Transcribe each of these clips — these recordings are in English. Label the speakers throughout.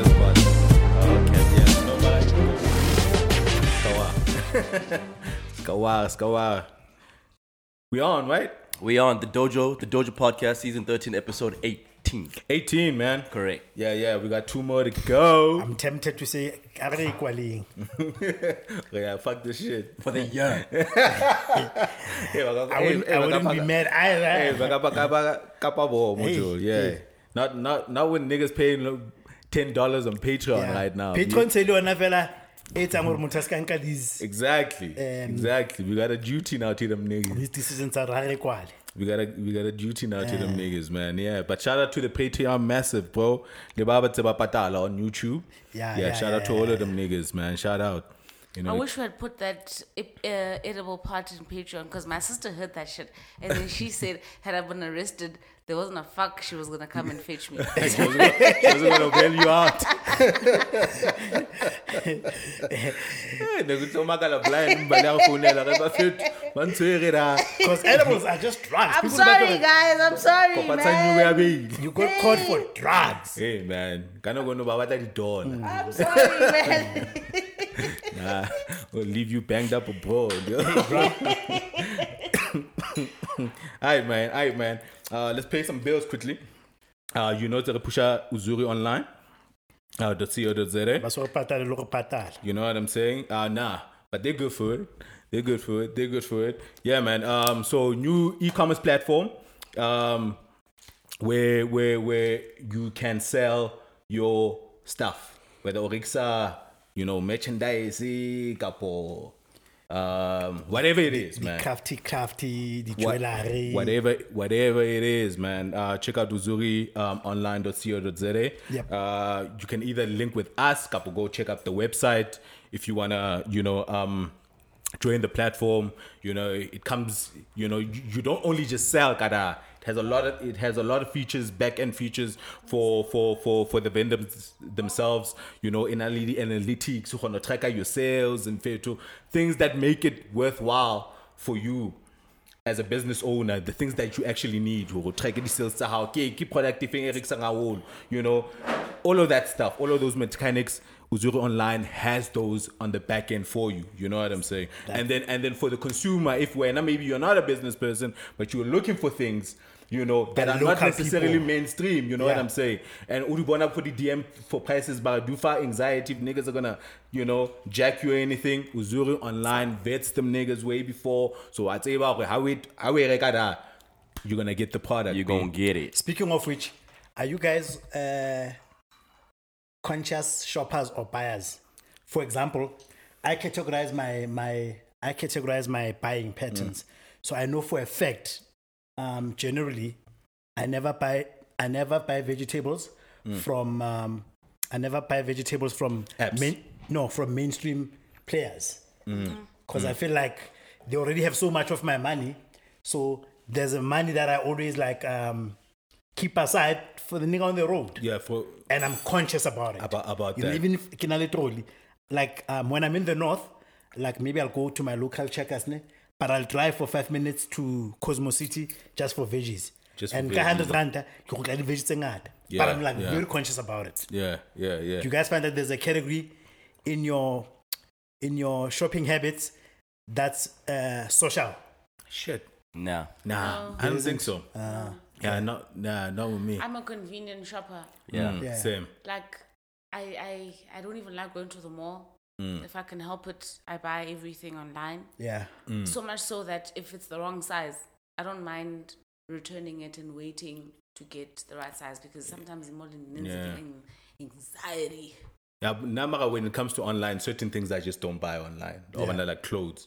Speaker 1: Skawara, Skawara. We on, right?
Speaker 2: We on the dojo, the dojo podcast, season thirteen, episode eighteen.
Speaker 1: 18, man.
Speaker 2: Correct.
Speaker 1: Yeah, yeah, we got two more to go.
Speaker 3: I'm tempted to say, are they equaling?
Speaker 1: Oh, yeah, fuck this shit.
Speaker 2: For the year.
Speaker 1: Hey, baka-
Speaker 3: I wouldn't,
Speaker 1: hey,
Speaker 3: I
Speaker 1: baka-
Speaker 3: wouldn't be
Speaker 1: baka-
Speaker 3: mad
Speaker 1: Hey,
Speaker 3: either.
Speaker 1: baka- baka- baka- kapa bo,
Speaker 3: Hey,
Speaker 1: Mojo, yeah.
Speaker 3: hey.
Speaker 1: Not, not, not when niggas paying like, $10 on Patreon right now.
Speaker 3: Patron se le ona fela e etsang gore motho a se ka nka these
Speaker 1: Exactly.
Speaker 3: Um,
Speaker 1: exactly. We got a duty now to them niggas.
Speaker 3: these decisions tsa gore a re kwale
Speaker 1: We got a we got a duty now to
Speaker 3: Um,
Speaker 1: them niggas, man. Yeah, but shout out to the Patreon massive, bro. The Baba Teba Patala on YouTube. yeah.
Speaker 3: Yeah, yeah,
Speaker 1: shout
Speaker 3: yeah,
Speaker 1: out to all of them niggas, man. Shout out. You
Speaker 4: I
Speaker 1: know,
Speaker 4: wish we had put that uh, edible part in Patreon because my sister heard that shit and then she said, had I been arrested, there wasn't a fuck she was gonna come and fetch
Speaker 1: she
Speaker 4: me.
Speaker 1: was gonna- she was gonna bail you out. Eh, ne kuthi umakala blind, umbhale akufonela, kepha fethu, bantshwere la.
Speaker 3: because edibles are just drugs
Speaker 4: I'm
Speaker 3: People don't
Speaker 4: sorry,
Speaker 3: know-
Speaker 4: guys. I'm sorry,
Speaker 1: Kopatsa
Speaker 4: man.
Speaker 1: nyuku yabeli.
Speaker 3: you got caught for drugs
Speaker 1: Hey man, kana kono ba batla di-dollar.
Speaker 4: I'm sorry, man.
Speaker 1: Nah, we'll Ah, leave you banged up abroad. yo. Alright, man. Alright, man. Uh, let's pay some bills quickly. Uh, you know, the Pusha Uzuri online. Uh, .co.za.
Speaker 3: ba se go patale le go patala
Speaker 1: You know what I'm saying? Uh, nah, but they're good for it. They're good for it. They're good for it. Yeah, man. Um, so new e-commerce platform, um, where where where you can sell your stuff, whether Orixa, you know, merchandise, kapo, um, whatever it is, man.
Speaker 3: crafty crafty
Speaker 1: What-
Speaker 3: di-jewellery
Speaker 1: whatever whatever it is man uh, check out uzuri um, online.co.za
Speaker 3: Yep.
Speaker 1: uh, you can either link with us or go check out the website if you want to you know um, join the platform you know it comes you know you, you don't only just sell kada it has a lot of it has a lot of features back end features for for for for the vendors themselves you know in analy- analytics you can track your sales and fair to things that make it worthwhile for you as a business owner the things that you actually need or track the sales tsa gago, ke- ke product e feng e rekisang haholo, you know all of that stuff all of those mechanics Uzuri Online has those on the back end for you. You know what I'm saying? and then and then for the consumer, if we're now maybe you're not a business person, but you're looking for things, you know, that
Speaker 3: That
Speaker 1: are not
Speaker 3: local
Speaker 1: necessarily
Speaker 3: people.
Speaker 1: mainstream, you know what
Speaker 3: Yeah.
Speaker 1: I'm saying? And Urubona put the DM for prices, but do far anxiety if niggas are gonna, you know, jack you or anything. Uzuri online vets them niggas way before. So I tell you about how it how we record that you're gonna get the product.
Speaker 2: You're gonna get it.
Speaker 3: speaking of which are you guys uh, conscious shoppers or buyers for example i categorize my my i categorize my buying patterns so i know for a fact um, generally i never buy i never buy vegetables from um, i never buy vegetables from
Speaker 1: Apps.
Speaker 3: main, no from mainstream players because I feel like they already have so much of my money. So there's a money that I always like um, keep aside for the nigga on the road,
Speaker 1: Yeah, for
Speaker 3: and I'm conscious about it.
Speaker 1: About- about
Speaker 3: you know,
Speaker 1: that.
Speaker 3: even if can I literally, like um, when I'm in the north, like maybe I'll go to my local checkers, ne? but I'll drive for five minutes to Cosmo City just for veggies.
Speaker 1: Just for
Speaker 3: and
Speaker 1: veggies.
Speaker 3: ka 100 rand, you can get the veggies in that.
Speaker 1: Yeah,
Speaker 3: but I'm like
Speaker 1: yeah.
Speaker 3: very conscious about it.
Speaker 1: yeah, yeah, yeah.
Speaker 3: Do you guys find that there's a category in your in your shopping habits that's uh, social?
Speaker 1: Shit.
Speaker 2: Nah.
Speaker 1: Nah,
Speaker 3: Oh.
Speaker 1: I don't think so.
Speaker 3: Uh,
Speaker 1: yeah, not nah, not with me.
Speaker 4: I'm a convenient shopper.
Speaker 2: Yeah.
Speaker 1: Mm,
Speaker 3: Yeah.
Speaker 1: Same.
Speaker 4: Like, I, I, I don't even like going to the mall. If I can help it, I buy everything online.
Speaker 3: Yeah.
Speaker 4: So much so that if it's the wrong size, I don't mind returning it and waiting to get the right size because sometimes more than
Speaker 1: Yeah.
Speaker 4: anxiety.
Speaker 1: Yeah, but now Mara, when it comes to online, certain things I just don't buy online. Or
Speaker 3: Yeah.
Speaker 1: like clothes.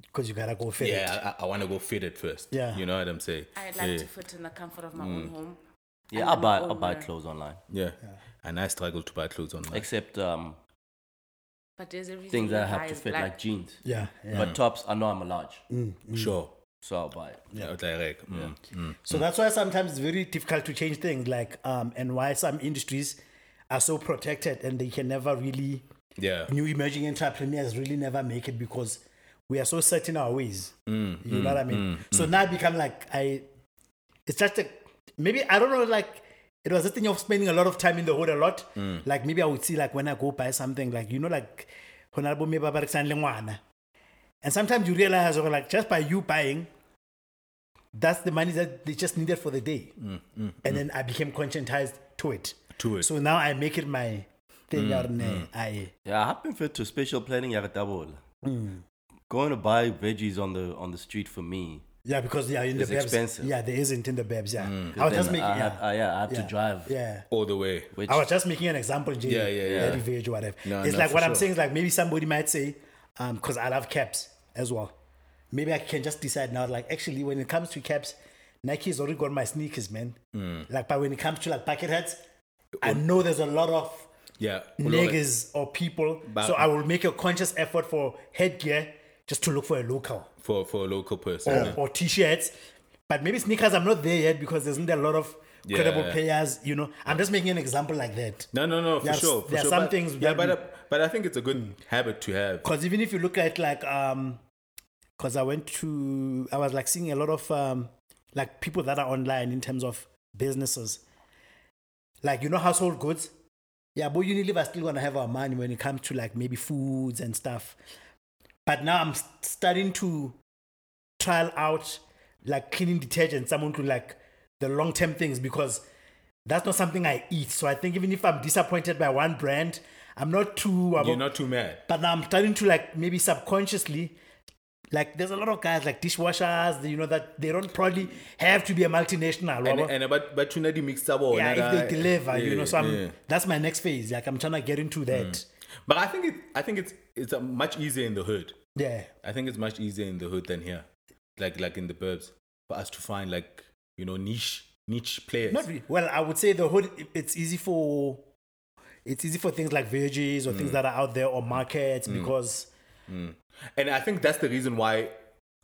Speaker 3: Because you gotta go fit. it.
Speaker 1: Yeah, I, I want to go fit it first.
Speaker 3: Yeah.
Speaker 1: you know what I'm saying.
Speaker 4: I'd like
Speaker 1: yeah.
Speaker 4: to fit in the comfort of my
Speaker 2: Mm.
Speaker 4: own home.
Speaker 2: Yeah,
Speaker 4: And
Speaker 2: I
Speaker 4: my
Speaker 2: buy I
Speaker 4: own
Speaker 2: buy
Speaker 4: wear.
Speaker 2: clothes online.
Speaker 1: Yeah. and I struggle to buy clothes online.
Speaker 2: Except um
Speaker 4: But there's everything
Speaker 2: things that I
Speaker 4: you buy
Speaker 2: have to
Speaker 4: is
Speaker 2: fit,
Speaker 4: black.
Speaker 2: like jeans.
Speaker 3: Yeah. yeah. Mm.
Speaker 2: But tops, I know I'm a large.
Speaker 1: Sure.
Speaker 2: So I'll buy it.
Speaker 1: Yeah, direct. Mm. Mm.
Speaker 3: So that's why sometimes it's very difficult to change things, like um, and why some industries are so protected and they can never really
Speaker 1: Yeah.
Speaker 3: new emerging entrepreneurs really never make it because we are so set in our ways. you know what I mean? so now I become like I it's just a maybe I don't know like it was a thing of spending a lot of time in the hood a lot. Like maybe I would see like when I go buy something like you know like honorable me babariksan lengwana. And sometimes you realize, okay, like just by you buying, that's the money that they just needed for the day. and then I became conscientized to it.
Speaker 1: To it.
Speaker 3: So now I make it my thing. yarn, eh, I
Speaker 2: Yeah, I've been fit to spatial planning at double.
Speaker 3: Mm.
Speaker 2: Going to buy veggies on the on the street for me.
Speaker 3: yeah, because yeah, in
Speaker 2: It's
Speaker 3: the babs,
Speaker 2: expensive.
Speaker 3: yeah, there isn't in the babs. Yeah, I
Speaker 2: 'Cause
Speaker 3: was just
Speaker 2: then
Speaker 3: making.
Speaker 2: I
Speaker 3: yeah,
Speaker 2: have, I, yeah, I have
Speaker 3: yeah,
Speaker 2: to drive.
Speaker 3: Yeah.
Speaker 1: all the way.
Speaker 2: Which
Speaker 3: I was just making an example, Jay.
Speaker 1: Yeah, yeah, yeah.
Speaker 3: Very veg, whatever.
Speaker 1: No,
Speaker 3: it's
Speaker 1: no,
Speaker 3: like
Speaker 1: for
Speaker 3: what I'm
Speaker 1: sure.
Speaker 3: saying is like maybe somebody might say, because I love caps as well. Maybe I can just decide now, like actually, when it comes to caps, Nike's already got my sneakers, man. Like, but when it comes to like bucket hats, I know there's a lot of
Speaker 1: Yeah.
Speaker 3: niggas or people, so I will make a conscious effort for headgear just to look for a local
Speaker 1: For for a local person.
Speaker 3: or,
Speaker 1: yeah.
Speaker 3: or t-shirts. But maybe sneakers, I'm not there yet because there's not a lot of credible
Speaker 1: Yeah.
Speaker 3: players. You know, I'm just making an example like that.
Speaker 1: No, no, no, for
Speaker 3: There's-
Speaker 1: sure. For
Speaker 3: there are
Speaker 1: sure.
Speaker 3: some
Speaker 1: but,
Speaker 3: things
Speaker 1: Yeah,
Speaker 3: that
Speaker 1: but,
Speaker 3: we- Mm.
Speaker 1: I, but I think it's a good habit to have.
Speaker 3: because even if you look at like um because i went to i was like seeing a lot of um like people that are online in terms of businesses like you know household goods yeah but unilever still gonna have our money when it comes to like maybe foods and stuff but now i'm s- starting to trial out like cleaning detergent someone to like the long-term things because that's not something i eat so i think even if i'm disappointed by one brand i'm not too about
Speaker 1: You're not too mad.
Speaker 3: but now I'm starting to like maybe subconsciously, like there's a lot of guys like dishwashers, you know, that they don't probably have to be a multinational.
Speaker 1: And,
Speaker 3: whatever.
Speaker 1: and about but you need mixed up or
Speaker 3: yeah, if
Speaker 1: another-
Speaker 3: they deliver, you know. So I'm,
Speaker 1: yeah. Mm.
Speaker 3: that's my next phase. Like I'm trying to get into that.
Speaker 1: But I think it I think it's it's uh, much easier in the hood.
Speaker 3: Yeah,
Speaker 1: I think it's much easier in the hood than here. Like like in the burbs. For us to find like, you know, niche niche players.
Speaker 3: not really. Well, I would say the hood. it- It's easy for, it's easy for things like veggies or
Speaker 1: Mm.
Speaker 3: things that are out there or markets because
Speaker 1: And I think that's the reason why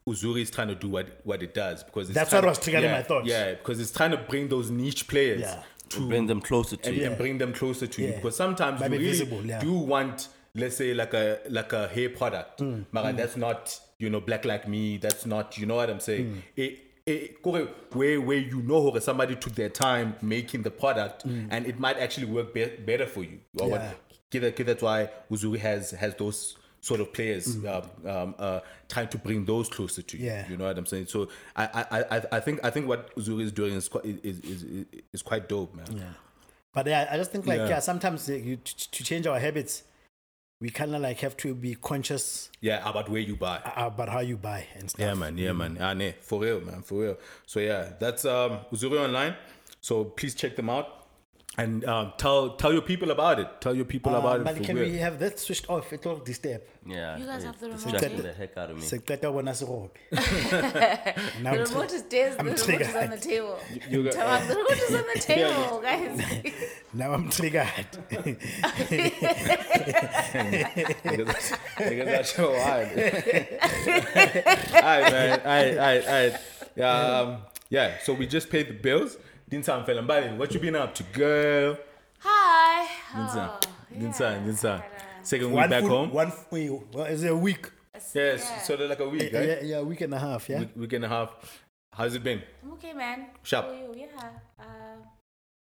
Speaker 1: Uzuri is trying to do what, what it does because it's
Speaker 3: That's
Speaker 1: trying
Speaker 3: what was triggering
Speaker 1: yeah,
Speaker 3: my thoughts.
Speaker 1: Yeah, because it's trying to bring those niche players
Speaker 3: Yeah.
Speaker 1: to
Speaker 2: bring them closer to
Speaker 1: and,
Speaker 2: you.
Speaker 1: and bring them closer to you
Speaker 3: Yeah.
Speaker 1: because sometimes
Speaker 3: Might
Speaker 1: you
Speaker 3: be
Speaker 1: really
Speaker 3: visible, yeah.
Speaker 1: do want, let's say, like a like a hair product,
Speaker 3: Mm,
Speaker 1: but that's not you know black like me. That's not you know what I'm
Speaker 3: Mm.
Speaker 1: saying. It, it, kore where where you know kore somebody took their time making the product and it might actually work be- better for you. Or what-
Speaker 3: Mm. Yeah.
Speaker 1: Okay, that- okay, that's why Uzuri has has those sort of players um, um, uh, trying to bring those closer to you.
Speaker 3: Mm. Yeah.
Speaker 1: You know what I'm saying? So I I, I- I, I think I think what Uzuri is doing is quite is, is, is, is quite dope, man.
Speaker 3: But yeah, I just think like
Speaker 1: Yeah.
Speaker 3: yeah, sometimes like, you, to, to change our habits, we kind of like have to be conscious
Speaker 1: Yeah, about where you buy.
Speaker 3: about how you buy and stuff.
Speaker 1: Yeah, man. Yeah, man. Ah, nee, for real, man. For real. So yeah, that's um, Uzuri online. So please check them out and um, tell tell your people about it. Tell your people about
Speaker 3: Um,
Speaker 1: it.
Speaker 3: but
Speaker 1: For
Speaker 3: can
Speaker 1: real.
Speaker 3: we have that switched off? It'll disturb.
Speaker 1: Mm.
Speaker 2: Yeah.
Speaker 4: You guys have the
Speaker 2: it's
Speaker 4: remote,
Speaker 2: distracting
Speaker 3: eh?
Speaker 2: the heck out of me.
Speaker 3: Sekreta wena se robe. Now
Speaker 4: The
Speaker 3: it's-
Speaker 4: remote is there. The
Speaker 3: I'm
Speaker 4: remote is on the
Speaker 3: triggered.
Speaker 4: table.
Speaker 1: you got-
Speaker 4: Tamam, the remote is on the table, guys.
Speaker 3: Now I'm triggered.
Speaker 1: Niggas- niggas out your wine. Aight, man. Aight, aight, aight. Yeah, Um, yeah. So we just paid the bills. Dinsan Felambali, what you been up to, girl?
Speaker 4: Hi.
Speaker 1: Dinsan,
Speaker 4: Oh,
Speaker 1: Dinsan,
Speaker 4: yeah.
Speaker 1: Dinsan. Second week
Speaker 3: one
Speaker 1: back
Speaker 3: food,
Speaker 1: home.
Speaker 3: One f- wait, well, is it a week?
Speaker 4: Yeah.
Speaker 1: Yes, so they're like a week, right?
Speaker 3: Yeah, yeah, a week and a half. Yeah.
Speaker 1: Week- Week and a half. How's it been?
Speaker 4: I'm okay, man.
Speaker 1: Sharp.
Speaker 4: How are you? Yeah. Uh,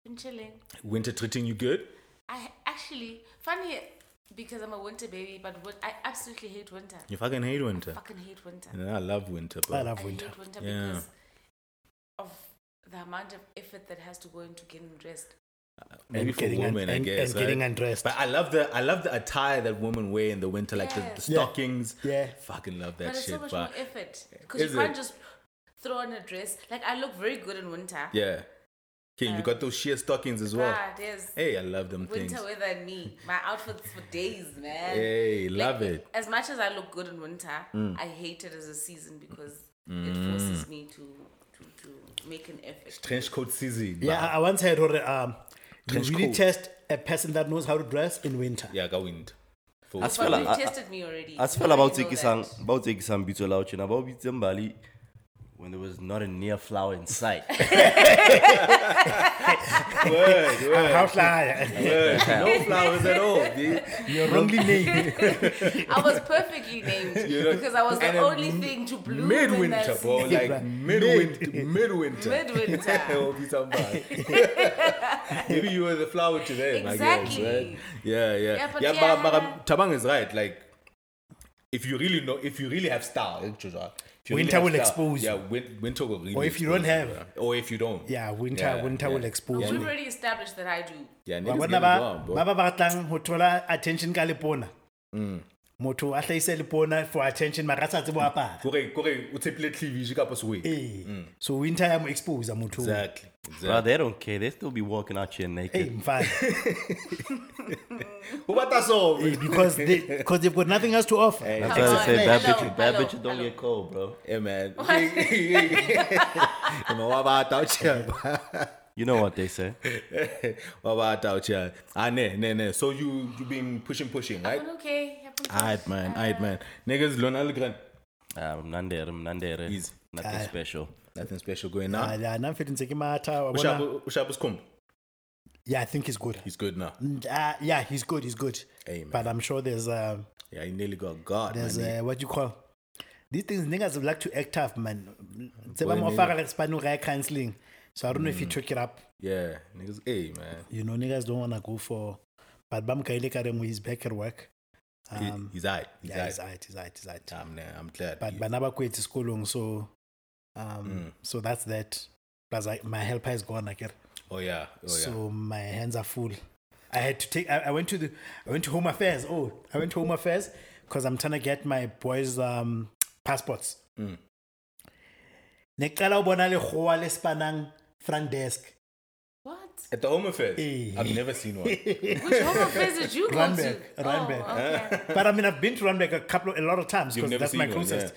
Speaker 4: been chilling.
Speaker 1: Winter treating you good?
Speaker 4: I actually, funny because I'm a winter baby, but win- I absolutely hate winter.
Speaker 1: You fucking hate winter.
Speaker 4: fucking hate winter.
Speaker 1: Yeah, I love winter, bro.
Speaker 3: I love
Speaker 4: I
Speaker 3: winter.
Speaker 4: hate winter
Speaker 1: Yeah.
Speaker 4: because of the amount of effort that has to go into getting dressed.
Speaker 1: Maybe
Speaker 3: And
Speaker 1: for
Speaker 3: getting un-
Speaker 1: women, I
Speaker 3: and-
Speaker 1: guess.
Speaker 3: and getting
Speaker 1: right?
Speaker 3: undressed.
Speaker 1: But I love the I love the attire that women wear in the winter, like the, the
Speaker 4: Yes.
Speaker 3: Yeah.
Speaker 1: stockings.
Speaker 3: Yeah.
Speaker 1: Fucking love
Speaker 4: but
Speaker 1: that
Speaker 4: it's so
Speaker 1: shit.
Speaker 4: much
Speaker 1: but
Speaker 4: more effort because
Speaker 1: Is
Speaker 4: you can't
Speaker 1: it?
Speaker 4: just throw on a dress. Like I look very good in winter.
Speaker 1: yeah. Okay, you got those sheer stockings as well.
Speaker 4: Ah, there's
Speaker 1: Hey, I love them
Speaker 4: winter
Speaker 1: things.
Speaker 4: weather and me. My outfits for days, man.
Speaker 1: Hey, love
Speaker 4: Like,
Speaker 1: it. Mm.
Speaker 4: As much as I look good in winter, I hate it as a season because it forces me to, to to make an effort.
Speaker 1: Trench coat season.
Speaker 3: yeah, I, I once heard or um, you
Speaker 1: Trench
Speaker 3: really
Speaker 1: coat.
Speaker 3: test a person that knows how to dress in winter.
Speaker 1: Yeah, go wind. For
Speaker 2: As
Speaker 4: But
Speaker 2: fell,
Speaker 4: you
Speaker 2: I, I,
Speaker 4: tested me already.
Speaker 2: as fell
Speaker 4: You
Speaker 2: about
Speaker 4: already know
Speaker 2: taking
Speaker 4: that.
Speaker 2: some, about taking some bits out, and about bits in Bali when there was not a near flower in sight.
Speaker 1: word, word,
Speaker 3: How fly?
Speaker 1: word. No flowers at all. dude.
Speaker 3: You're wrongly named.
Speaker 4: I was perfectly named
Speaker 1: You know,
Speaker 4: because I was the
Speaker 1: and, um,
Speaker 4: only thing to bloom in
Speaker 1: Midwinter,
Speaker 4: that
Speaker 1: bro.
Speaker 4: season.
Speaker 1: Like midwinter, midwinter.
Speaker 4: Midwinter.
Speaker 1: It'll be some bad. Maybe you were the flower to them, I guess,
Speaker 4: Exactly.
Speaker 1: right? Yeah, yeah.
Speaker 4: Yeah, but
Speaker 1: yeah,
Speaker 4: yeah.
Speaker 1: Tabang is right. Like, If you really know, if you really have style, eh, Joshua, if you
Speaker 3: Winter
Speaker 1: have
Speaker 3: will expose
Speaker 1: Yeah,
Speaker 3: you.
Speaker 1: win, winter will really.
Speaker 3: Or if you don't
Speaker 1: expose
Speaker 3: have-
Speaker 1: yeah. or if you don't.
Speaker 3: Yeah, winter- winter will expose
Speaker 1: yeah,
Speaker 4: We've
Speaker 1: Yeah,
Speaker 4: already established that I do.
Speaker 1: yeah, niggas
Speaker 3: Babona
Speaker 1: get it
Speaker 3: ba
Speaker 1: wrong, bro.
Speaker 3: ba ba batlang ho thola attention ka lepona.
Speaker 1: Mm.
Speaker 3: Motho a hlahise lepona for attention mara a sa tsebo ho apara.
Speaker 1: Kore- kore o tshepile cleavage kapo se weng.
Speaker 3: Eh. So winter ya mo expose motho.
Speaker 1: Mm.
Speaker 3: oo.
Speaker 1: Exactly.
Speaker 2: Bro,
Speaker 1: Exactly.
Speaker 2: they don't care. They still be walking out here
Speaker 3: Hey,
Speaker 2: naked.
Speaker 3: mfana.
Speaker 1: Who about that song?
Speaker 3: Eh, because they because they've got nothing else to offer.
Speaker 2: I'm
Speaker 4: Come
Speaker 2: trying to
Speaker 4: on,
Speaker 2: say, bad
Speaker 4: hello,
Speaker 2: bitches, bad
Speaker 4: hello,
Speaker 2: bitches don't
Speaker 4: hello.
Speaker 2: get cold, bro.
Speaker 1: Yeah, Eh, man. Yeah, man, what about that, yeah?
Speaker 2: You know what they say.
Speaker 1: What about that, yeah? Ah, ne, ne, ne. So you you been pushing, pushing, right?
Speaker 4: But okay. I've been
Speaker 1: Aight, man. Aight, man. Niggas, learn all grand.
Speaker 2: Um, none there, um, none there.
Speaker 1: Easy.
Speaker 2: Nothing special.
Speaker 1: Nothing special going on.
Speaker 3: Ah, Yeah, na mfeteng tse ke matha wa bona.
Speaker 1: Ushabu, Ushabu's come.
Speaker 3: Yeah, I think he's good.
Speaker 1: He's good now.
Speaker 3: And, uh, yeah, he's good. He's good.
Speaker 1: Amen.
Speaker 3: But I'm sure there's uh,
Speaker 1: Yeah, he nearly got God.
Speaker 3: there's
Speaker 1: man.
Speaker 3: uh, what you call these things. Niggas would like to act tough, man. Tseba
Speaker 1: Boy, Mm.
Speaker 3: mafara like Spaniel guy canceling. So I don't know if he took it up.
Speaker 1: yeah, niggas. Hey, man.
Speaker 3: You know, niggas don't wanna go for. But Bam Kaile Karemu, he's back at work.
Speaker 1: He-
Speaker 3: Um,
Speaker 1: he's aight. He's
Speaker 3: yeah, he's
Speaker 1: aight.
Speaker 3: right. He's right. He's right.
Speaker 1: I'm, nah, I'm glad.
Speaker 3: But Banaba quit school long, so um, so that's that. Plus, I, my helper is gone again.
Speaker 1: Mm. oh yeah. Oh yeah.
Speaker 3: so my hands are full. I had to take. I, I went to the. I went to Home Affairs. Oh, I went to Home Affairs because I'm trying to get my boys' um, passports.
Speaker 1: Mm.
Speaker 3: Ne qala ho bona lekgowa le spanang front desk.
Speaker 4: What?
Speaker 1: At the home affairs,
Speaker 3: Eh.
Speaker 1: I've never seen one.
Speaker 4: Which home affairs did you go to?
Speaker 3: Randburg, Randburg.
Speaker 4: Oh, okay.
Speaker 3: But I mean, I've been to Randburg a couple, a lot of times
Speaker 1: You've
Speaker 3: because
Speaker 1: never
Speaker 3: that's my
Speaker 1: seen one,
Speaker 3: closest.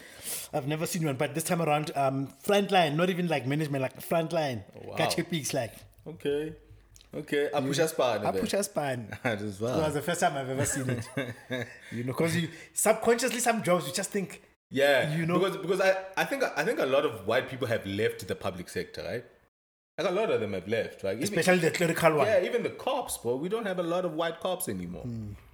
Speaker 3: I've never seen one, but this time around, um, frontline, not even like management, like frontline.
Speaker 1: Oh, wow.
Speaker 3: Catch your peaks, like
Speaker 1: okay. Okay. Uh. I push us part.
Speaker 3: I push a span.
Speaker 1: as
Speaker 3: It was
Speaker 1: well.
Speaker 3: the first time I've ever seen it. you know, because you subconsciously some jobs you just think
Speaker 1: Yeah.
Speaker 3: You know-
Speaker 1: because because I, I think I think a lot of white people have left the public sector, right? Like a lot of them have left, right? Even-
Speaker 3: especially the clerical one. Mm.
Speaker 1: yeah, even the cops, bro. We don't have a lot of white cops anymore.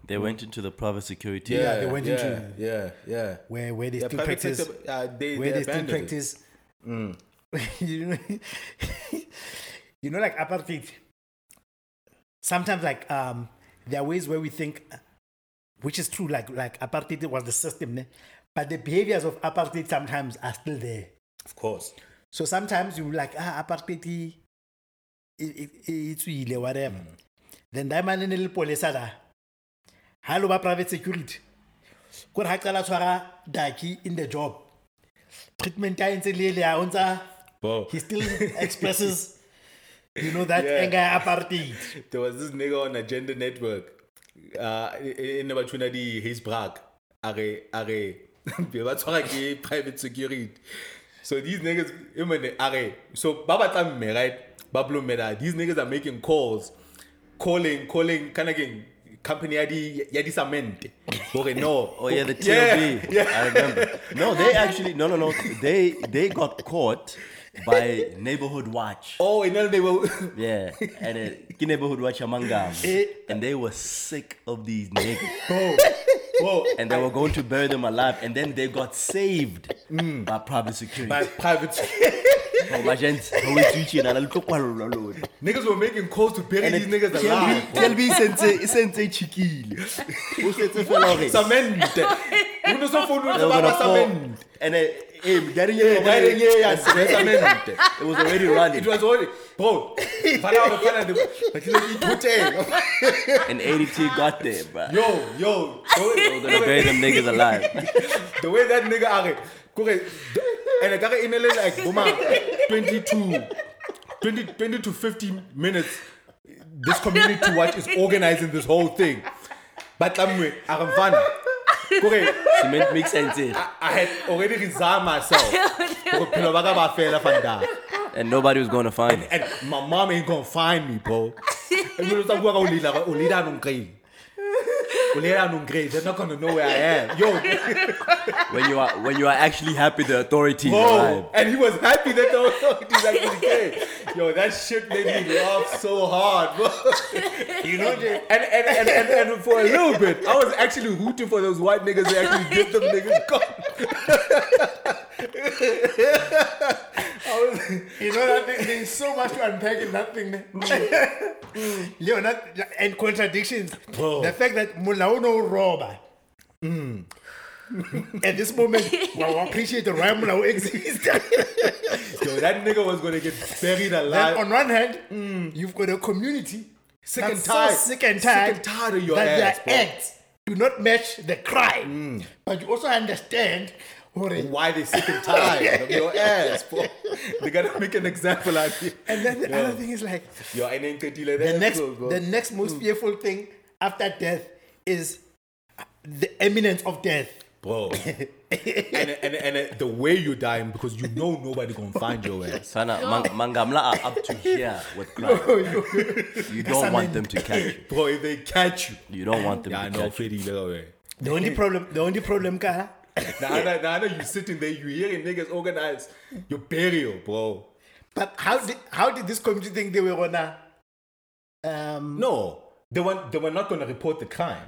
Speaker 2: They went into the private security.
Speaker 3: Yeah, they went
Speaker 1: yeah,
Speaker 3: into-
Speaker 1: yeah, yeah.
Speaker 3: Where where they
Speaker 1: Yeah,
Speaker 3: still
Speaker 1: private
Speaker 3: practice
Speaker 1: sector, uh, they,
Speaker 3: where they still
Speaker 1: abandoned it. Mm.
Speaker 3: practice you know you know like apartheid. Sometimes like um there are ways where we think which is true, like like apartheid was the system, ne? but the behaviors of apartheid sometimes are still there.
Speaker 1: Of course.
Speaker 3: So sometimes you like ah apartheid e- e- e- e tswile whatever. Then that man ne le polisa la. Ha lo ba private security. Ko re ha qala tshwara daki in the job. Treatment ya ntse le le ya o ntsa
Speaker 1: Bro,
Speaker 3: he still expresses you know that
Speaker 1: Yeah.
Speaker 3: anger ya apartheid.
Speaker 1: there was this nigga on Agenda Network. Uh, in the opportunity, he's brag. Are, are. Be ba tshwara ke private security. So these niggas, e I mean, are. So Baba Tamme, right? Bablo Meda, these niggas are making calls, calling, calling, kind of getting company yadi yadi cement. Okay, no.
Speaker 2: Oh yeah, the TLB.
Speaker 1: Yeah,
Speaker 2: I remember. No, they actually no no no. They they got caught by neighborhood watch.
Speaker 1: Oh, and then they were.
Speaker 2: Yeah, and it, ki neighborhood watch among them,
Speaker 3: Eh.
Speaker 2: and they were sick of these niggas,
Speaker 3: Bro,
Speaker 1: Whoa.
Speaker 2: and they were going to bury them alive, and then they got saved by private security.
Speaker 1: Mm. By private
Speaker 2: Oh, my gents, how we treat you, and I look what we're doing.
Speaker 1: niggas were making calls to bury
Speaker 2: And
Speaker 1: these
Speaker 2: it-
Speaker 1: niggas alive.
Speaker 2: TLB TLB sentse sentse chikile. O setse fela hore-
Speaker 1: Cement. You know some food with
Speaker 2: They were gonna
Speaker 1: about
Speaker 2: fall.
Speaker 1: cement.
Speaker 2: And uh, hey, getting it,
Speaker 1: Yeah, yeah, yeah, yeah, cement.
Speaker 2: it was already running.
Speaker 1: It was only bro. But I was trying to but you know, he put it.
Speaker 2: And ADT got there, bro.
Speaker 1: Yo, yo.
Speaker 2: They were gonna bury them niggas alive.
Speaker 1: The way that nigga are kore, and I got in like boomer 22, 20, 20 to 50 minutes. This community to watch is organizing this whole thing. But I'm with Kore,
Speaker 2: Cement makes sense, eh?
Speaker 1: I had already resigned myself. Bophelo ba ka ba fela fa nda.
Speaker 2: and nobody was going to find it.
Speaker 1: And my mom ain't gonna find me, bro. And when I go ulila, ulila no grade. Ulila no grade. They're not gonna know where I am. Yo,
Speaker 2: When you are when you are actually happy, the authorities
Speaker 1: bro.
Speaker 2: arrive.
Speaker 1: And he was happy that the authorities actually came. Yo, that shit made me laugh so hard, bro. You know, and, and, and, and, and for a little bit, I was actually rooting for those white niggas that actually did them niggas. gone.
Speaker 3: you know that thing, there's so much to unpack in that thing. ne? Leo, that and contradictions.
Speaker 1: Bro. Mm.
Speaker 3: The fact that Mulaono Roba. At this moment, well, I appreciate the rhyme now exists.
Speaker 1: Yo, that nigga was gonna get buried
Speaker 3: then
Speaker 1: alive.
Speaker 3: on one hand, you've got a community
Speaker 1: mm. Sick and
Speaker 3: that's so
Speaker 1: tired.
Speaker 3: sick and
Speaker 1: Sick
Speaker 3: tired,
Speaker 1: and tired of your
Speaker 3: that
Speaker 1: ass, bro. Mm.
Speaker 3: their acts do not match the crime. But you also understand hore,
Speaker 1: Why they sick and tired of your ass, bro? They gotta make an example out of you.
Speaker 3: And then the
Speaker 1: Yeah.
Speaker 3: other thing is like
Speaker 1: Yo, I ain't gonna deal
Speaker 3: the next the next most fearful thing after death is the imminence of death.
Speaker 1: bro. and, and, and and the way you're dying because you know nobody gonna find your ass.
Speaker 2: Sana, man, Mangamla are up to here with crime. You don't want them to catch you.
Speaker 1: Bro, if they catch you,
Speaker 2: You don't want them
Speaker 1: yeah, I
Speaker 2: to
Speaker 1: know,
Speaker 2: catch you.
Speaker 1: Freddy, little way.
Speaker 3: The only problem the only problem Kara,
Speaker 1: Now, now, now, now you sitting there, you hearing niggas organize your burial, bro.
Speaker 3: but how did how did this community think they were gonna um
Speaker 1: No, they were they were not gonna report the crime.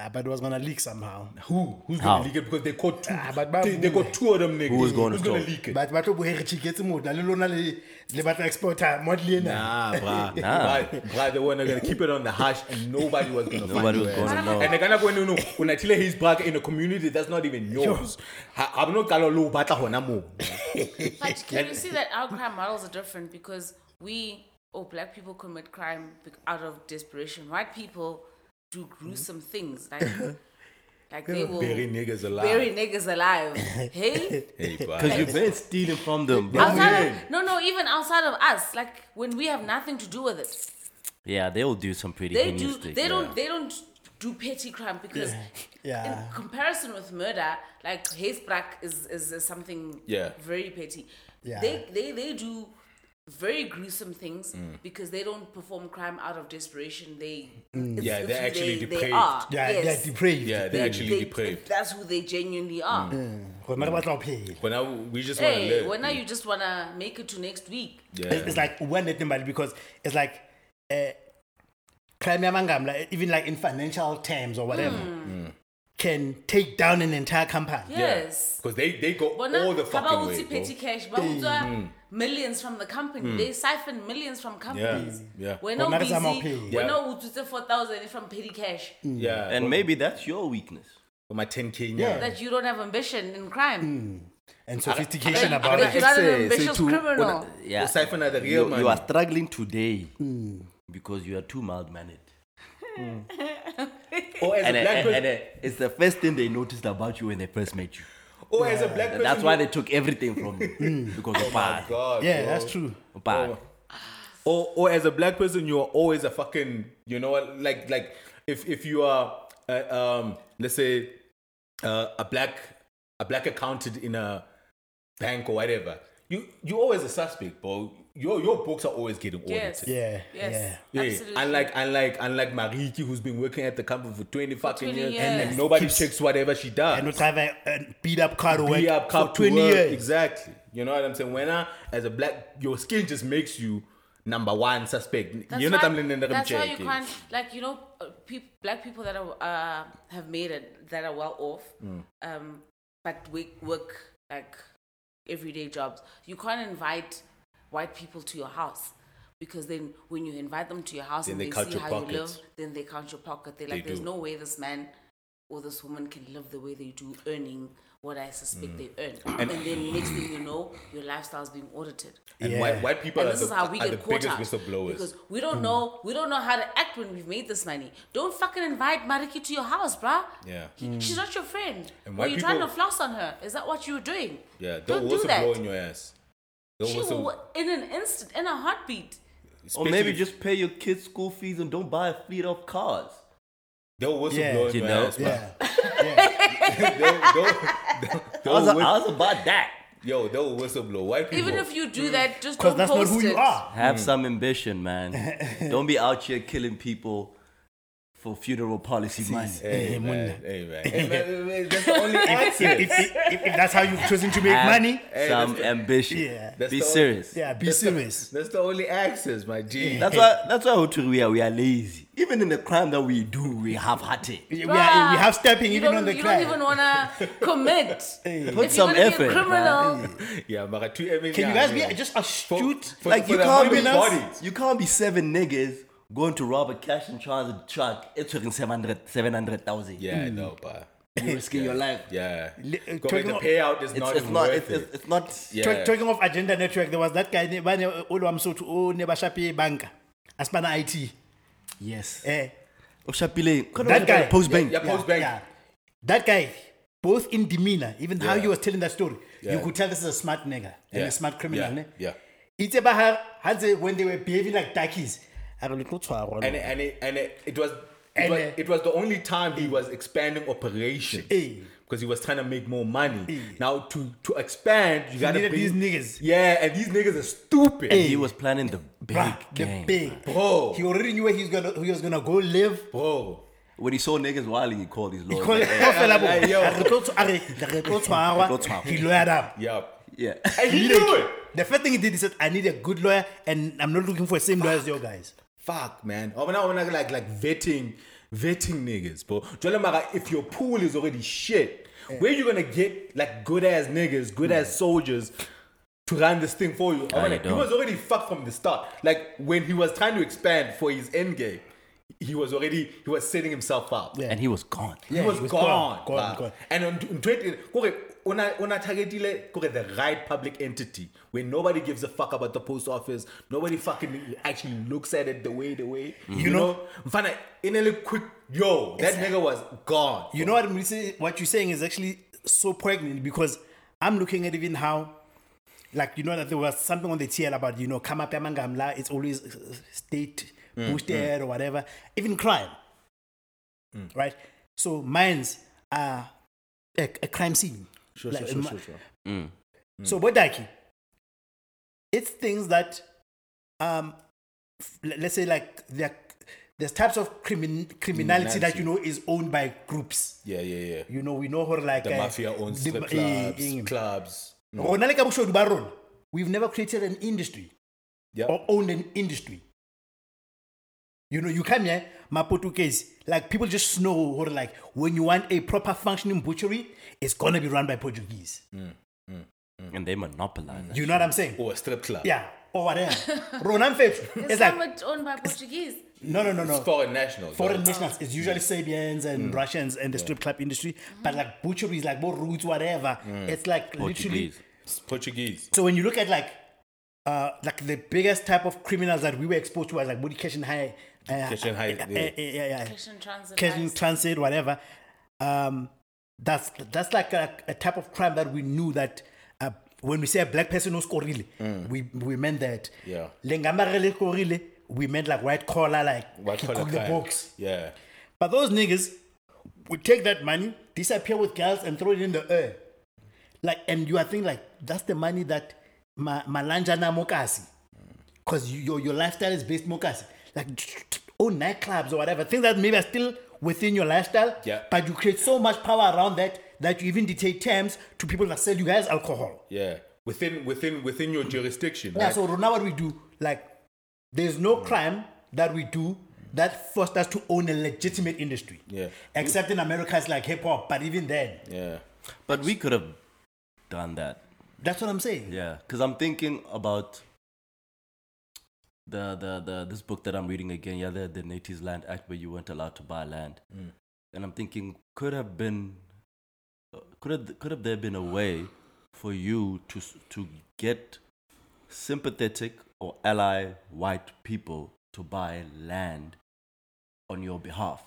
Speaker 3: ah, but it was gonna leak somehow.
Speaker 1: Who who's
Speaker 2: How?
Speaker 1: gonna leak it? Because they caught two.
Speaker 3: Ah, but- but
Speaker 1: they, they got two of them niggas.
Speaker 2: Who's gonna talk?
Speaker 1: leak it?
Speaker 3: But batho bo heretšhiketse moda le lona le le batla exporta modle ena
Speaker 1: Nah, bruh.
Speaker 2: Nah.
Speaker 1: Bruh, bruh, they were not gonna keep it on the hush, and nobody was gonna find
Speaker 2: Nobody was
Speaker 1: your ass.
Speaker 2: gonna
Speaker 4: know.
Speaker 1: And the Ghana when you know when I tell he's black in a community that's not even yours. I'm not gonna low battle hona mo.
Speaker 4: But can you see that our crime models are different because we or black people commit crime bec- out of desperation. White people do gruesome things like like they
Speaker 1: Mm-hmm.
Speaker 4: will
Speaker 1: Bury niggas alive.
Speaker 4: bury niggas alive. hey,
Speaker 1: Hey, bruh.
Speaker 2: Because you've been stealing from them, bro.
Speaker 4: outside of, no, no, even outside of us, like when we have nothing to do with it,
Speaker 2: Yeah, they'll do some pretty
Speaker 4: they
Speaker 2: heinous
Speaker 4: do.
Speaker 2: things.
Speaker 4: They
Speaker 2: yeah.
Speaker 4: don't. They don't do petty crime because.
Speaker 3: Yeah.
Speaker 4: In comparison with murder, like Haysbrack is, is is something
Speaker 1: Yeah.
Speaker 4: very petty.
Speaker 3: Yeah.
Speaker 4: They they they do very gruesome things
Speaker 1: Mm.
Speaker 4: because they don't perform crime out of desperation. They it's-
Speaker 1: Yeah,
Speaker 4: it's
Speaker 1: they're
Speaker 4: who
Speaker 1: actually
Speaker 4: they, They
Speaker 1: depraved.
Speaker 4: are.
Speaker 3: Mm. yeah,
Speaker 4: yes.
Speaker 3: they're depraved
Speaker 1: yeah, they're actually
Speaker 4: They-
Speaker 1: depraved. Mm.
Speaker 4: That's who they genuinely are.
Speaker 3: rona re batla go phela
Speaker 1: But now we just wanna
Speaker 4: Hey,
Speaker 1: live.
Speaker 4: well now you just wanna make it to next week.
Speaker 1: yeah.
Speaker 3: it's, it's like one nothing but because it's like uh, crime ya mangamla even like in financial terms or whatever can take down an entire company
Speaker 4: Yes.
Speaker 1: Because they, they go
Speaker 4: But now,
Speaker 1: all the
Speaker 4: how
Speaker 1: fucking
Speaker 4: about
Speaker 1: way.
Speaker 4: Uzi
Speaker 1: bro. Mm.
Speaker 4: petty cash? But mm. millions from the company. They siphon millions from companies.
Speaker 1: yeah.
Speaker 4: We're
Speaker 3: But
Speaker 4: not
Speaker 3: that's
Speaker 4: busy.
Speaker 3: how I'm paying.
Speaker 4: We're
Speaker 1: Yeah. Mm.
Speaker 4: not Uzi four thousand from petty cash.
Speaker 1: Yeah.
Speaker 2: And maybe that's your weakness.
Speaker 1: for my 10k
Speaker 3: Mm. Yeah.
Speaker 1: yeah.
Speaker 4: That you don't have ambition in
Speaker 1: Mm.
Speaker 4: crime.
Speaker 3: and sophistication about it
Speaker 4: That you're not an ambitious criminal.
Speaker 2: Yeah.
Speaker 1: Siphon are the real
Speaker 2: you,
Speaker 1: money.
Speaker 2: you are struggling today because you are too mild mannered.
Speaker 1: Or as
Speaker 2: And,
Speaker 1: a
Speaker 2: uh,
Speaker 1: black
Speaker 2: and,
Speaker 1: person,
Speaker 2: and, uh, it's the first thing they noticed about you when they first met you.
Speaker 1: or as a black person,
Speaker 2: And that's why they took everything from you because of
Speaker 1: My
Speaker 2: power.
Speaker 1: God,
Speaker 3: yeah
Speaker 1: bro.
Speaker 3: that's true
Speaker 2: Power.
Speaker 1: Or, or as a black person, you are always a fucking, you know, what, like, like if if you are, uh, um, let's say, uh, a black, a black accountant in a bank or whatever, you you always a suspect, bro. Your your books are always getting audited.
Speaker 4: Yes.
Speaker 3: yeah
Speaker 4: Yes.
Speaker 1: Yeah,
Speaker 4: Absolutely.
Speaker 1: unlike unlike unlike Mariki, who's been working at the company for twenty fucking
Speaker 4: 20
Speaker 1: years,
Speaker 4: years.
Speaker 1: and nobody
Speaker 3: Keeps-
Speaker 1: checks whatever she
Speaker 3: yeah and
Speaker 1: does.
Speaker 3: not have a, a beat up car to work
Speaker 1: Be up,
Speaker 3: for
Speaker 1: cup to
Speaker 3: 20
Speaker 1: work.
Speaker 3: years
Speaker 1: exactly. You know what I'm saying? When I, as a black, your skin just makes you number one suspect.
Speaker 4: That's
Speaker 1: you know
Speaker 4: why-
Speaker 1: what I'm saying?
Speaker 4: That's why you can't like you know people, black people that are uh, have made it that are well off,
Speaker 1: Hmm.
Speaker 4: um, but we work like everyday jobs. You can't invite white people to your house. Because then, when you invite them to your house
Speaker 1: Then
Speaker 4: and
Speaker 1: they
Speaker 4: they,
Speaker 1: count
Speaker 4: see
Speaker 1: your
Speaker 4: how you live,
Speaker 1: pockets.
Speaker 4: then they count your pocket. They're like,
Speaker 1: They
Speaker 4: "There's
Speaker 1: do.
Speaker 4: no way this man or this woman can live the way they do, earning what I
Speaker 1: Hmm.
Speaker 4: suspect they earn." And, then next thing you know, your lifestyle's being audited
Speaker 1: And
Speaker 3: Yeah.
Speaker 1: white, white people
Speaker 4: and
Speaker 1: are
Speaker 4: this is
Speaker 1: the,
Speaker 4: how we
Speaker 1: are the
Speaker 4: get caught
Speaker 1: biggest
Speaker 4: out
Speaker 1: whistleblowers. Hmm.
Speaker 4: because we don't know we don't know how to act when we've made this money. Don't fucking invite Mariki to your house, bruh.
Speaker 1: Yeah.
Speaker 4: He-
Speaker 3: Hmm.
Speaker 4: she's not your friend.
Speaker 1: And
Speaker 4: Were
Speaker 1: white
Speaker 4: you trying to
Speaker 1: people-
Speaker 4: floss on her? Is that what you were doing?
Speaker 1: Yeah, they'll
Speaker 4: don't do
Speaker 1: also
Speaker 4: that.
Speaker 1: blow in your ass. They'll
Speaker 4: She
Speaker 1: whistle-
Speaker 4: will in an instant, in a heartbeat.
Speaker 2: Or maybe
Speaker 1: especially-
Speaker 2: just pay your kids' school fees and don't buy a fleet of cars.
Speaker 1: they'll whistle
Speaker 3: Yeah.
Speaker 1: blow in
Speaker 2: You
Speaker 1: your
Speaker 2: know?
Speaker 1: ass. man.
Speaker 3: yeah
Speaker 1: They'll,
Speaker 2: How's,
Speaker 1: they'll, they'll, whis-
Speaker 2: how's about that?
Speaker 1: yo, they'll whistle blow. White people.
Speaker 4: Even if you do that, just
Speaker 3: because
Speaker 4: don't
Speaker 3: that's not
Speaker 4: post
Speaker 3: who
Speaker 4: it.
Speaker 3: you are
Speaker 2: Have some ambition, man. don't be out here killing people for funeral policy money.
Speaker 1: Hey man, hey man, hey man, that's the only
Speaker 3: if,
Speaker 1: access.
Speaker 3: if, if that's how you've chosen to make
Speaker 1: Ah.
Speaker 2: Have
Speaker 3: money
Speaker 2: some
Speaker 1: that's the-
Speaker 2: ambition.
Speaker 3: Yeah.
Speaker 1: That's
Speaker 2: Be
Speaker 1: the-
Speaker 2: serious.
Speaker 3: yeah be serious
Speaker 1: That's the only access, my G.
Speaker 2: That's why. That's why Hotel we are. We are lazy. Even in the crime that we do, we have hearted.
Speaker 3: we, are, we
Speaker 4: Bruh,
Speaker 3: have stepping
Speaker 4: you
Speaker 3: even
Speaker 4: don't-
Speaker 3: on the
Speaker 4: You
Speaker 3: crime.
Speaker 4: don't even wanna commit.
Speaker 2: Put
Speaker 4: if you're
Speaker 2: some
Speaker 4: gonna Be
Speaker 2: effort,
Speaker 4: a criminal.
Speaker 1: Yeah, but I tweet everything.
Speaker 3: Can you
Speaker 1: I
Speaker 3: guys be
Speaker 1: know.
Speaker 3: just astute?
Speaker 1: for-
Speaker 2: like you
Speaker 1: the
Speaker 2: can't be
Speaker 1: human bodies.
Speaker 2: You can't be seven niggas going to rob a cash and transit truck. It's taking 700 700,000.
Speaker 1: Yeah, I know, but
Speaker 2: You're risking your life.
Speaker 1: Yeah.
Speaker 3: Li- uh,
Speaker 1: Go
Speaker 3: talking
Speaker 1: the
Speaker 3: of-
Speaker 1: payout is
Speaker 2: It's,
Speaker 1: not
Speaker 2: it's
Speaker 1: even
Speaker 2: not.
Speaker 1: worth
Speaker 2: It's,
Speaker 1: it.
Speaker 2: it's, it's not.
Speaker 1: Yeah.
Speaker 3: Talk- talking of agenda network there was that guy ne- bane olo wamsotho o ne ba shape banka a spana it
Speaker 2: Yes.
Speaker 3: eh
Speaker 2: Oshapile.
Speaker 3: That guy.
Speaker 2: Post
Speaker 1: Yeah,
Speaker 2: bank.
Speaker 1: yeah, post bank.
Speaker 3: yeah that guy both in demeanor even how
Speaker 1: Yeah.
Speaker 3: he was telling that story you
Speaker 1: Yeah.
Speaker 3: could tell this is a smart nigga and
Speaker 1: Yeah.
Speaker 3: a smart criminal
Speaker 1: Yeah.
Speaker 3: ne
Speaker 1: Yeah.
Speaker 3: itse ba ha ha ntse when they were behaving like darkies a re lo tlo tshwarwa
Speaker 1: And
Speaker 3: lo."
Speaker 1: and it, and it, it was. It
Speaker 3: And,
Speaker 1: was,
Speaker 3: uh,
Speaker 1: it was the only time he was expanding operation
Speaker 3: Eh.
Speaker 1: because he was trying to make more money. Now to to expand, you gotta
Speaker 3: needed
Speaker 1: bring-
Speaker 3: these niggas.
Speaker 1: Yeah, and these niggas are stupid.
Speaker 2: He was planning the big
Speaker 3: Bruh, the
Speaker 2: game.
Speaker 3: big
Speaker 1: Bro.
Speaker 3: he already knew where he was gonna he was gonna go live
Speaker 1: Bro,
Speaker 2: When he saw niggas wilding, he called his lawyer.
Speaker 3: Call-
Speaker 2: like,
Speaker 3: call fela bo.
Speaker 1: Yo.
Speaker 3: A re tlo tshwa- a re- re tlo tshwarwa.
Speaker 2: Re tlo tshwarwa.
Speaker 3: he lawyered up
Speaker 1: yeah,
Speaker 2: yeah.
Speaker 1: and he
Speaker 3: Immediately.
Speaker 1: knew it.
Speaker 3: The first thing he did, he said, I need a good lawyer and I'm not looking for the same lawyer as your guys.
Speaker 1: Fuck, man. Oh, now we're not like like vetting, vetting niggas, bro. Jwale mara, if your pool is already shit, where you gonna get like good ass niggas, good ass soldiers to run this thing for you? I wanna-
Speaker 2: you
Speaker 1: he
Speaker 2: don't.
Speaker 1: was already fucked from the start. Like when he was trying to expand for his end game, he was already he was setting himself up.
Speaker 3: Yeah.
Speaker 2: And he was gone.
Speaker 1: He was,
Speaker 3: he was
Speaker 1: gone,
Speaker 3: gone, gone,
Speaker 1: bruh.
Speaker 3: gone.
Speaker 1: And on, on 20, kore, una, una targetile kore, the right public entity where nobody gives a fuck about the post office. Nobody fucking actually looks at it the way, the way.
Speaker 3: Mm-hmm.
Speaker 1: You know? Mfana, in a little quick, yo, that nigga was gone.
Speaker 3: You know what I'm saying? What you're saying is actually so pregnant because I'm looking at even how, like, you know, that there was something on the TL about, you know, come up, Yamangamla, it's always uh, state,
Speaker 1: Mm,
Speaker 3: bush there or whatever, even crime.
Speaker 1: Mm.
Speaker 3: Right? So mines are a, a crime scene.
Speaker 1: Sure,
Speaker 3: Like,
Speaker 1: sure, sure,
Speaker 3: ma-
Speaker 1: sure, Mm. sure.
Speaker 3: So Bodaki, it's things that, um, f- le- let's say like there, there's types of crimin, criminality that
Speaker 1: Criminality.
Speaker 3: you know is owned by groups.
Speaker 1: Yeah, yeah, yeah.
Speaker 3: You know, we know her like
Speaker 1: The
Speaker 3: uh,
Speaker 1: mafia owns
Speaker 3: the-
Speaker 1: strip
Speaker 3: eh,
Speaker 1: clubs,
Speaker 3: eh,
Speaker 1: clubs. Mm,
Speaker 3: rona le ka boshodu ba rona, We've never created an industry
Speaker 1: Yeah.
Speaker 3: or owned an industry. You know, you come here, Maputo case, like people just know, or like when you want a proper functioning butchery, it's gonna be run by Portuguese.
Speaker 2: And they monopolized.
Speaker 3: You know what I'm saying?
Speaker 1: Or Oh, a strip club.
Speaker 3: Yeah, or whatever. Ronan Fetch.
Speaker 4: It's
Speaker 3: It's like,
Speaker 4: somewhat owned by Portuguese.
Speaker 3: no, no, no,
Speaker 1: It's Mm.
Speaker 3: no.
Speaker 1: foreign nationals.
Speaker 3: Foreign
Speaker 1: right?
Speaker 3: nationals. It's usually Serbians and Russians and the strip club industry. But like butcheries, like more roots, whatever.
Speaker 1: Mm.
Speaker 3: It's like literally.
Speaker 2: Portuguese.
Speaker 1: Portuguese.
Speaker 3: So when you look at like, uh, like the biggest type of criminals that we were exposed to was like Budi Keshin High. Uh,
Speaker 1: Keshen High,
Speaker 3: uh,
Speaker 1: yeah.
Speaker 3: uh, yeah, yeah.
Speaker 4: Christian transit.
Speaker 3: Keshin Transit, whatever. Um, that's that's like a, a type of crime that we knew that uh, when we say a black person knows Korile, we we meant
Speaker 1: Mm.
Speaker 3: that.
Speaker 1: Yeah.
Speaker 3: Lengamarele Korile, we meant like white collar, like
Speaker 1: White
Speaker 3: he
Speaker 1: collar
Speaker 3: cook the
Speaker 1: crime.
Speaker 3: books.
Speaker 1: Yeah.
Speaker 3: But those niggas would take that money, disappear with girls, and throw it in the air. Like, and you are thinking like that's the money that ma malanjana mokasi, because you, your your lifestyle is based mokasi, like own nightclubs or whatever things that maybe are still within your lifestyle.
Speaker 1: Yeah.
Speaker 3: But you create so much power around that that you even dictate terms to people that sell you guys alcohol.
Speaker 1: Yeah. Within within within your jurisdiction.
Speaker 3: Yeah,
Speaker 1: right?
Speaker 3: so now what we do, like, there's no
Speaker 1: Mm.
Speaker 3: crime that we do that forced us to own a legitimate industry.
Speaker 1: Yeah.
Speaker 3: Except in America, it's like hip hop, but even then,
Speaker 1: yeah.
Speaker 2: But we could have done that.
Speaker 3: that's what I'm saying.
Speaker 2: Yeah, because I'm thinking about the, the the this book that I'm reading again. Yeah, the the Natives Land Act, where you weren't allowed to buy land, and I'm thinking could have been uh, could have could have there been a way for you to s- to get sympathetic or ally white people to buy land on your behalf.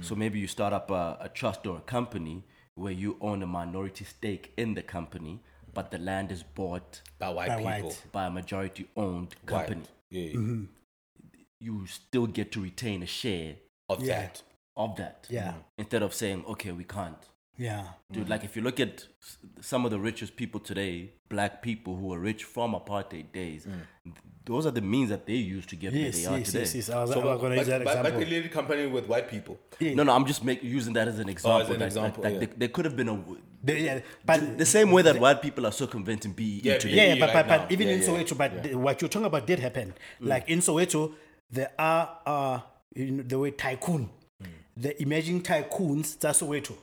Speaker 2: So maybe you start up a, a trust or a company where you own a minority stake in the company, but the land is bought
Speaker 1: By white
Speaker 3: By
Speaker 1: people.
Speaker 3: white. Mm-hmm.
Speaker 2: by a majority owned
Speaker 1: White.
Speaker 2: company.
Speaker 1: Yeah.
Speaker 2: You still get to retain a share
Speaker 1: Of
Speaker 3: Yeah.
Speaker 1: that.
Speaker 2: of that.
Speaker 3: Yeah. Mm-hmm.
Speaker 2: Instead of saying, okay, we can't.
Speaker 3: Yeah.
Speaker 2: Dude, like if you look at s- some of the richest people today, black people who were rich from apartheid days, th- those are the means that they use to get where
Speaker 3: Mm. Yes,
Speaker 2: they are
Speaker 3: yes,
Speaker 2: today.
Speaker 3: yes, yes. I was,
Speaker 1: So,
Speaker 3: I was
Speaker 1: but,
Speaker 3: going to
Speaker 1: but,
Speaker 3: use
Speaker 1: but,
Speaker 3: that
Speaker 1: but
Speaker 3: example.
Speaker 1: they lead company with white people.
Speaker 2: No, no, I'm just make, using that
Speaker 3: Oh,
Speaker 2: as an example.
Speaker 1: an
Speaker 2: like-
Speaker 1: example,
Speaker 2: like- like
Speaker 1: yeah.
Speaker 2: there, there could have been a w-
Speaker 3: They- yeah, but
Speaker 2: the same way that white people are circumventing BEE
Speaker 1: Yeah,
Speaker 2: today.
Speaker 3: yeah,
Speaker 1: BEE
Speaker 3: but,
Speaker 1: right
Speaker 3: but,
Speaker 1: now.
Speaker 3: but even
Speaker 1: Yeah,
Speaker 3: in
Speaker 1: yeah, Mm.
Speaker 3: Soweto, but the- what you're talking about did happen. Like in Soweto, there are uh, you know, the way tycoon,
Speaker 1: Mm.
Speaker 3: the emerging tycoons. That's Soweto.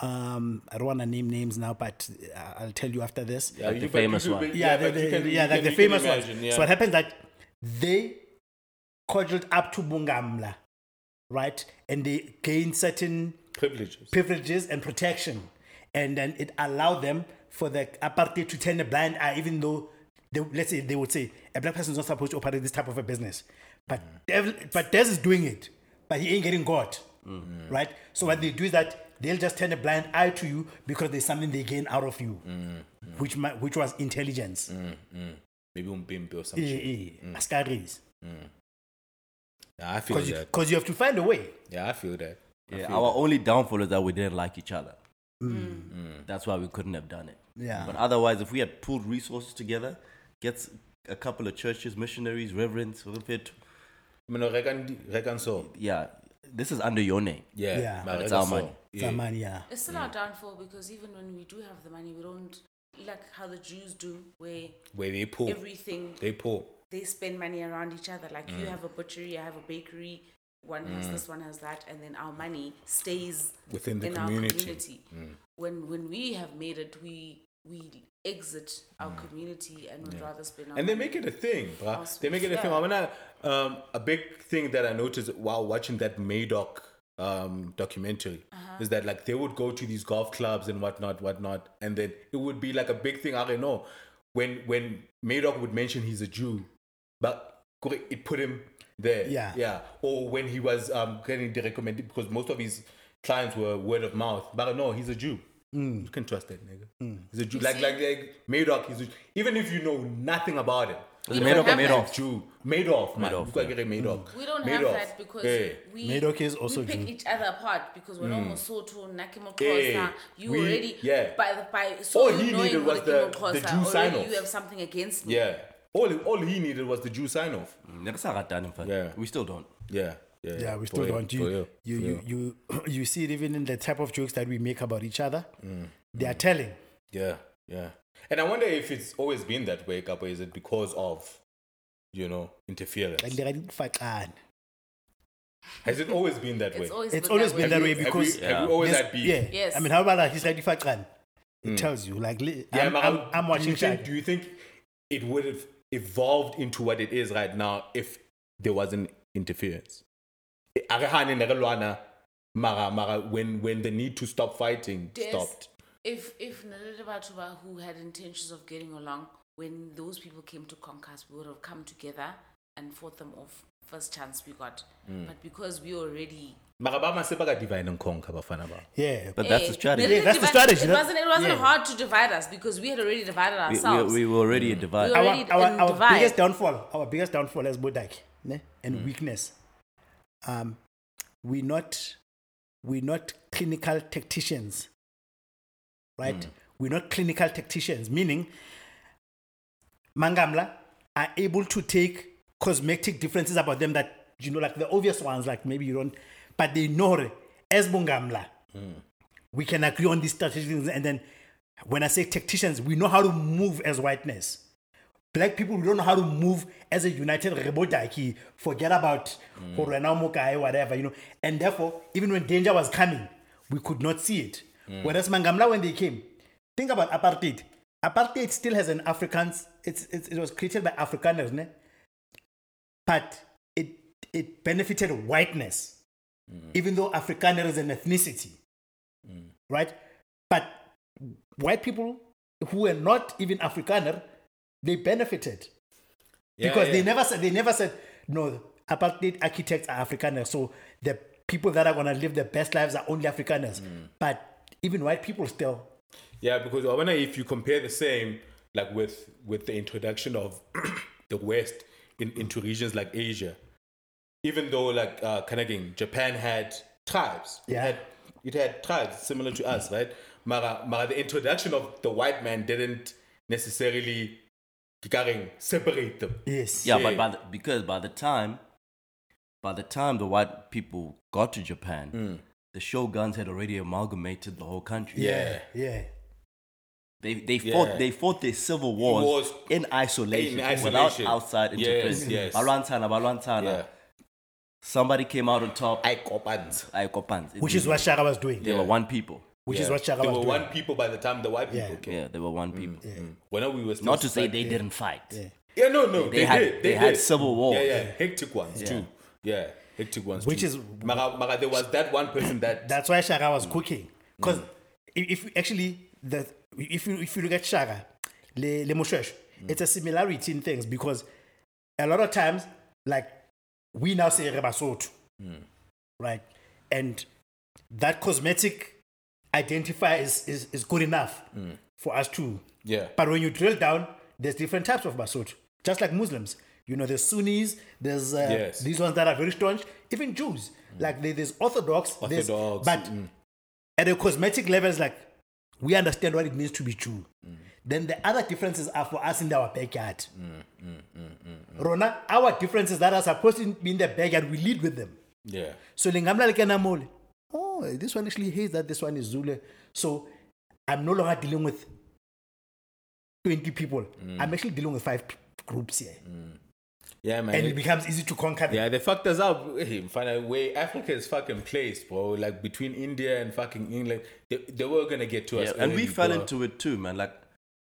Speaker 3: Um, I don't want to name names now, but uh, I'll tell you after this.
Speaker 1: Yeah,
Speaker 2: the
Speaker 1: you- but
Speaker 2: famous
Speaker 1: you-
Speaker 2: one.
Speaker 1: but-
Speaker 3: yeah,
Speaker 1: but
Speaker 3: the,
Speaker 1: you
Speaker 3: the-
Speaker 1: can-
Speaker 3: yeah,
Speaker 1: you
Speaker 3: like
Speaker 1: can-
Speaker 3: the
Speaker 1: you
Speaker 3: famous
Speaker 1: can
Speaker 3: ones.
Speaker 1: imagine, yeah.
Speaker 3: So what happens that they cudgeled up to Bungamla, right, and they gained certain
Speaker 1: privileges.
Speaker 3: privileges and protection. And then it allowed them for the apartheid to turn a blind eye, even though they, let's say they would say a black person is not supposed to operate this type of a business. But
Speaker 1: Mm.
Speaker 3: Dev- but Des is doing it, but he ain't getting caught.
Speaker 1: Mm-hmm.
Speaker 3: Right? So what they do is that they'll just turn a blind eye to you because there's something they gain out of you,
Speaker 1: Mm-hmm.
Speaker 3: which ma- which was intelligence.
Speaker 1: Maybe Umpimpi or
Speaker 3: Eh,
Speaker 1: something.
Speaker 3: eh,
Speaker 1: Mm.
Speaker 3: Askaris.
Speaker 1: Yeah, I feel
Speaker 3: Because you,
Speaker 1: that.
Speaker 3: 'cause you have to find a way.
Speaker 1: Yeah, I feel that. I
Speaker 2: Yeah,
Speaker 1: feel
Speaker 2: our
Speaker 1: that.
Speaker 2: only downfall is that we didn't like each other.
Speaker 1: Mm.
Speaker 3: Mm.
Speaker 2: That's why we couldn't have done it.
Speaker 3: Yeah.
Speaker 2: But otherwise, if we had pulled resources together, gets a couple of churches, missionaries, reverends, a little bit,
Speaker 1: I mean, reckon, reckon so.
Speaker 2: yeah, this is under your name.
Speaker 1: Yeah,
Speaker 3: Yeah.
Speaker 1: but
Speaker 2: It's
Speaker 1: reckon
Speaker 2: our
Speaker 1: so.
Speaker 2: money.
Speaker 1: Yeah.
Speaker 3: Zaman, yeah.
Speaker 4: It's still our downfall because even when we do have the money, we don't like how the Jews do, where
Speaker 1: Where they poor,
Speaker 4: everything
Speaker 1: they poor.
Speaker 4: they spend money around each other. Like
Speaker 1: Mm.
Speaker 4: you have a butchery, I have a bakery. One has this, one has that, and then our money stays
Speaker 1: Within the
Speaker 4: in
Speaker 1: community. Mm.
Speaker 4: our community. When when we have made it, we we exit our community and would rather spend our
Speaker 1: Mm. And they
Speaker 4: money.
Speaker 1: make it a thing, bruh.
Speaker 4: Us-
Speaker 1: They make it a thing.
Speaker 4: yeah.
Speaker 1: I mean, I, um, a big thing that I noticed while watching that Madoc um, documentary is that like they would go to these golf clubs and whatnot, whatnot, and then it would be like a big thing. I don't know when when Madoc would mention he's a Jew, but kore- it put him there.
Speaker 3: Yeah.
Speaker 1: yeah. Or when he was um, getting the recommended because most of his clients were word of mouth. But no, he's a Jew. You can trust that nigga. He's a Jew. Like, like, like Madoc. He's a, even if you know nothing about it.
Speaker 2: Was it
Speaker 4: We
Speaker 2: Madoff
Speaker 4: don't
Speaker 2: or
Speaker 4: have
Speaker 2: Madoff?
Speaker 4: that.
Speaker 1: Jew. Madoff, man.
Speaker 2: Madoff,
Speaker 1: you gotta get a Madoff.
Speaker 4: Mm. We don't
Speaker 1: Madoff.
Speaker 4: have that because
Speaker 1: Yeah.
Speaker 4: we
Speaker 3: Madoc is also
Speaker 4: we pick
Speaker 3: Jew.
Speaker 4: each other apart because we're almost so torn. Nakimo
Speaker 1: Yeah.
Speaker 4: Kosa, you
Speaker 1: Mm. We-
Speaker 4: already
Speaker 1: yeah.
Speaker 4: by the by so
Speaker 1: All
Speaker 4: you
Speaker 1: he
Speaker 4: knowing
Speaker 1: needed
Speaker 4: who
Speaker 1: was the-
Speaker 4: Nakimo
Speaker 1: the
Speaker 4: Khoza,
Speaker 1: Jew
Speaker 4: already
Speaker 1: sign-off.
Speaker 4: You have something against me.
Speaker 1: Yeah. All, all he needed was the Jew sign off.
Speaker 2: Mm-hmm. Never saw that done in fact.
Speaker 1: Yeah.
Speaker 2: We still don't.
Speaker 1: Mm. Yeah. Yeah.
Speaker 3: Yeah, we
Speaker 1: For
Speaker 3: still
Speaker 1: real,
Speaker 3: don't.
Speaker 1: for
Speaker 3: You
Speaker 1: real,
Speaker 3: you,
Speaker 1: for
Speaker 3: you
Speaker 1: real.
Speaker 3: you you see it even in the type of jokes that we make about each other.
Speaker 1: Mm.
Speaker 3: They are telling.
Speaker 1: Yeah. Yeah. And I wonder if it's always been that way, Kapo. Is it because of, you know, interference?
Speaker 3: Like they're like, "Fuck, ah."
Speaker 1: Has it always been that way?
Speaker 4: It's always
Speaker 3: It's always been that way
Speaker 1: Have you-
Speaker 3: because
Speaker 1: have you, have you always
Speaker 3: there's-
Speaker 1: had beef?
Speaker 3: Yeah.
Speaker 4: Yes.
Speaker 3: I mean, how about that? He's like, "Fuck, ah." It tells you like li- I'm,
Speaker 1: Mm. but
Speaker 3: I'm,
Speaker 1: how-
Speaker 3: I'm
Speaker 1: Do
Speaker 3: watching
Speaker 1: you, think,
Speaker 3: Shaq.
Speaker 1: do you think it would have evolved into what it is right now if there wasn't interference? Akahane nakalwana, mara mara when when the need to stop fighting
Speaker 4: Des-
Speaker 1: stopped.
Speaker 4: If if Naledi Batuba, who had intentions of getting along, when those people came to conquer us, we would have come together and fought them off first chance we got.
Speaker 1: Mm.
Speaker 4: But because we already
Speaker 1: Mara ba mase baka divide and conquer bafana ba.
Speaker 3: Yeah.
Speaker 2: But that's
Speaker 4: Eh,
Speaker 2: the strategy.
Speaker 4: Naledi
Speaker 3: Yeah, that's the
Speaker 4: Diva-
Speaker 3: strategy,
Speaker 4: It
Speaker 3: that-
Speaker 4: wasn't, it wasn't
Speaker 3: yeah.
Speaker 4: hard to divide us because we had already divided
Speaker 2: We,
Speaker 4: ourselves.
Speaker 2: we, we were already a divide.
Speaker 4: We
Speaker 3: our,
Speaker 4: already
Speaker 3: our,
Speaker 4: in
Speaker 3: our
Speaker 4: divide.
Speaker 3: biggest downfall, our biggest downfall as Bodak ne? and
Speaker 4: Mm.
Speaker 3: weakness. Um, we not we not clinical tacticians, right?
Speaker 4: Mm.
Speaker 3: We're not clinical tacticians, meaning Mangamla are able to take cosmetic differences about them that you know, like the obvious ones, like maybe you don't, but they know it. as Bungamla.
Speaker 4: Mm.
Speaker 3: We can agree on these strategies, and then when I say tacticians, we know how to move as whiteness black people we don't know how to move as a united rebodaki forget about mm. whatever you know and therefore even when danger was coming we could not see it whereas mangamla when they came think about apartheid apartheid still has an africans it's, it's it was created by afrikaners ne? but it it benefited whiteness even though afrikaner is an ethnicity right but white people who were not even afrikaner they benefited because they never said they never said no apartheid architects are afrikaners so the people that are going to live the best lives are only afrikaners
Speaker 1: Hmm.
Speaker 3: but even white people still
Speaker 1: Yeah, because I wonder if you compare the same, like with with the introduction of the West in, into regions like Asia, even though like uh, kind of again, Japan had tribes.
Speaker 3: Yeah.
Speaker 1: It had, it had tribes similar to us, right? Mara, mara, the introduction of the white man didn't necessarily kikaring, separate them.
Speaker 3: yes
Speaker 2: yeah,
Speaker 1: Yeah.
Speaker 2: but by the, because by the time, by the time the white people got to Japan, the shoguns had already amalgamated the whole country.
Speaker 3: yeah yeah
Speaker 2: They, they
Speaker 1: Yeah.
Speaker 2: fought they fought their civil wars
Speaker 1: Wars.
Speaker 2: in, isolation,
Speaker 1: In isolation.
Speaker 2: without outside
Speaker 1: Yes,
Speaker 2: interference.
Speaker 1: yes.
Speaker 2: Balwantana, Balwantana.
Speaker 1: Yeah.
Speaker 2: Somebody came out on top.
Speaker 1: I copans.
Speaker 2: Aikopans.
Speaker 3: which is what shaka was doing
Speaker 2: they were one people.
Speaker 3: which is
Speaker 1: Yeah.
Speaker 3: what shaka
Speaker 1: They
Speaker 3: was
Speaker 1: were
Speaker 3: doing
Speaker 1: one people by the time the white people
Speaker 3: Yeah.
Speaker 1: came.
Speaker 2: Yeah, they were
Speaker 1: Mm.
Speaker 2: one people.
Speaker 1: When we were still
Speaker 2: Not to say
Speaker 1: stuck-
Speaker 2: they didn't fight.
Speaker 3: Yeah.
Speaker 1: Yeah, no, no,
Speaker 2: They
Speaker 1: they,
Speaker 2: had-
Speaker 1: did.
Speaker 2: they had
Speaker 1: did.
Speaker 2: civil wars.
Speaker 1: Yeah, yeah, hectic ones too. Yeah, hectic ones
Speaker 3: Which
Speaker 1: too.
Speaker 3: is-
Speaker 1: Mara, Mara, there was that one person that
Speaker 3: That's why Shaka was cooking. Because if, if actually the if you if you look at Shaka, le, le Moshesh, it's a similarity in things because a lot of times like we now say Rebasot. Right? And that cosmetic identifier is, is, is good enough for us to
Speaker 1: yeah
Speaker 3: But when you drill down, there's different types of Basotho, just like Muslims. You know, there's Sunnis, there's uh,
Speaker 1: Yes. Mm.
Speaker 3: these ones that are very staunch, even Jews. Like there- there's Orthodox, there's-
Speaker 1: Orthodox, mm.
Speaker 3: but at a cosmetic level, it's like we understand what it means to be Jew.
Speaker 1: Mm.
Speaker 3: Then the other differences are for us in our backyard.
Speaker 1: Mm,
Speaker 3: Rona, our differences that are supposed to be in the backyard, we lead with them.
Speaker 1: yeah
Speaker 3: So lingamla like namole. Oh, this one actually hates that this one is Zulu. So I'm no longer dealing with 20 people.
Speaker 1: Mm.
Speaker 3: I'm actually dealing with five p- groups here.
Speaker 1: yeah man
Speaker 3: And it becomes easy to conquer them.
Speaker 1: Yeah, they fucked us up. Hey, finally, where Africa is fucking placed, bro. Like between India and fucking England, they, they were gonna get to us.
Speaker 2: Yeah, and we
Speaker 1: early,
Speaker 2: fell
Speaker 1: bro.
Speaker 2: into it too, man. Like,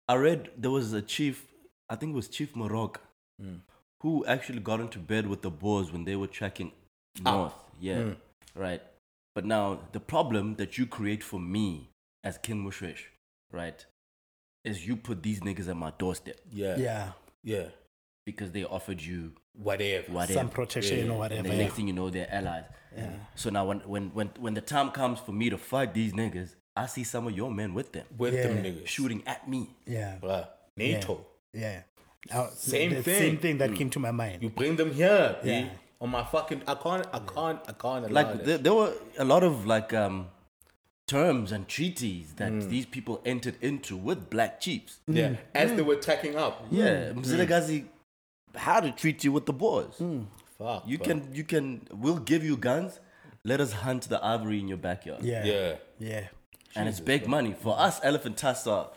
Speaker 2: I read there was a chief, I think it was Chief Morog, Mm. who actually got into bed with the Boers when they were tracking north. Yeah, right. But now the problem that you create for me as King Mushwish, right, is you put these niggas at my doorstep
Speaker 1: Yeah, yeah,
Speaker 3: Yeah.
Speaker 1: yeah.
Speaker 2: because they offered you
Speaker 1: Whatever.
Speaker 2: whatever.
Speaker 3: Some protection or
Speaker 2: And
Speaker 3: whatever.
Speaker 2: the
Speaker 3: yeah.
Speaker 2: next thing you know, they're allies. So now, when, when, when, when the time comes for me to fight these niggas, I see some of your men with them
Speaker 1: With
Speaker 3: Yeah.
Speaker 1: them niggas,
Speaker 2: shooting at me.
Speaker 3: Yeah.
Speaker 1: Bruh. NATO.
Speaker 3: Yeah. Uh,
Speaker 1: Same
Speaker 3: the
Speaker 1: thing. Mm.
Speaker 3: Same thing that came to my mind.
Speaker 1: You bring them here. Yeah.
Speaker 3: Yeah.
Speaker 1: On my fucking, I can't, I can't, I can't. Allow
Speaker 2: like
Speaker 1: that.
Speaker 2: there, there were a lot of like um terms and treaties that these people entered into with black chiefs
Speaker 1: yeah,
Speaker 3: Mm.
Speaker 1: as they were tracking up.
Speaker 2: yeah mzilagazi how to treat you with the boys
Speaker 1: Fuck.
Speaker 2: you
Speaker 1: bruh.
Speaker 2: can you can we'll give you guns let us hunt the ivory in your backyard
Speaker 3: Yeah. Yeah.
Speaker 1: Yeah.
Speaker 2: and it's big money for us elephant tusks are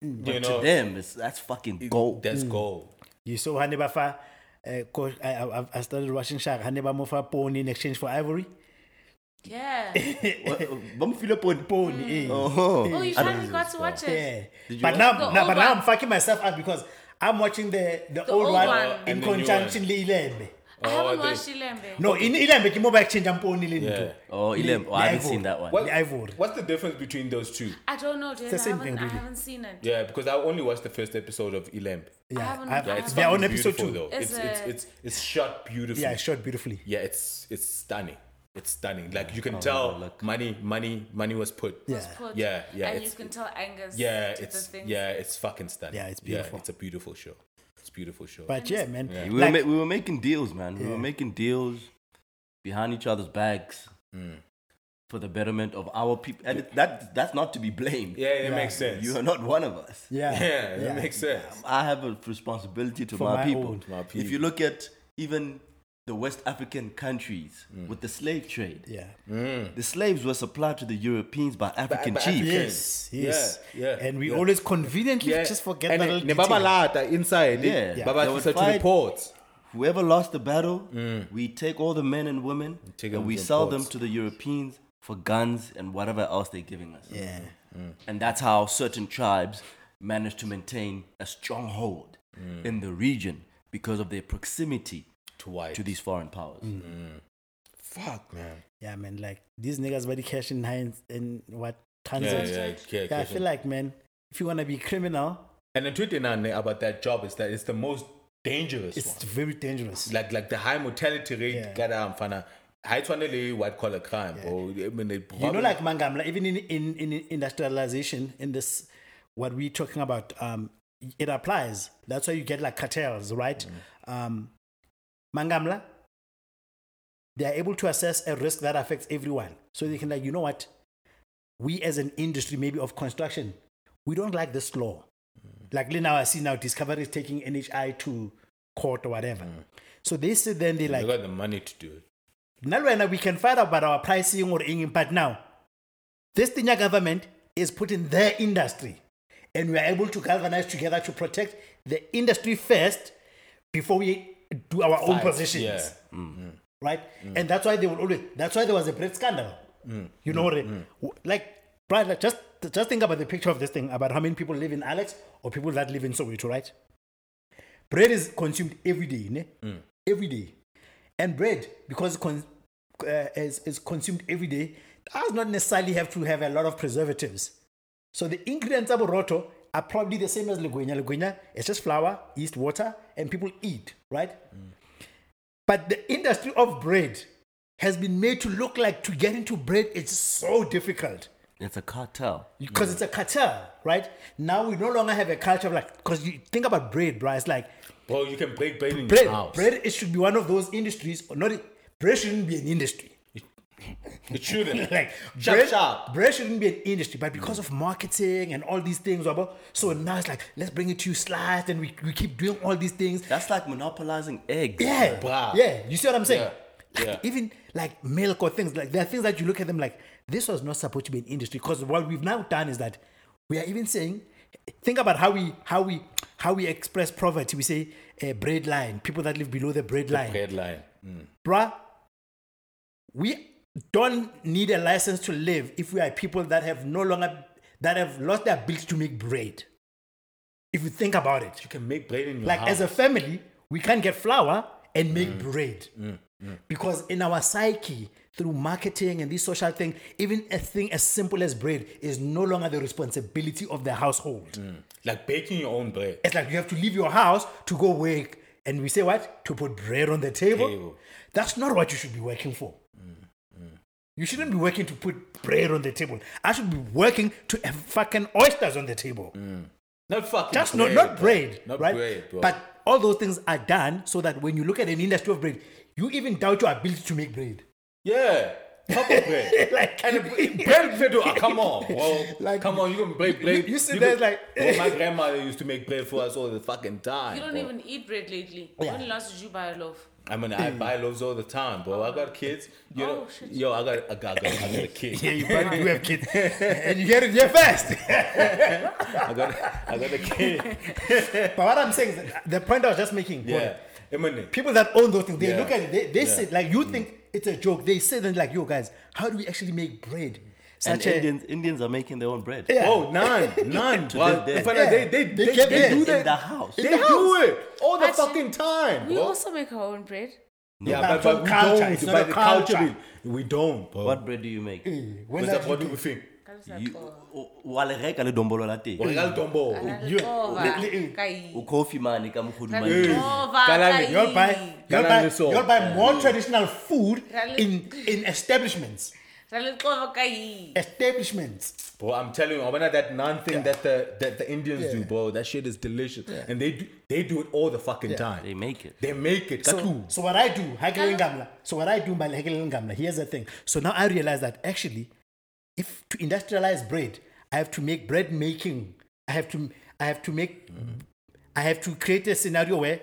Speaker 1: You
Speaker 2: to
Speaker 1: know,
Speaker 2: them it's, that's fucking gold
Speaker 1: that's gold.
Speaker 3: You saw Hanebafa. Uh, co- I, I, I started watching Shark. Haneba Mofa Pony in exchange for ivory.
Speaker 4: Yeah.
Speaker 2: What- Bamfila Pon-
Speaker 3: Pony. eh.
Speaker 2: Oh.
Speaker 4: Oh, you finally got to watch it.
Speaker 3: Yeah.
Speaker 2: Did you
Speaker 3: But
Speaker 2: watch
Speaker 3: now,
Speaker 4: it? The
Speaker 3: now,
Speaker 4: old
Speaker 3: but now
Speaker 4: one.
Speaker 3: I'm fucking myself up because I'm watching the, the, old,
Speaker 4: old
Speaker 3: one,
Speaker 4: one.
Speaker 3: in
Speaker 1: And the new
Speaker 3: conjunction le Ilembe.
Speaker 4: I
Speaker 1: Oh,
Speaker 4: haven't
Speaker 1: they-
Speaker 4: watched Ilembe.
Speaker 3: No, in Ilembe, Kimoba exchange and Pony Lin
Speaker 1: Yeah.
Speaker 3: too.
Speaker 2: oh Ilem oh, I haven't seen that one
Speaker 1: What,
Speaker 3: The ivory.
Speaker 1: What's the difference between those two?
Speaker 4: I don't know, dude. I,
Speaker 3: the same
Speaker 4: haven't,
Speaker 3: thing,
Speaker 4: I
Speaker 3: really.
Speaker 4: haven't seen it.
Speaker 1: Yeah, because I only watched the first episode of Elamp.
Speaker 3: Yeah,
Speaker 4: haven't-
Speaker 3: I've-
Speaker 4: Yeah,
Speaker 1: It's
Speaker 4: it's
Speaker 3: they're on
Speaker 1: fucking
Speaker 3: episode
Speaker 1: beautiful,
Speaker 3: two.
Speaker 1: Though.
Speaker 4: Is
Speaker 1: It's, it's
Speaker 4: it-
Speaker 1: it's it's shot beautifully.
Speaker 3: Yeah, shot beautifully.
Speaker 1: yeah, it's it's stunning. It's stunning. Like you can
Speaker 2: I'll
Speaker 1: tell,
Speaker 2: look.
Speaker 1: money, money, money was put.
Speaker 3: Yeah.
Speaker 4: It's put-
Speaker 1: Yeah, yeah,
Speaker 4: And you
Speaker 1: it's-
Speaker 4: can tell Angus.
Speaker 1: yeah,
Speaker 4: did the
Speaker 1: it's
Speaker 4: things.
Speaker 1: yeah, it's fucking stunning.
Speaker 3: Yeah, it's beautiful.
Speaker 1: it's a beautiful show. It's a beautiful show.
Speaker 3: But yeah, man.
Speaker 2: We were,
Speaker 3: Like,
Speaker 2: ma- we were making deals, man. We were making deals behind each other's backs for the betterment of our people. And it- that that's not to be blamed.
Speaker 1: yeah, it makes sense.
Speaker 2: You are not one of us.
Speaker 3: yeah,
Speaker 1: yeah, it makes sense.
Speaker 2: I have a responsibility to
Speaker 3: For
Speaker 2: my,
Speaker 3: my
Speaker 2: people.
Speaker 3: own.
Speaker 1: My
Speaker 2: If you
Speaker 1: people.
Speaker 2: look at even the West African countries with the slave trade,
Speaker 3: Yeah.
Speaker 2: the slaves were supplied to the Europeans by African
Speaker 1: by
Speaker 2: chiefs.
Speaker 1: African-
Speaker 3: Yes, yes.
Speaker 1: Yeah, yeah,
Speaker 3: And we
Speaker 1: yeah.
Speaker 3: always conveniently
Speaker 1: Yeah,
Speaker 3: just forget
Speaker 1: and
Speaker 3: that
Speaker 1: eh,
Speaker 3: little detail.
Speaker 1: nebabalata inside.
Speaker 2: Yeah.
Speaker 1: Yeah,
Speaker 2: Yeah.
Speaker 1: Baba
Speaker 2: They would
Speaker 1: Tisa to
Speaker 2: fight.
Speaker 1: report.
Speaker 2: Whoever lost the battle, we take all the men and women
Speaker 1: take
Speaker 2: and
Speaker 1: them
Speaker 2: we
Speaker 1: to the
Speaker 2: sell them
Speaker 1: ports.
Speaker 2: to the Europeans for guns and whatever else they're giving us.
Speaker 3: Yeah.
Speaker 2: And that's how certain tribes managed to maintain a stronghold in the region because of their proximity
Speaker 1: To white.
Speaker 2: to these foreign powers.
Speaker 1: fuck man.
Speaker 3: Yeah, man. Like these niggas very cash in Heinz and what tons
Speaker 1: Yeah,
Speaker 3: of
Speaker 1: yeah, yeah, yeah,
Speaker 3: Yeah, I feel like man, if you wanna be criminal,
Speaker 1: And the truth in our neck about that job is that it's the most dangerous one.
Speaker 3: it's very dangerous.
Speaker 1: like like the high mortality rate um,
Speaker 3: Yeah.
Speaker 1: kada mfana ha e tshwane le white collar crime bro I mean, it
Speaker 3: you know
Speaker 1: probably-
Speaker 3: like mangamla even in, in in industrialization in this what we're talking about um it applies that's why you get like cartels right um mangamla they are able to assess a risk that affects everyone so they can like you know what we as an industry maybe of construction we don't like this law like now i see now discovery is taking nhi to court or whatever so they sit there and they like
Speaker 1: they got the money to do it
Speaker 3: nna le wena we can find out about our pricing or eng but now this senior government is put in their industry and we are able to galvanize together to protect the industry first before we do our own
Speaker 1: Fight,
Speaker 3: positions Mm-hmm.
Speaker 1: yeah. Mm.
Speaker 3: right and that's why they will always that's why there was a bread scandal you know what I-
Speaker 1: Mm-hmm.
Speaker 3: w- like right like just just think about the picture of this thing about how many people live in alex or people that
Speaker 1: Mm.
Speaker 3: live in soweto right bread is consumed every day ne? every day and bread because it con- uh, is, is consumed every day does not necessarily have to have a lot of preservatives. So the ingredients of roto are probably the same as leguenya. Leguenya it's just flour, yeast, water, and people eat, right?
Speaker 1: Mm.
Speaker 3: But the industry of bread has been made to look like to get into bread it's so difficult
Speaker 2: It's a cartel.
Speaker 3: because it's a cartel, right? Now we no longer have a culture of like because you think about bread, bro. It's like
Speaker 1: Well, you can break bread in
Speaker 3: bread.
Speaker 1: your house.
Speaker 3: Bread it should be one of those industries, or not. Bread shouldn't be an industry.
Speaker 1: It shouldn't.
Speaker 3: Like
Speaker 1: Sharp,
Speaker 3: bread,
Speaker 1: sharp.
Speaker 3: bread shouldn't be an industry, but because of marketing and all these things, wabo, so now it's like let's bring it to you sliced, and we, we keep doing all these things.
Speaker 2: That's like monopolizing eggs.
Speaker 3: Yeah,
Speaker 1: Bruh.
Speaker 3: yeah. You see what I'm saying?
Speaker 1: Yeah,
Speaker 3: Like,
Speaker 1: yeah.
Speaker 3: Even like milk or things like there are things that you look at them like this was not supposed to be an industry because what we've now done is that we are even saying think about how we how we how we express poverty. We say uh, bread line people that live below the bread Mm. line,
Speaker 1: Bread line.
Speaker 3: bruh. We don't need a license to live if we are people that have no longer that have lost their ability to make bread. If you think about it,
Speaker 1: You can make bread in your
Speaker 3: like
Speaker 1: house.
Speaker 3: as a family we can't get flour and make bread because in our psyche through marketing and this social thing even a thing as simple as bread is no longer the responsibility of the household
Speaker 1: like baking your own bread.
Speaker 3: it's like you have to leave your house to go work and we say what to put bread on the table
Speaker 1: Table. Mm,
Speaker 3: that's not what you should be working for you shouldn't be working to put bread on the table i should be working to have fucking oysters on the table
Speaker 1: Mm, Not fucking
Speaker 3: just
Speaker 1: bread.
Speaker 3: not not
Speaker 1: bro.
Speaker 3: bread,
Speaker 1: Not
Speaker 3: right?
Speaker 1: bread, bro.
Speaker 3: But all those things are done so that when you look at an industry of bread, you even doubt your ability to make bread.
Speaker 1: yeah. Proper bread.
Speaker 3: Like-
Speaker 1: and a bread fiddle. Ah, come on, bro.
Speaker 3: Like,
Speaker 1: come on, you can break bread.
Speaker 3: you sit there
Speaker 1: can-
Speaker 3: like-
Speaker 1: Bro, my grandmother used to make bread for us all the fucking time.
Speaker 4: You don't
Speaker 1: bro.
Speaker 4: even eat bread lately.
Speaker 3: Yeah.
Speaker 4: When last did you buy a loaf?
Speaker 1: I mean, I buy loaves all the time, bro. I got kids. You know,
Speaker 4: Oh, shit.
Speaker 1: yo, I got, I got, I got, I got a kid.
Speaker 3: Yeah, you probably do have kids, and you get it here first.
Speaker 1: I got, I got a kid.
Speaker 3: but what I'm saying is that the point I was just making.
Speaker 1: Yeah, I mean,
Speaker 3: people that own those things, they
Speaker 1: Yeah.
Speaker 3: look at it, they, they
Speaker 1: Yeah. Mm.
Speaker 3: sit like you think it's a joke. They say then like, yo guys, how do we actually make bread?
Speaker 2: And
Speaker 3: Such a
Speaker 2: Indians, Indians are making their own bread.
Speaker 3: Yeah.
Speaker 1: oh, none, none, bro.
Speaker 2: them, they-
Speaker 1: In fact, They, they,
Speaker 3: Yeah.
Speaker 1: they,
Speaker 3: They
Speaker 1: they,
Speaker 3: get
Speaker 1: they
Speaker 3: there.
Speaker 1: do
Speaker 2: In
Speaker 1: that.
Speaker 2: the house.
Speaker 1: They,
Speaker 3: In the
Speaker 1: do
Speaker 3: house.
Speaker 1: it all the
Speaker 4: Actually,
Speaker 1: fucking time,
Speaker 4: We
Speaker 1: bro.
Speaker 4: also make our own bread.
Speaker 1: yeah,
Speaker 3: But
Speaker 1: but,
Speaker 3: from
Speaker 1: but we
Speaker 3: culture, it's
Speaker 1: don't.
Speaker 3: not
Speaker 1: But
Speaker 3: a
Speaker 1: the culture,
Speaker 3: culture.
Speaker 1: we, we don't, bro.
Speaker 2: What bread do you make?
Speaker 3: when
Speaker 1: What's
Speaker 3: that
Speaker 1: up? What
Speaker 3: you
Speaker 1: do you oh, think?
Speaker 2: You, o- o- wa le reka le dombolo la teng.
Speaker 3: Mm.
Speaker 1: Regal Tombo.
Speaker 3: you-
Speaker 2: O coffee mane ka mokgodu
Speaker 1: Hey.
Speaker 2: mane.
Speaker 1: Kalani,
Speaker 3: do- you'll buy, you'll
Speaker 1: Can I
Speaker 3: buy,
Speaker 1: listen?
Speaker 3: you'll buy more traditional food
Speaker 4: Can I-
Speaker 3: in in establishments. Establishments.
Speaker 1: Bro, I'm telling you, I wonder that non thing that the that the Indians
Speaker 3: Yeah.
Speaker 1: do, bro. That shit is delicious, and they do they do it all the fucking time.
Speaker 2: They
Speaker 1: They,
Speaker 2: make it.
Speaker 1: make it.
Speaker 3: So,
Speaker 1: So,
Speaker 3: so what I do, Hagelin Gamla. So what I do, my Hagelin Gamla. Here's the thing. So now I realize that actually, if to industrialize bread, I have to make bread making. I have to, I have to make, I have to create a scenario where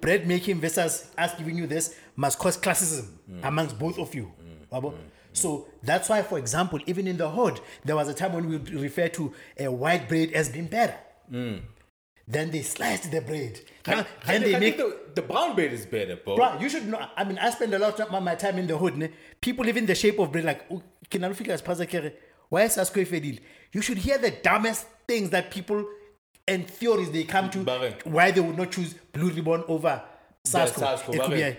Speaker 3: bread making versus us giving you this must cause classism amongst both of you. Wabo? So that's why, for example, even in the hood, there was a time when we would refer to a white bread as being better. Then they sliced the bread. Now- then they make
Speaker 1: the, the brown bread is better, bro.
Speaker 3: Bruh, you should know. I mean, I spend a lot of my time in the hood. Ne? People live in the shape of bread. Like, "Oh, can I figure as Pastor Kerry? Why is Sasko Fedil? You should hear the dumbest things that people and theories they come to
Speaker 1: Bareng.
Speaker 3: why they would not choose Blue Ribbon over Sasko.
Speaker 1: Sasco,
Speaker 3: it could be
Speaker 1: bareng.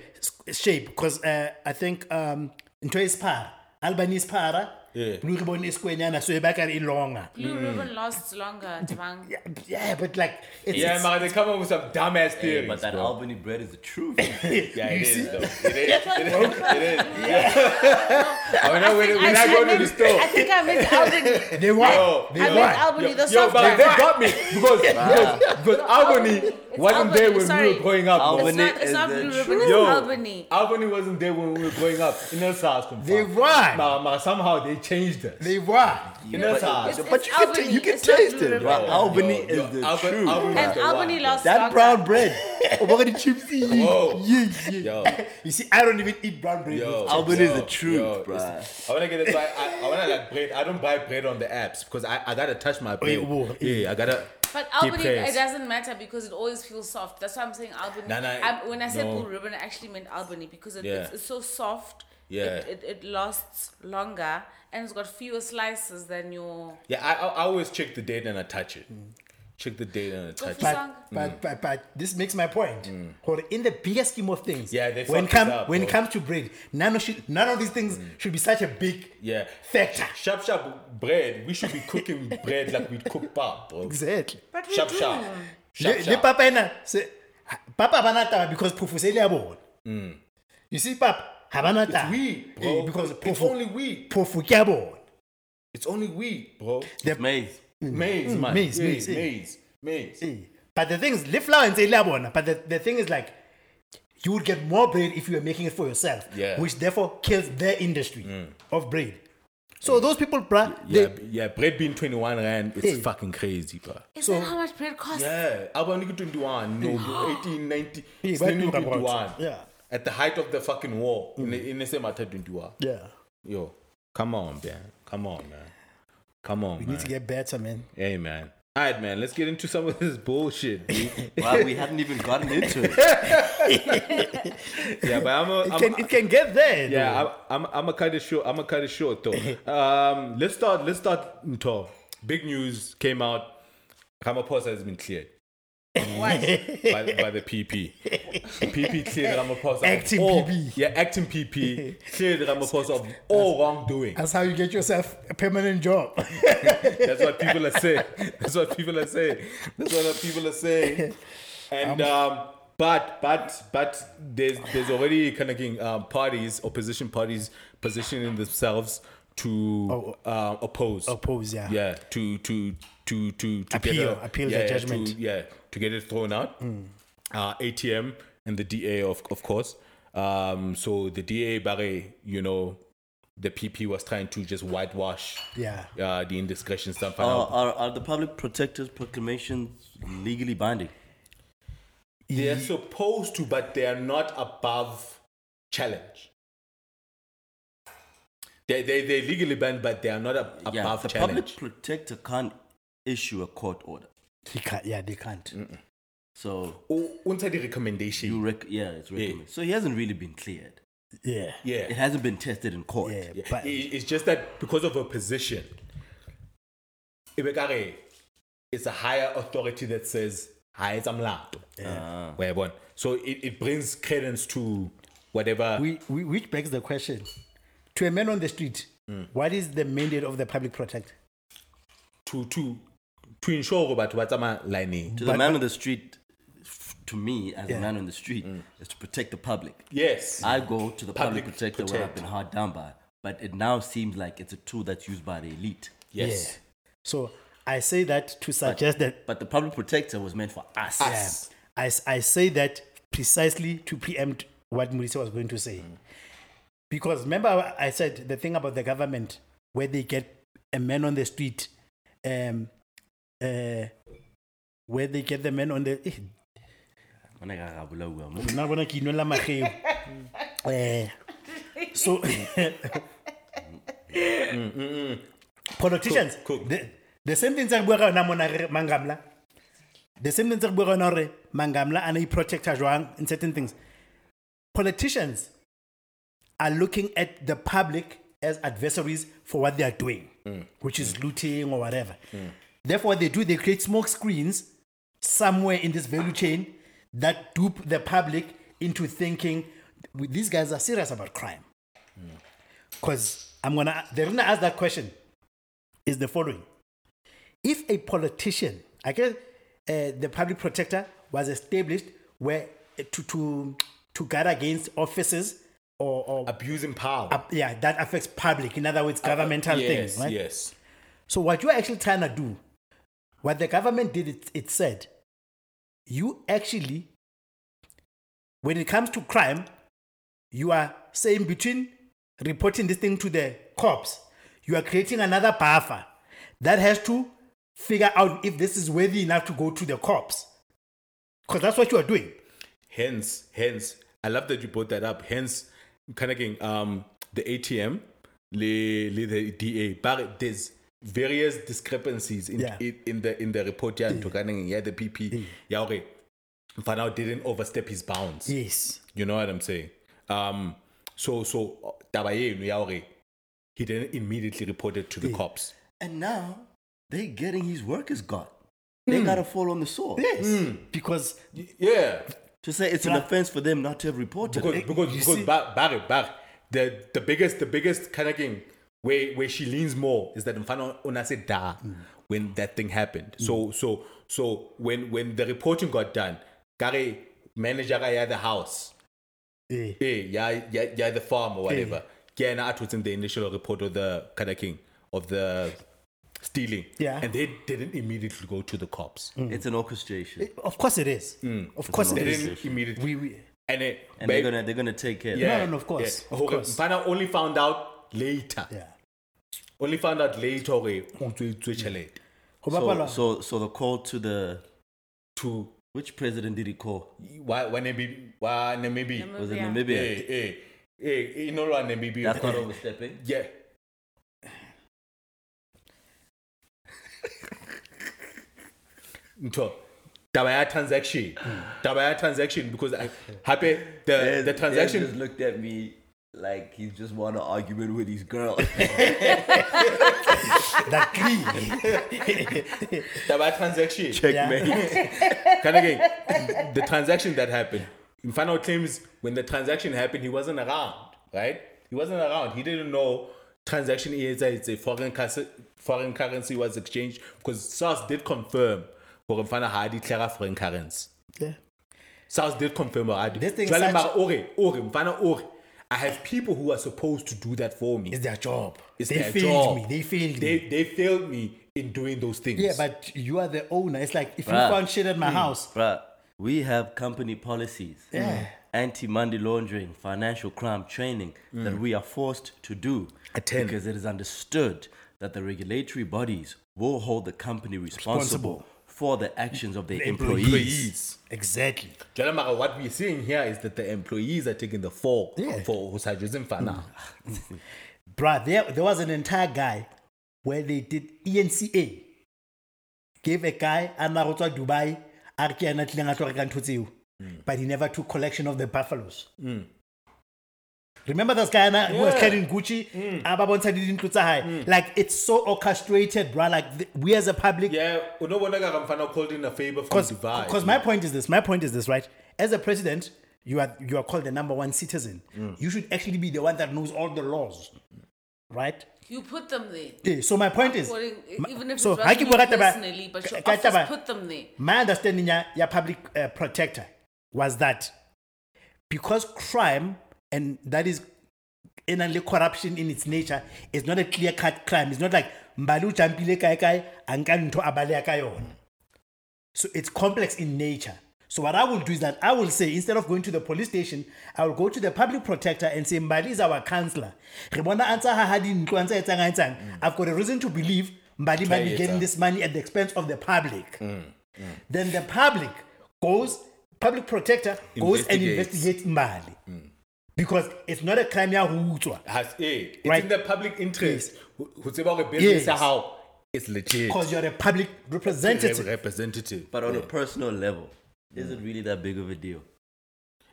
Speaker 3: a s- shape because uh, I think um, Ntoy's Para, Albanese Para,
Speaker 1: Yeah.
Speaker 3: ah, Blue Ribbon is Kwenyana, so e back in longer.
Speaker 4: Blue
Speaker 1: Hmm.
Speaker 4: ribbon lasts longer, Tavang.
Speaker 3: Yeah, yeah, but like, it's,
Speaker 1: yeah,
Speaker 3: it's-
Speaker 1: man, they come up with some dumbass theories.
Speaker 2: But that
Speaker 1: bro.
Speaker 2: Albany bread is the truth.
Speaker 1: yeah, it
Speaker 3: you
Speaker 1: is,
Speaker 3: see?
Speaker 1: though. It is. It is. It is.
Speaker 4: I
Speaker 1: When I, when, when I go to the store,
Speaker 4: I think I meant Albany.
Speaker 3: they were.
Speaker 1: Yo,
Speaker 3: they
Speaker 4: I
Speaker 3: were.
Speaker 4: meant Albany, the
Speaker 1: yo,
Speaker 4: soft
Speaker 1: but they
Speaker 4: drink.
Speaker 1: got me because because, because Albany wasn't there when
Speaker 4: Sorry.
Speaker 1: we were growing up. bro.
Speaker 2: Albany
Speaker 4: It's not, it's
Speaker 2: is
Speaker 4: not
Speaker 2: the
Speaker 4: Blue
Speaker 2: truth.
Speaker 4: Ribbon, it's
Speaker 1: Yo,
Speaker 4: Albany.
Speaker 1: Albany wasn't there when we were growing up. In El Saskum.
Speaker 3: They were.
Speaker 1: somehow they changed us.
Speaker 3: They were.
Speaker 1: In El Saskum.
Speaker 4: It's-
Speaker 2: But
Speaker 4: it's
Speaker 2: you can ta-
Speaker 4: Albany,
Speaker 2: you can
Speaker 4: it's not
Speaker 2: taste
Speaker 4: Blue
Speaker 2: it,
Speaker 4: Ribbon.
Speaker 2: bro. Albany is the
Speaker 1: Alba-
Speaker 2: truth.
Speaker 1: Albany
Speaker 4: And
Speaker 1: was the
Speaker 4: Albany
Speaker 1: one,
Speaker 4: lasts
Speaker 2: that
Speaker 4: longer.
Speaker 2: brown bread. Oh, O baka di chips.
Speaker 1: Whoa.
Speaker 2: Yeah, yeah.
Speaker 1: Yo,
Speaker 3: You see, I don't even eat brown bread.
Speaker 1: yo,
Speaker 2: Albany is
Speaker 1: yo,
Speaker 2: the truth,
Speaker 1: yo,
Speaker 2: bro.
Speaker 1: it's- I wanna get it. by- I, I wanna like bread. I don't buy bread on the apps because I, I gotta touch my bread.
Speaker 3: whoa.
Speaker 1: yeah, I gotta.
Speaker 4: But
Speaker 1: keep
Speaker 4: Albany, it
Speaker 1: pressed.
Speaker 4: doesn't matter because it always feels soft. That's why I'm saying Albany.
Speaker 1: Nah, nah,
Speaker 4: I, when I said
Speaker 1: no.
Speaker 4: blue ribbon, I actually meant Albany because it,
Speaker 1: Yeah.
Speaker 4: it's, it's so soft.
Speaker 1: Yeah.
Speaker 4: It, it, it lasts longer and it's got fewer slices than your.
Speaker 1: Yeah, I, I I always check the date and I touch it. check the date and attach.
Speaker 4: But-
Speaker 1: it.
Speaker 3: but, but, but, but this makes my point. Or in the bigger scheme of things,
Speaker 1: Mm. Yeah, they
Speaker 3: when
Speaker 1: fucked
Speaker 3: come
Speaker 1: us up,
Speaker 3: when it
Speaker 1: bro. Mm.
Speaker 3: comes to bread, none of should, none of these things should be such a big
Speaker 1: Yeah.
Speaker 3: factor.
Speaker 1: Sharp sharp bread. We should be cooking bread like we cook pap, bro.
Speaker 3: Exactly.
Speaker 4: But we
Speaker 1: Sharp
Speaker 4: do.
Speaker 1: sharp.
Speaker 3: Le,
Speaker 1: Sharp
Speaker 3: le
Speaker 1: sharp.
Speaker 3: papa ena se papa banata because proof is earlier born.
Speaker 1: Mm.
Speaker 3: You see, papa
Speaker 1: It's
Speaker 3: habanata
Speaker 1: we, bro.
Speaker 3: Eh, because proof
Speaker 1: it's only we.
Speaker 3: proof is born.
Speaker 1: It's only we, bro.
Speaker 2: Maize.
Speaker 1: Maize, man.
Speaker 3: Mm. maize,
Speaker 1: Yeah,
Speaker 3: maize, eh.
Speaker 1: maize, maize.
Speaker 3: Eh, But the thing is, live flour and say labona. But the, the thing is, like, you would get more bread if you were making it for yourself,
Speaker 1: Yeah. Mm.
Speaker 3: which therefore kills their industry of bread. So those people, bruh,
Speaker 1: Yeah,
Speaker 3: they,
Speaker 1: b- yeah. Bread being twenty one rand, it's
Speaker 3: Eh.
Speaker 1: fucking crazy, bro.
Speaker 4: Is
Speaker 3: So-
Speaker 4: that how much bread costs?
Speaker 1: Yeah, about nigga 21,
Speaker 3: Mm.
Speaker 1: no, bro, 18, 90,
Speaker 3: Yeah,
Speaker 1: it's
Speaker 3: but
Speaker 1: only
Speaker 3: look about-
Speaker 1: 21.
Speaker 3: yeah. Mm.
Speaker 1: At the height of the fucking war, in the, in the same matter 21.
Speaker 3: yeah,
Speaker 1: Yo, come on, man. Come on, man. Come on,
Speaker 3: we
Speaker 1: man.
Speaker 3: need to get better, man.
Speaker 1: hey, man. All right, man. Let's get into some of this bullshit. dude.
Speaker 2: Wow, we hadn't even gotten into it.
Speaker 1: yeah, but I'm a,
Speaker 3: It
Speaker 1: I'm,
Speaker 3: can it can get there.
Speaker 1: yeah, I'm, I'm, I'm a cut it short. I'm a cut it short though. um, let's start. Let's start. Nto. Big news came out. Ramaphosa has been cleared by, by the PP. The PP cleared Ramaphosa. of
Speaker 3: Acting
Speaker 1: all-
Speaker 3: PP.
Speaker 1: Yeah, acting PP cleared Ramaphosa of all wrongdoing.
Speaker 3: That's how you get yourself a permanent job.
Speaker 1: That's what people are saying. That's what people are saying. That's what people are saying. And um, but but but there's there's already kind of getting, um, parties, opposition parties, positioning themselves to uh, oppose.
Speaker 3: Oh, Oppose, yeah.
Speaker 1: Yeah. To to to to, to get
Speaker 3: Appeal-
Speaker 1: a-
Speaker 3: appeal the
Speaker 1: yeah, yeah, to-
Speaker 3: judgment. Hmm.
Speaker 1: yeah, to get it thrown out. Uh, ATM and the DA, of, of course. Um, so the DA, Barre, you know, the PP was trying to just whitewash
Speaker 3: Yeah.
Speaker 1: uh, the indiscretion stuff. and
Speaker 2: Are,
Speaker 1: all.
Speaker 2: are, are the public protectors proclamations legally binding?
Speaker 1: They are supposed to, but they are not above challenge. They they they legally banned, but they are not ab- above
Speaker 2: Yeah, the
Speaker 1: challenge.
Speaker 2: public protector can't issue a court order.
Speaker 3: they can't. Yeah, they can't.
Speaker 1: Mm.
Speaker 2: So
Speaker 1: O- Unter the recommendation.
Speaker 2: you rec- yeah, it's recommended. So he hasn't really been cleared.
Speaker 3: Yeah,
Speaker 2: It
Speaker 1: yeah.
Speaker 2: hasn't been tested in court.
Speaker 3: yeah.
Speaker 1: Yeah.
Speaker 3: But
Speaker 1: It- it's just that because of her position, e Ibekare, it's a higher authority that says, "Hi, it's amlato."
Speaker 2: Ah.
Speaker 1: Uyabona? So it, it brings credence to whatever.
Speaker 3: we, we which begs the question: to a man on the street,
Speaker 1: Mm.
Speaker 3: what is the mandate of the public protector?
Speaker 1: to to to ensure about what's my line.
Speaker 2: To
Speaker 3: But-
Speaker 2: the man on the street, f- to me as
Speaker 3: Yeah.
Speaker 2: a man on the street,
Speaker 1: Mm.
Speaker 2: is to protect the public.
Speaker 1: Yes.
Speaker 2: I go to the
Speaker 1: Public
Speaker 2: public, protector where I've
Speaker 1: protect.
Speaker 2: been hard down by, but it now seems like it's a tool that's used by the elite.
Speaker 1: yes.
Speaker 3: So I say that to suggest that
Speaker 2: But the public protector was meant for us.
Speaker 3: Yeah. I, s- I say that precisely to preempt what Murisa was going to say. Because remember, I said the thing about the government where they get a man on the street, um, uh, where they get the man on the. eh,
Speaker 2: Yeah.
Speaker 3: nna bona ke inwella makgeu. Eh, so, politicians,
Speaker 1: Cook, cook.
Speaker 3: the, the same thing tsa re bua ka yona mona re re Mangamla. The same thing tsa re bua ka yona hore Mangamla a na iprotecta jwang in certain things. Politicians are looking at the public as adversaries for what they are doing,
Speaker 1: Mm.
Speaker 3: which is looting or whatever. Therefore, what they do, they create smoke screens somewhere in this value chain that dupe the public into thinking "We- these guys are serious about crime. Because I'm gonna, they're gonna ask that question is the following: If a politician, I guess, uh, the public protector was established where uh, to to to guard against offices or, or
Speaker 1: Abusing power.
Speaker 3: uh, yeah, that affects public. In other words, governmental
Speaker 1: yes,
Speaker 3: things, right?
Speaker 1: Yes.
Speaker 3: So what you're actually trying to do, what the government did, it, it said, you actually, when it comes to crime, you are saying between reporting this thing to the cops, you are creating another buffer that has to figure out if this is worthy enough to go to the cops. Because that's what you are doing.
Speaker 1: Hence, hence, I love that you brought that up. Hence, kind of getting um the ATM, le, le the DA, but there's various discrepancies in
Speaker 3: Yeah.
Speaker 1: in, in the in the report. Yeah, to kind of yeah the PP. Yeah, okay. Fanao didn't overstep his bounds.
Speaker 3: Yes.
Speaker 1: You know what I'm saying? Um, so so Tabaye yeah, okay. He didn't immediately report it to the cops.
Speaker 2: And now they're getting his workers gone. they gotta fall on the sword
Speaker 3: Yes. Because
Speaker 1: Yeah.
Speaker 2: to say it's an
Speaker 3: Yeah.
Speaker 2: offense for them not to have reported.
Speaker 1: Because because
Speaker 3: you
Speaker 1: because
Speaker 3: see-
Speaker 1: Bar- Barry, Barry, the the biggest the biggest kind of thing where where she leans more is that Mfana Ona said da when that thing happened. So so so when when the reporting got done, Gary manager guy at the house,
Speaker 3: eh,
Speaker 1: eh, yeah, yeah, yeah, the farm or whatever. Yeah, and that was in the initial report of the kind of thing of the stealing.
Speaker 3: Yeah. Mm.
Speaker 1: and they didn't immediately go to the cops.
Speaker 2: it's an orchestration,
Speaker 3: of course it is. Of course
Speaker 1: They
Speaker 3: it is.
Speaker 1: didn't immediately.
Speaker 3: We, we
Speaker 1: and it,
Speaker 2: and they're gonna they're gonna take care.
Speaker 3: No, no, no, of course, of
Speaker 1: Okay,
Speaker 3: course.
Speaker 1: Mfana only found out later.
Speaker 3: yeah.
Speaker 1: Only found out later okay, who to to chelate
Speaker 3: Go
Speaker 2: So,
Speaker 3: bapalwa.
Speaker 2: so so the call to the
Speaker 1: to
Speaker 2: which president did he call?
Speaker 1: why when maybe why maybe
Speaker 2: Was it
Speaker 4: Yeah.
Speaker 2: Namibia?
Speaker 1: eh eh eh you know what maybe
Speaker 2: That's not overstepping.
Speaker 1: yeah Ntho, taba ya transaction taba ya transaction because I happy the the
Speaker 2: just
Speaker 1: transaction
Speaker 2: looked at me like he just won an argument with his girl.
Speaker 3: That clean.
Speaker 1: taba ya transaction
Speaker 2: Checkmate.
Speaker 1: Kind of again, the transaction that happened. Infano claims when the transaction happened, he wasn't around, right? He wasn't around. He didn't know transaction is a, it's a foreign currency, foreign currency was exchanged because SARS did confirm for Infano had declared foreign currency.
Speaker 3: Yeah.
Speaker 1: SARS did confirm already.
Speaker 3: This thing
Speaker 1: Jwale
Speaker 3: such-
Speaker 1: mara ore, ore, Mfana ore, I have people who are supposed to do that for me.
Speaker 3: It's their job.
Speaker 1: It's
Speaker 3: they
Speaker 1: their
Speaker 3: failed
Speaker 1: job.
Speaker 3: me. They failed me.
Speaker 1: They, they failed me in doing those things.
Speaker 3: Yeah, but you are the owner. It's like if you
Speaker 2: Bruh. Hmm.
Speaker 3: found shit at
Speaker 1: Hmm.
Speaker 3: my house,
Speaker 2: Bruh, we have company policies,
Speaker 3: Yeah.
Speaker 2: anti money laundering, financial crime training
Speaker 3: Hmm.
Speaker 2: that we are forced to do
Speaker 1: Attend.
Speaker 2: because it is understood that the regulatory bodies will hold the company responsible,
Speaker 3: Responsible.
Speaker 2: for the actions of their employees.
Speaker 1: employees.
Speaker 3: exactly.
Speaker 1: Jwale mara, what we're seeing here is that the employees are taking the fall
Speaker 3: Yeah. Mm.
Speaker 1: for Hosajusm Fana.
Speaker 3: Bruh, there, there was an entire guy where they did E ENCA. Gave a guy, ana go tswa Dubai, a re ke ena a tlileng a tlo reka ntho tseo.
Speaker 1: Hmm.
Speaker 3: But he never took collection of the buffaloes. Remember this guy ana, who
Speaker 1: Yeah.
Speaker 3: was
Speaker 1: Hmm.
Speaker 3: carrying Gucci? A ba bontsha di dintlo tsa hae. Like, it's so orchestrated, bruh. Like, th- we as a public,
Speaker 1: Yeah, unobona kaka Mfana called in a favor from
Speaker 3: because
Speaker 1: Dubai.
Speaker 3: because my point is this my point is this right as a president you are you are called the number one citizen you should actually be the one that knows all the laws right
Speaker 4: You put them there.
Speaker 3: Eh, so my point is
Speaker 4: According-
Speaker 3: my-
Speaker 4: Even if
Speaker 3: so
Speaker 4: it's
Speaker 3: ha ke
Speaker 4: you
Speaker 3: bua ka taba-
Speaker 4: personally, but your
Speaker 3: ka
Speaker 4: office
Speaker 3: taba-
Speaker 4: put them there.
Speaker 3: my understanding ya, ya public uh, protector was that because crime and that is inherently corruption in its nature is not a clear cut crime it's not like mbali o jumpile kae kae a nka ntho a baleya ka yona so it's complex in nature so what i will do is that i will say instead of going to the police station i will go to the public protector and say mbali is our counselor re bona a ntsa haha dintlo a ntsa etsang a etsang i've got a reason to believe mbali might be getting this money at the expense of the public then the public goes, public protector goes and
Speaker 1: Investigates. Hmm.
Speaker 3: investigates Mali. Because it's not a crime ya hutswa.
Speaker 1: has eh, it's
Speaker 3: Right.
Speaker 1: in the public interest. Who say about
Speaker 3: Yes.
Speaker 1: business how it's legit.
Speaker 3: Because you're a public
Speaker 1: Rep-
Speaker 3: representative.
Speaker 1: representative.
Speaker 2: But on a personal level, is
Speaker 3: Hmm.
Speaker 2: it really that big of a deal?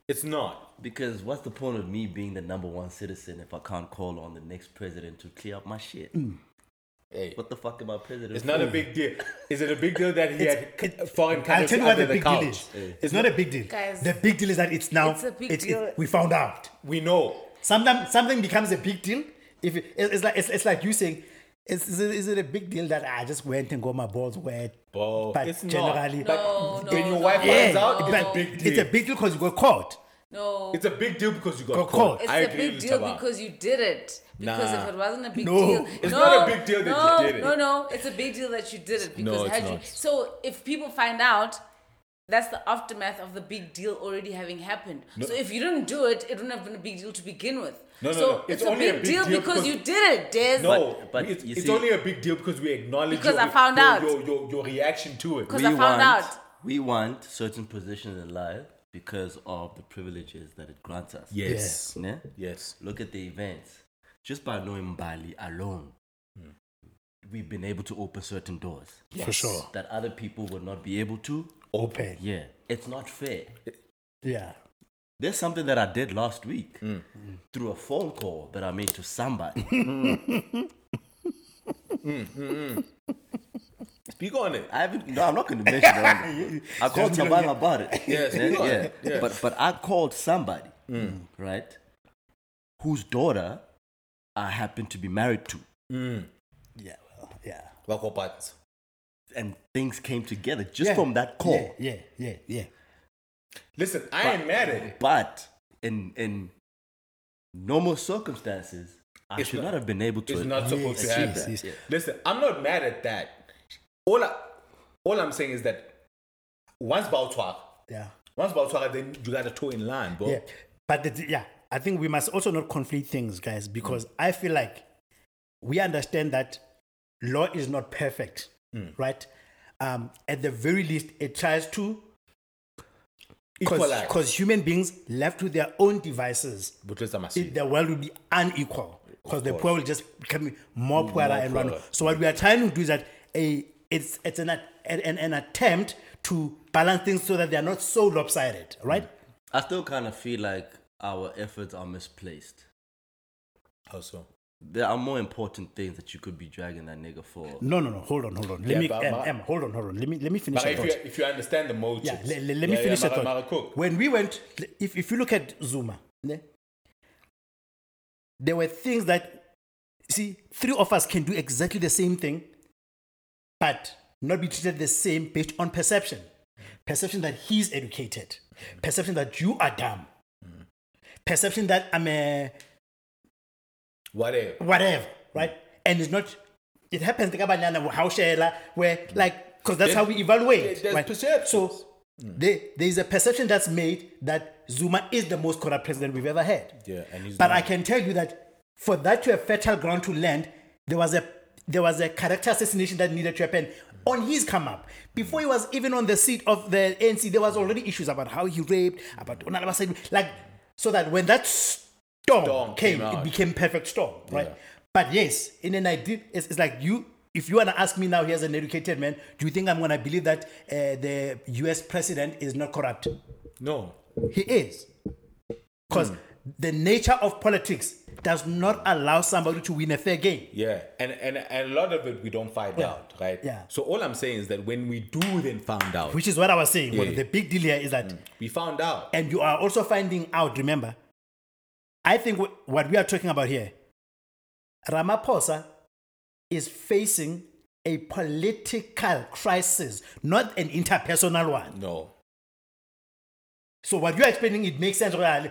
Speaker 1: It's not.
Speaker 2: Because what's the point of me being the number one citizen if I can't call on the next president to clear up my shit?
Speaker 3: Hmm.
Speaker 1: Hey.
Speaker 2: What the fuck am I president?
Speaker 1: It's
Speaker 2: for?
Speaker 1: not a big deal. Is it a big deal that he
Speaker 3: Mm. It's-
Speaker 1: had
Speaker 3: it-
Speaker 1: c- foreign
Speaker 3: I'll
Speaker 1: currency
Speaker 3: tell you what
Speaker 1: under
Speaker 3: the big
Speaker 1: couch? Eh,
Speaker 3: deal is. It's not a big deal.
Speaker 4: Guys,
Speaker 3: the big deal is that it's now
Speaker 4: it's a big
Speaker 3: it-
Speaker 4: deal.
Speaker 3: we found out.
Speaker 1: We know.
Speaker 3: Sometimes something becomes a big deal. If it- it's like it's, it's like you saying, is, is, it, is it a big deal that I just went and got my balls wet?
Speaker 1: Bro,
Speaker 3: but
Speaker 1: it's
Speaker 3: generally,
Speaker 1: not. But
Speaker 4: No, no,
Speaker 1: when your
Speaker 4: no.
Speaker 1: wife
Speaker 3: yeah,
Speaker 1: finds out, it's
Speaker 3: but
Speaker 1: a big
Speaker 3: It's
Speaker 1: deal.
Speaker 3: a big deal because you got caught.
Speaker 4: No.
Speaker 1: It's a big deal because you got,
Speaker 3: Got
Speaker 1: caught.
Speaker 3: caught.
Speaker 4: It's
Speaker 1: I
Speaker 4: a
Speaker 1: agree
Speaker 4: big
Speaker 1: with
Speaker 4: deal
Speaker 1: Taba.
Speaker 4: because you did it. Because
Speaker 1: Nah.
Speaker 4: if it wasn't a big
Speaker 3: No.
Speaker 4: deal,
Speaker 1: It's
Speaker 4: no,
Speaker 1: not a big deal that
Speaker 4: no,
Speaker 1: you did it.
Speaker 4: No, no, it's a big deal that you did it. Because
Speaker 1: it's
Speaker 4: had you,
Speaker 1: not.
Speaker 4: so if people find out, that's the aftermath of the big deal already having happened. So if you didn't do it, it wouldn't have been a big deal to begin with.
Speaker 1: No, no,
Speaker 4: so
Speaker 1: no.
Speaker 4: It's,
Speaker 1: It's
Speaker 4: a,
Speaker 1: only
Speaker 4: big deal because, you did it, Des.
Speaker 1: No,
Speaker 2: But- but
Speaker 1: it's,
Speaker 2: you
Speaker 1: it's
Speaker 2: see-
Speaker 1: only a big deal because we acknowledge
Speaker 4: Because
Speaker 1: your,
Speaker 4: I found
Speaker 1: your,
Speaker 4: out.
Speaker 1: your, your, your reaction to it.
Speaker 4: Because I found out.
Speaker 2: We want certain positions in life because of the privileges that it grants us.
Speaker 1: Yes.
Speaker 2: Yeah?
Speaker 1: Yes.
Speaker 2: Look at the events. Just by knowing Bali alone, we've been able to open certain doors
Speaker 3: For sure.
Speaker 2: that other people would not be able to.
Speaker 3: Open.
Speaker 2: Yeah. It's not fair.
Speaker 3: Yeah.
Speaker 2: There's something that I did last week through a phone call that I made to somebody.
Speaker 1: Speak on it.
Speaker 2: I haven't. No, I'm not going to mention it. I called
Speaker 3: Just
Speaker 2: Tabang
Speaker 3: million-
Speaker 2: about it.
Speaker 1: Yes,
Speaker 2: yeah,
Speaker 1: you are.
Speaker 2: yeah.
Speaker 1: Yeah. Mm.
Speaker 2: But but I called somebody, right, whose daughter I happen to be married to,
Speaker 3: Yeah, well, yeah.
Speaker 1: Wakopat.
Speaker 2: and things came together just
Speaker 3: Yeah.
Speaker 2: from that call.
Speaker 3: Yeah, yeah, yeah,
Speaker 1: Listen, I ain't mad at it.
Speaker 2: But in in normal circumstances, I
Speaker 1: It's
Speaker 2: should
Speaker 1: not-
Speaker 2: not, have been able to.
Speaker 1: It's not supposed to
Speaker 3: yes,
Speaker 1: happen.
Speaker 3: yes, yes.
Speaker 1: Listen, I'm not mad at that. All I, all I'm saying is that once Bautwak,
Speaker 3: yeah,
Speaker 1: once Bautwak, then you got a toe in line, bro.
Speaker 3: yeah. But the, yeah, I think we must also not conflict things, guys, because I feel like we understand that law is not perfect, right? Um, at the very least, it tries to
Speaker 1: Equalize.
Speaker 3: because human beings left to their own devices.
Speaker 1: But let's not
Speaker 3: it- the world will be unequal because the poor will just become more poorer and run.
Speaker 1: poorer.
Speaker 3: So what we are trying to do is that a it's it's an, at- an, an, an attempt to balance things so that they are not so lopsided, right?
Speaker 2: I still kind of feel like our efforts are misplaced.
Speaker 1: How so?
Speaker 2: There are more important things that you could be dragging that nigga for.
Speaker 3: No, no, no. Hold on, hold on. Let
Speaker 1: Yeah,
Speaker 3: me
Speaker 1: but
Speaker 3: em,
Speaker 1: my-
Speaker 3: em, hold on, hold on. Let me let me
Speaker 1: But
Speaker 3: finish. the
Speaker 1: if you,
Speaker 3: thought.
Speaker 1: if you understand the motives,
Speaker 3: yeah, le- le- let me
Speaker 1: Yeah, yeah,
Speaker 3: finish the
Speaker 1: Mara-
Speaker 3: thought.
Speaker 1: Mara Cook.
Speaker 3: When we went, if if you look at Zuma, ne, there were things that see three of us can do exactly the same thing, but not be treated the same based on perception. Perception that he's educated, perception that you are dumb,
Speaker 1: Mm.
Speaker 3: perception that I'm a
Speaker 1: Whatever.
Speaker 3: whatever, right? And it's not. It happens like banana how shela where like because that's how we evaluate.
Speaker 1: There's
Speaker 3: right?
Speaker 1: perceptions.
Speaker 3: So there, there is a perception that's made that Zuma is the most corrupt president we've ever had.
Speaker 1: Yeah, and he's
Speaker 3: But
Speaker 1: not.
Speaker 3: I can tell you that for that to have fertile ground to land, there was a there was a character assassination that needed to happen on his come up. Before he was even on the seat of the ANC, there was already issues about how he raped, about Onalaba said like so that when that storm,
Speaker 1: Storm
Speaker 3: came,
Speaker 1: came out.
Speaker 3: it became perfect storm, right?
Speaker 1: Yeah.
Speaker 3: But yes, in an idea, it's, it's like you. If you wanna ask me now, here as an educated man, do you think I'm gonna believe that uh, the U.S. president is not corrupt?
Speaker 1: No.
Speaker 3: He is.
Speaker 1: Hmm.
Speaker 3: Because the nature of politics does not allow somebody to win a fair game.
Speaker 1: Yeah, and, and and a lot of it we don't find out, right?
Speaker 3: Yeah.
Speaker 1: So all I'm saying is that when we do then find out,
Speaker 3: Which is what I was saying. Well,
Speaker 1: Yeah. Hmm.
Speaker 3: the big deal here is that,
Speaker 1: we found out.
Speaker 3: and you are also finding out, remember, I think wh- what we are talking about here, Ramaphosa is facing a political crisis, not an interpersonal one.
Speaker 1: No.
Speaker 3: So what you're explaining, it makes sense. well,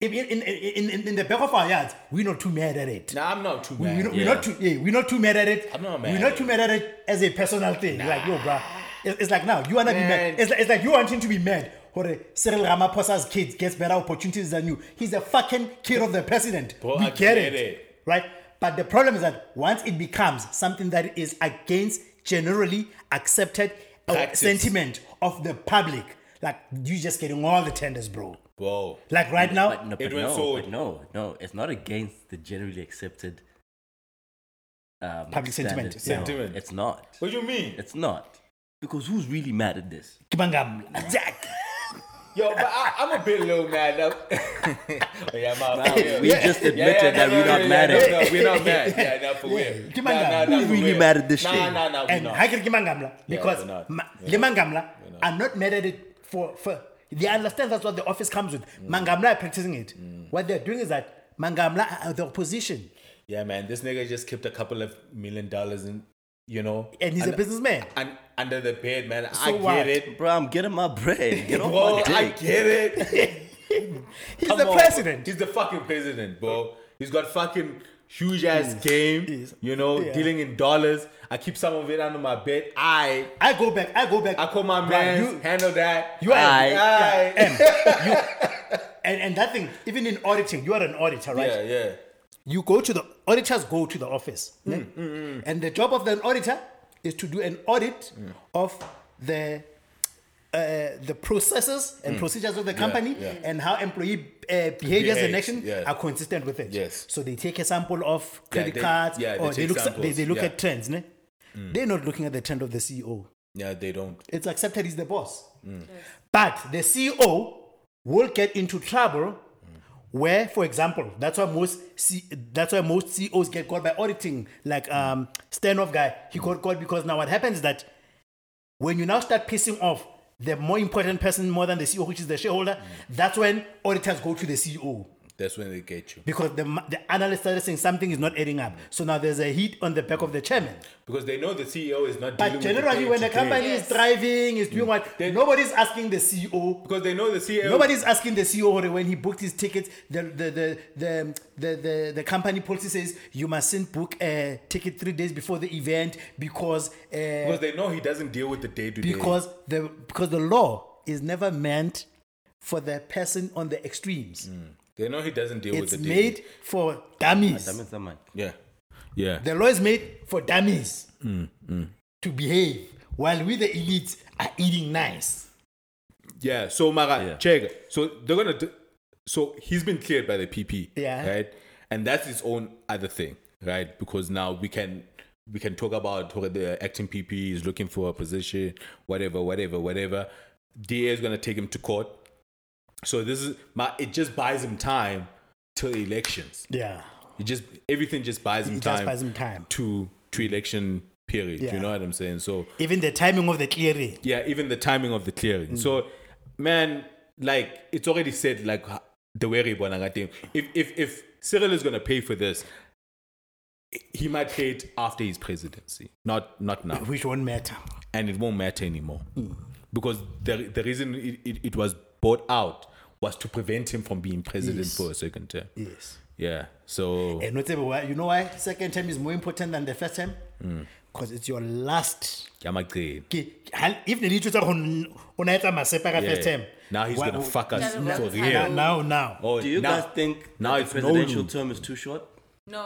Speaker 3: In, in, in, in, in the back of our yards, we're not too mad at it.
Speaker 1: Now I'm not too
Speaker 3: We,
Speaker 1: bad.
Speaker 3: are not, we're not too yeah, we're not too mad at it.
Speaker 1: I'm not mad
Speaker 3: We're
Speaker 1: at
Speaker 3: not too mad at it as a personal thing. Like yo, bruh. It's, it's like now you wanna be
Speaker 1: Man.
Speaker 3: mad. It's like, it's like you wanting to be mad. Or uh, Cyril Ramaphosa's kid gets better opportunities than you. He's the fucking kid of the president.
Speaker 1: Bro, I
Speaker 3: we get
Speaker 1: get
Speaker 3: it,
Speaker 1: it.
Speaker 3: right? But the problem is that once it becomes something that is against generally accepted uh,
Speaker 1: Practice.
Speaker 3: sentiment of the public, like you just getting all the tenders, bro.
Speaker 1: Whoa.
Speaker 3: Like right
Speaker 1: Oh,
Speaker 3: now,
Speaker 2: But no, but
Speaker 1: Edwin
Speaker 2: no,
Speaker 1: Sold.
Speaker 2: but no, no, it's not against the generally accepted um,
Speaker 3: Public sentiment.
Speaker 2: standard.
Speaker 1: Sentiment.
Speaker 2: No, it's not.
Speaker 1: What do you mean?
Speaker 2: It's not. Because who's really mad at this?
Speaker 3: Kibangam, Jack.
Speaker 1: Yo, but I, I'm a bit little mad. Now. Oh, yeah, I'm out.
Speaker 2: Nah,
Speaker 1: Yeah.
Speaker 2: we just admitted that we're not mad
Speaker 1: no,
Speaker 2: at
Speaker 1: no,
Speaker 2: it.
Speaker 1: we're not mad. Yeah, not for real.
Speaker 3: Come on
Speaker 1: Nah,
Speaker 3: now.
Speaker 1: nah, nah,
Speaker 2: We
Speaker 1: for
Speaker 2: really
Speaker 1: real.
Speaker 2: mad at this
Speaker 1: nah,
Speaker 2: shit.
Speaker 1: Nah, nah, nah,
Speaker 3: and
Speaker 1: we're
Speaker 3: I
Speaker 1: not.
Speaker 3: can Mangamla because
Speaker 1: we're not.
Speaker 3: ma-
Speaker 1: Yeah.
Speaker 3: le Mangamla are not mad at it for, for they understand that's what the office comes with.
Speaker 1: Mm.
Speaker 3: Mangamla are practicing it. What they're doing is that Mangamla are the opposition
Speaker 1: Yeah, man, this nigga just kept a couple of million dollars in, you know,
Speaker 3: and he's a businessman.
Speaker 1: and under the bed, man. I get
Speaker 3: what?
Speaker 1: it.
Speaker 2: Bro, I'm getting my bread. Get off
Speaker 1: Bro,
Speaker 2: my dick.
Speaker 1: I get it.
Speaker 3: He's
Speaker 1: Come
Speaker 3: the
Speaker 1: on.
Speaker 3: president.
Speaker 1: He's the fucking president, bro. He's got fucking huge ass game,
Speaker 3: Yes.
Speaker 1: you know,
Speaker 3: Yeah.
Speaker 1: dealing in dollars. I keep some of it under my bed. I
Speaker 3: I go back, I go back.
Speaker 1: I call my
Speaker 3: Bruh,
Speaker 1: man,
Speaker 3: you-
Speaker 1: handle that.
Speaker 3: You are-
Speaker 1: I,
Speaker 3: yeah,
Speaker 1: I.
Speaker 3: and, and that thing, even in auditing, you are an auditor, right?
Speaker 1: yeah, yeah.
Speaker 3: You go to the auditors go to the office.
Speaker 1: Mm,
Speaker 3: ne? And the job of the auditor is to do an audit of the uh, the processes and procedures of the company
Speaker 1: Mm. yeah.
Speaker 3: and how employee uh, behaviors and
Speaker 1: Behaves,
Speaker 3: action
Speaker 1: yeah.
Speaker 3: are consistent with it.
Speaker 1: Yes.
Speaker 3: So they take a sample of credit
Speaker 1: they-
Speaker 3: cards
Speaker 1: yeah, they
Speaker 3: or they
Speaker 1: take
Speaker 3: look sa- they,
Speaker 1: samples,
Speaker 3: they look
Speaker 1: yeah. Mm.
Speaker 3: at trends. ne? They're not looking at the trend of the E CEO.
Speaker 1: Yeah, they don't.
Speaker 3: It's accepted he's the boss. But the CEO will get into trouble where, for example, that's why most C- E that's why most CEOs get caught by auditing. Like um, Stanoff guy, he got caught because now what happens is that When you now start pissing off the more important person more than the CEO, which is the shareholder, that's when auditors go to the CEO
Speaker 1: That's when they get you.
Speaker 3: because the, ma- the analyst started saying something is not adding up. So now there's a hit on the back of the chairman.
Speaker 1: Because they know the CEO is not dealing
Speaker 3: But
Speaker 1: with the
Speaker 3: generally, when a
Speaker 1: day-to-day.
Speaker 3: company is thriving, is
Speaker 1: Mm.
Speaker 3: doing what, nobody's asking the CEO
Speaker 1: Because they know the E CEO.
Speaker 3: Nobody's asking the CEO already when he booked his tickets. The the the the the, the, the company policy says you mustn't book a ticket three days before the event because uh,
Speaker 1: Because they know he doesn't deal with the day to day.
Speaker 3: because the because the law is never meant for the person on the extremes.
Speaker 1: They know he doesn't deal
Speaker 3: it's
Speaker 1: Mm. with the day. Ah,
Speaker 3: made for dummies.
Speaker 2: Damn it, that man.
Speaker 1: Yeah. Yeah.
Speaker 3: The law is made for dummies
Speaker 1: Mm,
Speaker 3: to behave while we the elites are eating nice.
Speaker 1: Yeah. So Mara,
Speaker 2: Yeah.
Speaker 1: check. So they're gonna. Do, so he's been cleared by the PP.
Speaker 3: Yeah.
Speaker 1: Right. And that's his own other thing, right? Because now we can we can talk about whether the acting PP is looking for a position, whatever, whatever, whatever. DA is gonna take him to court. So this is my. It just buys him time till elections.
Speaker 3: Yeah,
Speaker 1: It just everything just buys him
Speaker 3: it
Speaker 1: time
Speaker 3: just buys him time.
Speaker 1: to to election period.
Speaker 3: Yeah.
Speaker 1: You know what I'm saying? So
Speaker 3: Even the timing of the clearing.
Speaker 1: yeah even the timing of the clearing so man like it's already said like h- the way Ribonanga thing if if if Cyril is going to pay for this he might pay it after his presidency not not now
Speaker 3: which won't matter.
Speaker 1: and it won't matter anymore
Speaker 3: Mm.
Speaker 1: because the the reason it, it, it was bought out was to prevent him from being president
Speaker 3: Yes. Eh.
Speaker 1: for a second term
Speaker 3: Yes.
Speaker 1: yeah so
Speaker 3: And notable, why- you know why second term is more important than the first term?
Speaker 1: Hmm.
Speaker 3: Because it's your last.
Speaker 1: Yamagqin.
Speaker 3: Ke- ha- If the literature on etsa masepa ka
Speaker 1: yeah.
Speaker 3: first term.
Speaker 1: now he's
Speaker 3: why-
Speaker 1: going to fuck us
Speaker 4: Yeah,
Speaker 1: for
Speaker 4: that's how-
Speaker 1: real
Speaker 3: Now, now.
Speaker 1: oh
Speaker 2: Do you
Speaker 1: now,
Speaker 2: guys think
Speaker 1: now
Speaker 2: now the
Speaker 1: it's no
Speaker 2: presidential
Speaker 1: room.
Speaker 2: term is too short?
Speaker 4: No,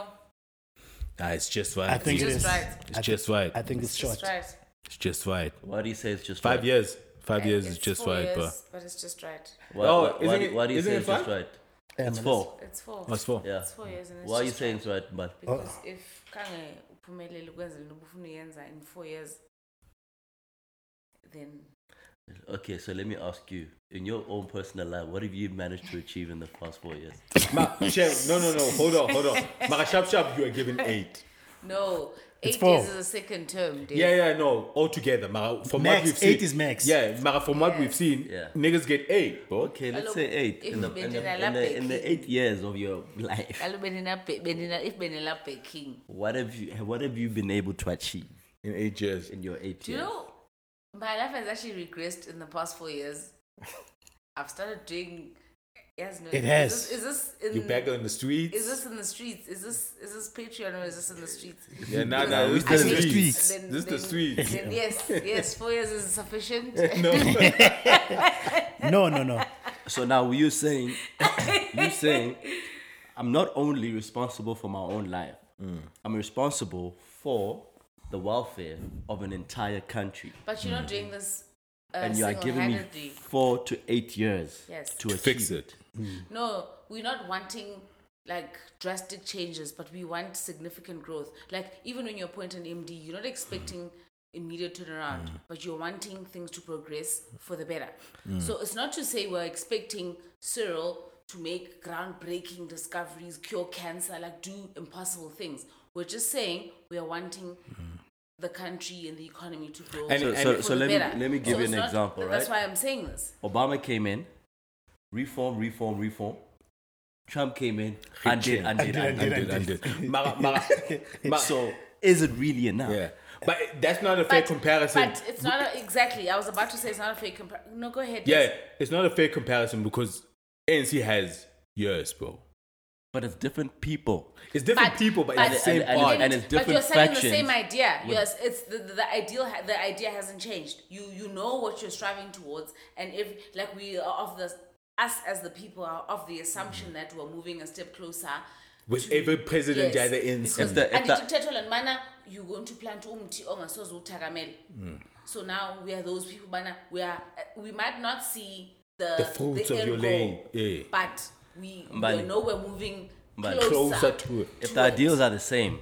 Speaker 1: Nah, it's just right
Speaker 3: I think it
Speaker 4: Just
Speaker 3: is.
Speaker 4: right.
Speaker 1: It's just right.
Speaker 3: I think it's short.
Speaker 4: just right.
Speaker 1: It's just right.
Speaker 2: Why do you say it's just
Speaker 1: Five
Speaker 2: right?
Speaker 1: years. Five years is
Speaker 4: It's
Speaker 1: just
Speaker 4: four
Speaker 1: right, bro.
Speaker 4: years, But it's just right.
Speaker 2: Why,
Speaker 1: Oh,
Speaker 2: why- why
Speaker 1: isn't
Speaker 2: do-
Speaker 1: it-
Speaker 2: why do you
Speaker 1: isn't
Speaker 2: say
Speaker 1: it
Speaker 2: it's just
Speaker 1: five?
Speaker 2: right?
Speaker 3: Um,
Speaker 2: It's four.
Speaker 4: It's four.
Speaker 1: That's Oh, four.
Speaker 2: Yeah.
Speaker 4: It's four years and it's
Speaker 2: Why are you
Speaker 4: just
Speaker 2: saying
Speaker 4: right.
Speaker 2: it's right, but
Speaker 1: Ah.
Speaker 4: Because if kange uphumelele ukwenza lento ubufuna uyenza in four years, then
Speaker 2: okay, so let me ask you, in your own personal life, what have you managed to achieve in the past four years?
Speaker 1: Ma, Chev, no, no, no. Hold on, hold on. Maka Shab Shab, you are given eight.
Speaker 4: no, eight
Speaker 3: four.
Speaker 4: years is a second term. Dude.
Speaker 1: Yeah, yeah, no. Altogether, Mara, from what
Speaker 3: Max,
Speaker 1: we've seen.
Speaker 3: eight is max.
Speaker 1: Yeah, Mara, from what we've seen,
Speaker 2: Yeah.
Speaker 1: niggas get eight, bro.
Speaker 2: Okay, let's
Speaker 4: Hello,
Speaker 2: say eight.
Speaker 4: if
Speaker 2: In the,
Speaker 4: you
Speaker 2: in,
Speaker 4: mention
Speaker 2: the, in, the, in
Speaker 4: Alapeki.
Speaker 2: the eight years of your life,
Speaker 4: Kaloku benina- benina- if benilabheking
Speaker 2: what have you what have you been able to achieve
Speaker 1: In eight years.
Speaker 2: in your eight
Speaker 4: Do you
Speaker 2: years?
Speaker 4: know my life has actually regressed in the past four years? I've started doing. Yes, no.
Speaker 3: It has.
Speaker 4: Is this, is this in?
Speaker 1: You back on the streets.
Speaker 4: is this in the streets? Is this is this Patreon or is this in the streets?
Speaker 1: yeah, nah,
Speaker 4: Because
Speaker 1: nah. This
Speaker 4: I
Speaker 1: is
Speaker 4: think-
Speaker 1: the streets.
Speaker 3: streets.
Speaker 4: then-
Speaker 1: This is the
Speaker 4: then-
Speaker 1: streets.
Speaker 4: then yes, yes, four years is sufficient.
Speaker 1: no.
Speaker 3: No, no, no.
Speaker 2: So now you're saying you're saying I'm not only responsible for my own life,
Speaker 1: Mm.
Speaker 2: I'm responsible for the welfare of an entire country.
Speaker 4: But you're not doing this. Uh,
Speaker 2: Mm. and you are giving me
Speaker 4: single-handedly.
Speaker 2: four to eight years
Speaker 4: Yes.
Speaker 2: to,
Speaker 1: To fix
Speaker 2: achieve.
Speaker 1: it.
Speaker 4: No, we're not wanting like drastic changes, but we want significant growth. Like even when you appoint an MD, you're not expecting immediate turnaround,
Speaker 2: Mm.
Speaker 4: but you're wanting things to progress for the better.
Speaker 2: Mm.
Speaker 4: So it's not to say we're expecting Cyril to make groundbreaking discoveries, cure cancer, like do impossible things. We're just saying we are wanting the country and the economy to grow.
Speaker 1: And-
Speaker 2: Mm. So,
Speaker 4: for
Speaker 1: and-
Speaker 2: so,
Speaker 1: for
Speaker 2: so
Speaker 4: the
Speaker 2: let me
Speaker 4: better.
Speaker 2: let me give
Speaker 4: So
Speaker 2: you
Speaker 4: it's
Speaker 2: an
Speaker 4: not-
Speaker 2: example, right?
Speaker 4: That's why I'm saying this.
Speaker 2: Obama came in, reform, reform, reform. Trump came in, undid,
Speaker 1: Retrain.
Speaker 2: undid, undid.
Speaker 1: Undid, undid. Mara, Mara, Mara.
Speaker 2: So is it really enough?
Speaker 1: yeah. But that's not a fair comparison.
Speaker 4: But it's not a, exactly. I was about to say it's not a fair comparison. No, go ahead.
Speaker 1: yeah, it's not a fair comparison because ANC has years, bro.
Speaker 2: But it's different people.
Speaker 1: It's different
Speaker 4: But-
Speaker 1: people, but, it's the same
Speaker 2: and- and-
Speaker 1: part.
Speaker 2: and it's
Speaker 4: But you're
Speaker 2: different
Speaker 4: selling the
Speaker 2: factions.
Speaker 4: same idea. Yes, it's the, the, the ideal. ha- The idea hasn't changed. You you know what you're striving towards, and if like we are of the us as the people are of the assumption that we're moving a step closer.
Speaker 1: with every president
Speaker 4: Yes.
Speaker 1: either in
Speaker 4: Because
Speaker 2: the- it's the-
Speaker 4: andithethethwa le nto bana you're going to plant umthi ongasoze uthakamele
Speaker 1: Hmm.
Speaker 4: so now we are those people bana we are we might not see the
Speaker 1: The fruits
Speaker 4: the
Speaker 1: of
Speaker 4: end
Speaker 1: your
Speaker 4: goal,
Speaker 1: labor. Yeah.
Speaker 4: but we, we
Speaker 2: Mbali.
Speaker 4: know we're moving
Speaker 2: Mbali.
Speaker 4: closer,
Speaker 1: closer to it.
Speaker 2: If the ideals are the same,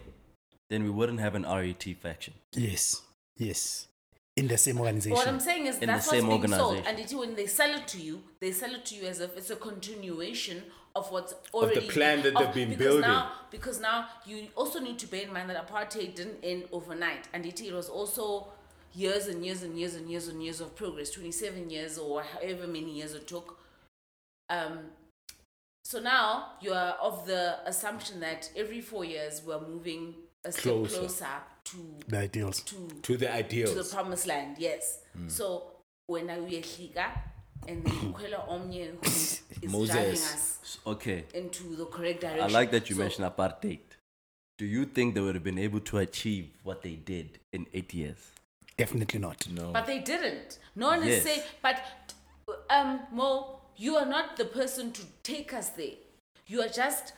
Speaker 2: then we wouldn't have an RET faction.
Speaker 3: Yes, yes. In the same organization.
Speaker 4: What I'm saying is
Speaker 2: the
Speaker 4: that's
Speaker 2: same
Speaker 4: what's being sold,
Speaker 2: organization.
Speaker 4: and it, when they sell it to you, they sell it to you as if it's a continuation of what's already
Speaker 1: plan that they've been
Speaker 4: because Now,
Speaker 1: building.
Speaker 4: because now you also need to bear in mind that apartheid didn't end overnight, and it, it was also years and years and years and years and years of progress 27 years or however many years it took um, so now you are of the assumption that every four years we're moving a step
Speaker 1: Closer.
Speaker 4: closer, to
Speaker 3: the ideals.
Speaker 4: to
Speaker 1: to the
Speaker 4: to the
Speaker 1: ideals.
Speaker 4: promised land yes
Speaker 2: Mm.
Speaker 4: so when are we and then Kwela Omnye who is driving
Speaker 1: Moses.
Speaker 4: us
Speaker 2: S- Okay.
Speaker 4: into the correct direction
Speaker 2: I like that you
Speaker 4: So-
Speaker 2: mentioned apartheid. Do you think they would have been able to achieve what they did in eight years?
Speaker 3: Definitely not.
Speaker 4: But they didn't. No one is
Speaker 2: Yes.
Speaker 4: saying. But um, Mo, you are not the person to take us there. You are just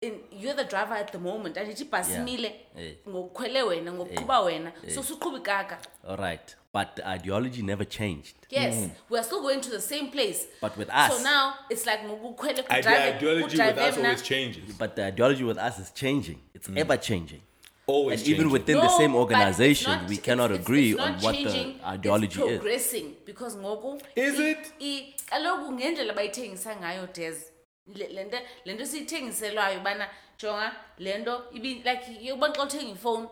Speaker 4: in. You're the driver at the moment. And it's pasimile.
Speaker 2: Eh.
Speaker 4: ngokukhwele wena ngokuqhuba wena so suqhubi kaka
Speaker 2: All right. But the ideology never changed.
Speaker 4: yes we are still going to the same place
Speaker 2: Mm. But with
Speaker 4: so
Speaker 2: us-
Speaker 4: now it's like ngokukhwele
Speaker 1: I-
Speaker 4: kudrive-
Speaker 1: the ideology with
Speaker 4: kudrive
Speaker 1: us
Speaker 4: mna.
Speaker 1: always changes.
Speaker 2: But the ideology with us is changing. It's ever changing.
Speaker 1: Always
Speaker 2: and
Speaker 1: changing.
Speaker 2: even within
Speaker 4: Mm. No,
Speaker 2: the same
Speaker 4: but it's
Speaker 2: organization,
Speaker 4: not-
Speaker 2: we
Speaker 4: it's-
Speaker 2: cannot
Speaker 4: it's-
Speaker 2: agree
Speaker 4: it's
Speaker 2: on
Speaker 4: not
Speaker 2: what
Speaker 4: changing,
Speaker 2: the ideology
Speaker 4: it's
Speaker 2: is.
Speaker 4: progressing because ngoku
Speaker 1: Is
Speaker 4: i-
Speaker 1: it?
Speaker 4: i- kaloku ngendlela bayithengisa ngayo des le le nto le nto siyithengiselwayo ubana jonga le nto ibi- like yobona xa uthenga ifowuni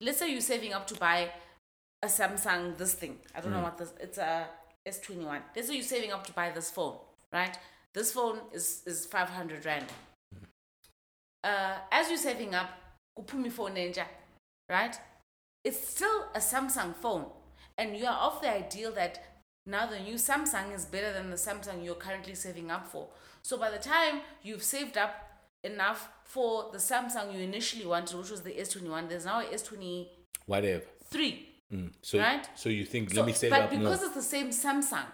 Speaker 4: let's say you're saving up to buy a samsung this thing i
Speaker 1: Hmm.
Speaker 4: don't know what this it's a s21 let's say you're saving up to buy this phone right this phone is is 500 rand
Speaker 1: Hmm.
Speaker 4: uh, as you're saving up, kupumi phone ninja, right? It's still a Samsung phone, and you are of the ideal that now the new Samsung is better than the Samsung you're currently saving up for. So by the time you've saved up enough for the Samsung you initially wanted, which was the S21, there's now a S23,
Speaker 1: Whatever. Mm. So,
Speaker 4: Right?
Speaker 1: so you think,
Speaker 4: So-
Speaker 1: let me save
Speaker 4: but
Speaker 1: up more.
Speaker 4: because it's the same Samsung,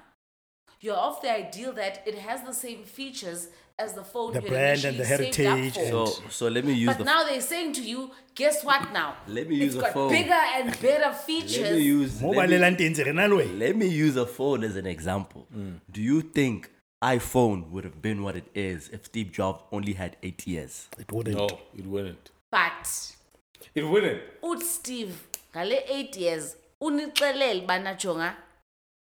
Speaker 4: you're of the ideal that it has the same features as the phone
Speaker 3: The
Speaker 4: you
Speaker 3: brand and
Speaker 4: initially
Speaker 3: the
Speaker 4: saved up
Speaker 3: heritage
Speaker 4: for.
Speaker 3: and-
Speaker 2: So, so let me use
Speaker 4: But
Speaker 2: the
Speaker 4: now they're saying to you, guess what now?
Speaker 2: Let me
Speaker 4: It's
Speaker 2: use a
Speaker 4: got
Speaker 2: phone.
Speaker 4: bigger and better
Speaker 2: let me
Speaker 4: features.
Speaker 2: use let me,
Speaker 3: Mobile land in Renalway.
Speaker 2: let me use a phone as an example.
Speaker 1: Mm.
Speaker 2: Do you think iPhone would have been what it is if Steve Jobs only had eight years?
Speaker 3: It wouldn't.
Speaker 1: no, it wouldn't.
Speaker 4: But
Speaker 1: It wouldn't.
Speaker 4: ut Steve ngale 8 years unixelele bana jonga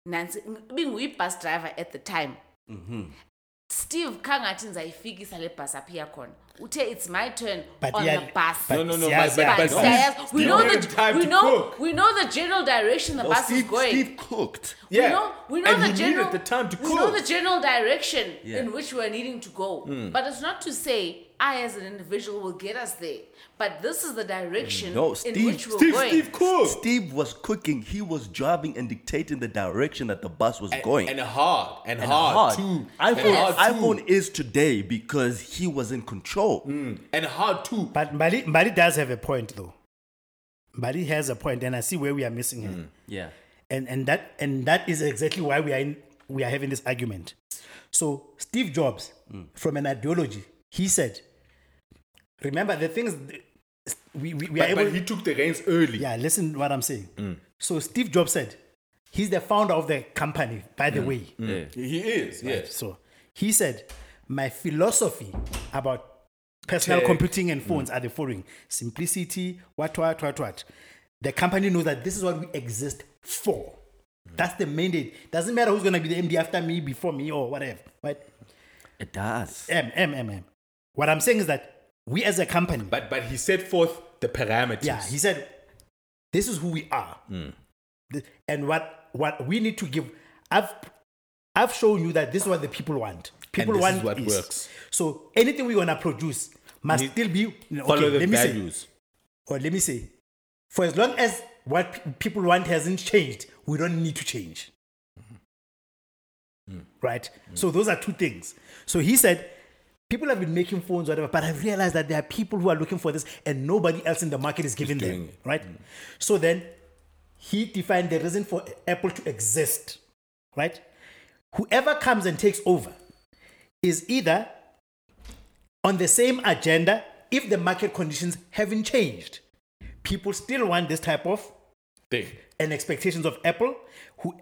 Speaker 4: nansi ibinguyi bus driver at the time. Steve khangathi ngizayifikisa le bus apha iya khona. Uthe it's my turn
Speaker 3: But
Speaker 4: on
Speaker 3: yeah,
Speaker 4: the bus.
Speaker 3: but
Speaker 1: No, no, no,
Speaker 3: yeah,
Speaker 1: but-
Speaker 3: yeah,
Speaker 1: but-
Speaker 4: But
Speaker 1: but-
Speaker 3: yeah.
Speaker 4: siyayazi- we
Speaker 1: Steve
Speaker 4: know
Speaker 1: didn't have
Speaker 4: the
Speaker 1: time
Speaker 4: we
Speaker 1: to
Speaker 4: know
Speaker 1: cook.
Speaker 4: we know the general direction the
Speaker 2: No,
Speaker 4: bus
Speaker 2: Steve,
Speaker 4: is going.
Speaker 2: Steve cooked.
Speaker 1: Yeah.
Speaker 4: We know, we know
Speaker 1: and
Speaker 4: the
Speaker 1: he
Speaker 4: general,
Speaker 1: needed the time to
Speaker 4: We know the
Speaker 1: cook. Hmm.
Speaker 4: general direction
Speaker 2: Yeah.
Speaker 4: in which we're needing to go. But it's not to say I, as an individual, will get us there. But this is the direction
Speaker 2: No,
Speaker 4: in
Speaker 2: Steve-
Speaker 4: which we're
Speaker 1: Steve,
Speaker 4: going.
Speaker 1: Steve cool.
Speaker 2: Steve was cooking. He was driving and dictating the direction that the bus was going.
Speaker 1: And hard. And,
Speaker 2: And
Speaker 1: hard, too.
Speaker 2: iPhone,
Speaker 1: and hard too.
Speaker 2: iPhone is today because he was in control.
Speaker 1: And hard too.
Speaker 3: But Mbali, Mbali does have a point though. Mbali has a point, and I see where we are missing her.
Speaker 1: Hmm.
Speaker 2: Yeah.
Speaker 3: and and that and that is exactly why we are in, we are having this argument so steve jobs
Speaker 1: Hmm.
Speaker 3: from an ideology he said remember the things th- we, we, we are
Speaker 1: But,
Speaker 3: able
Speaker 1: but he Hmm. took the reins early.
Speaker 3: yeah listen what i'm saying so steve jobs said he's the founder of the company by
Speaker 1: Hmm.
Speaker 3: the way
Speaker 1: He is, yes.
Speaker 3: so he said my philosophy about personal
Speaker 1: Tech.
Speaker 3: computing and phones are the following simplicity what what what what the company knows that this is what we exist for that's the mandate doesn't matter who's going to be the md after me before me or whatever but
Speaker 2: It does.
Speaker 3: m m m m what i'm saying is that we as a company
Speaker 1: But but he set forth the parameters.
Speaker 3: yeah he said this is who we are
Speaker 1: Hmm.
Speaker 3: Th- and what what we need to give i've i've shown you that this is what the people want people
Speaker 1: this
Speaker 3: want
Speaker 1: is what
Speaker 3: this.
Speaker 1: works.
Speaker 3: so anything we're gonna produce must
Speaker 1: Need-
Speaker 3: still be no,
Speaker 1: Follow
Speaker 3: okay,
Speaker 1: the
Speaker 3: let me say
Speaker 1: values.
Speaker 3: or let me say for as long as what pe- people want hasn't changed we don't need to change
Speaker 1: Mm-hmm. Mm.
Speaker 3: right so those are two things so he said people have been making phones whatever but i've realized that there are people who are looking for this and nobody else in the market is giving
Speaker 1: doing
Speaker 3: them
Speaker 1: it. Mm.
Speaker 3: right so then he defined the reason for apple to exist right whoever comes and takes over is either on the same agenda if the market conditions haven't changed. People still want this type of
Speaker 1: Thing.
Speaker 3: and expectations of Apple, who,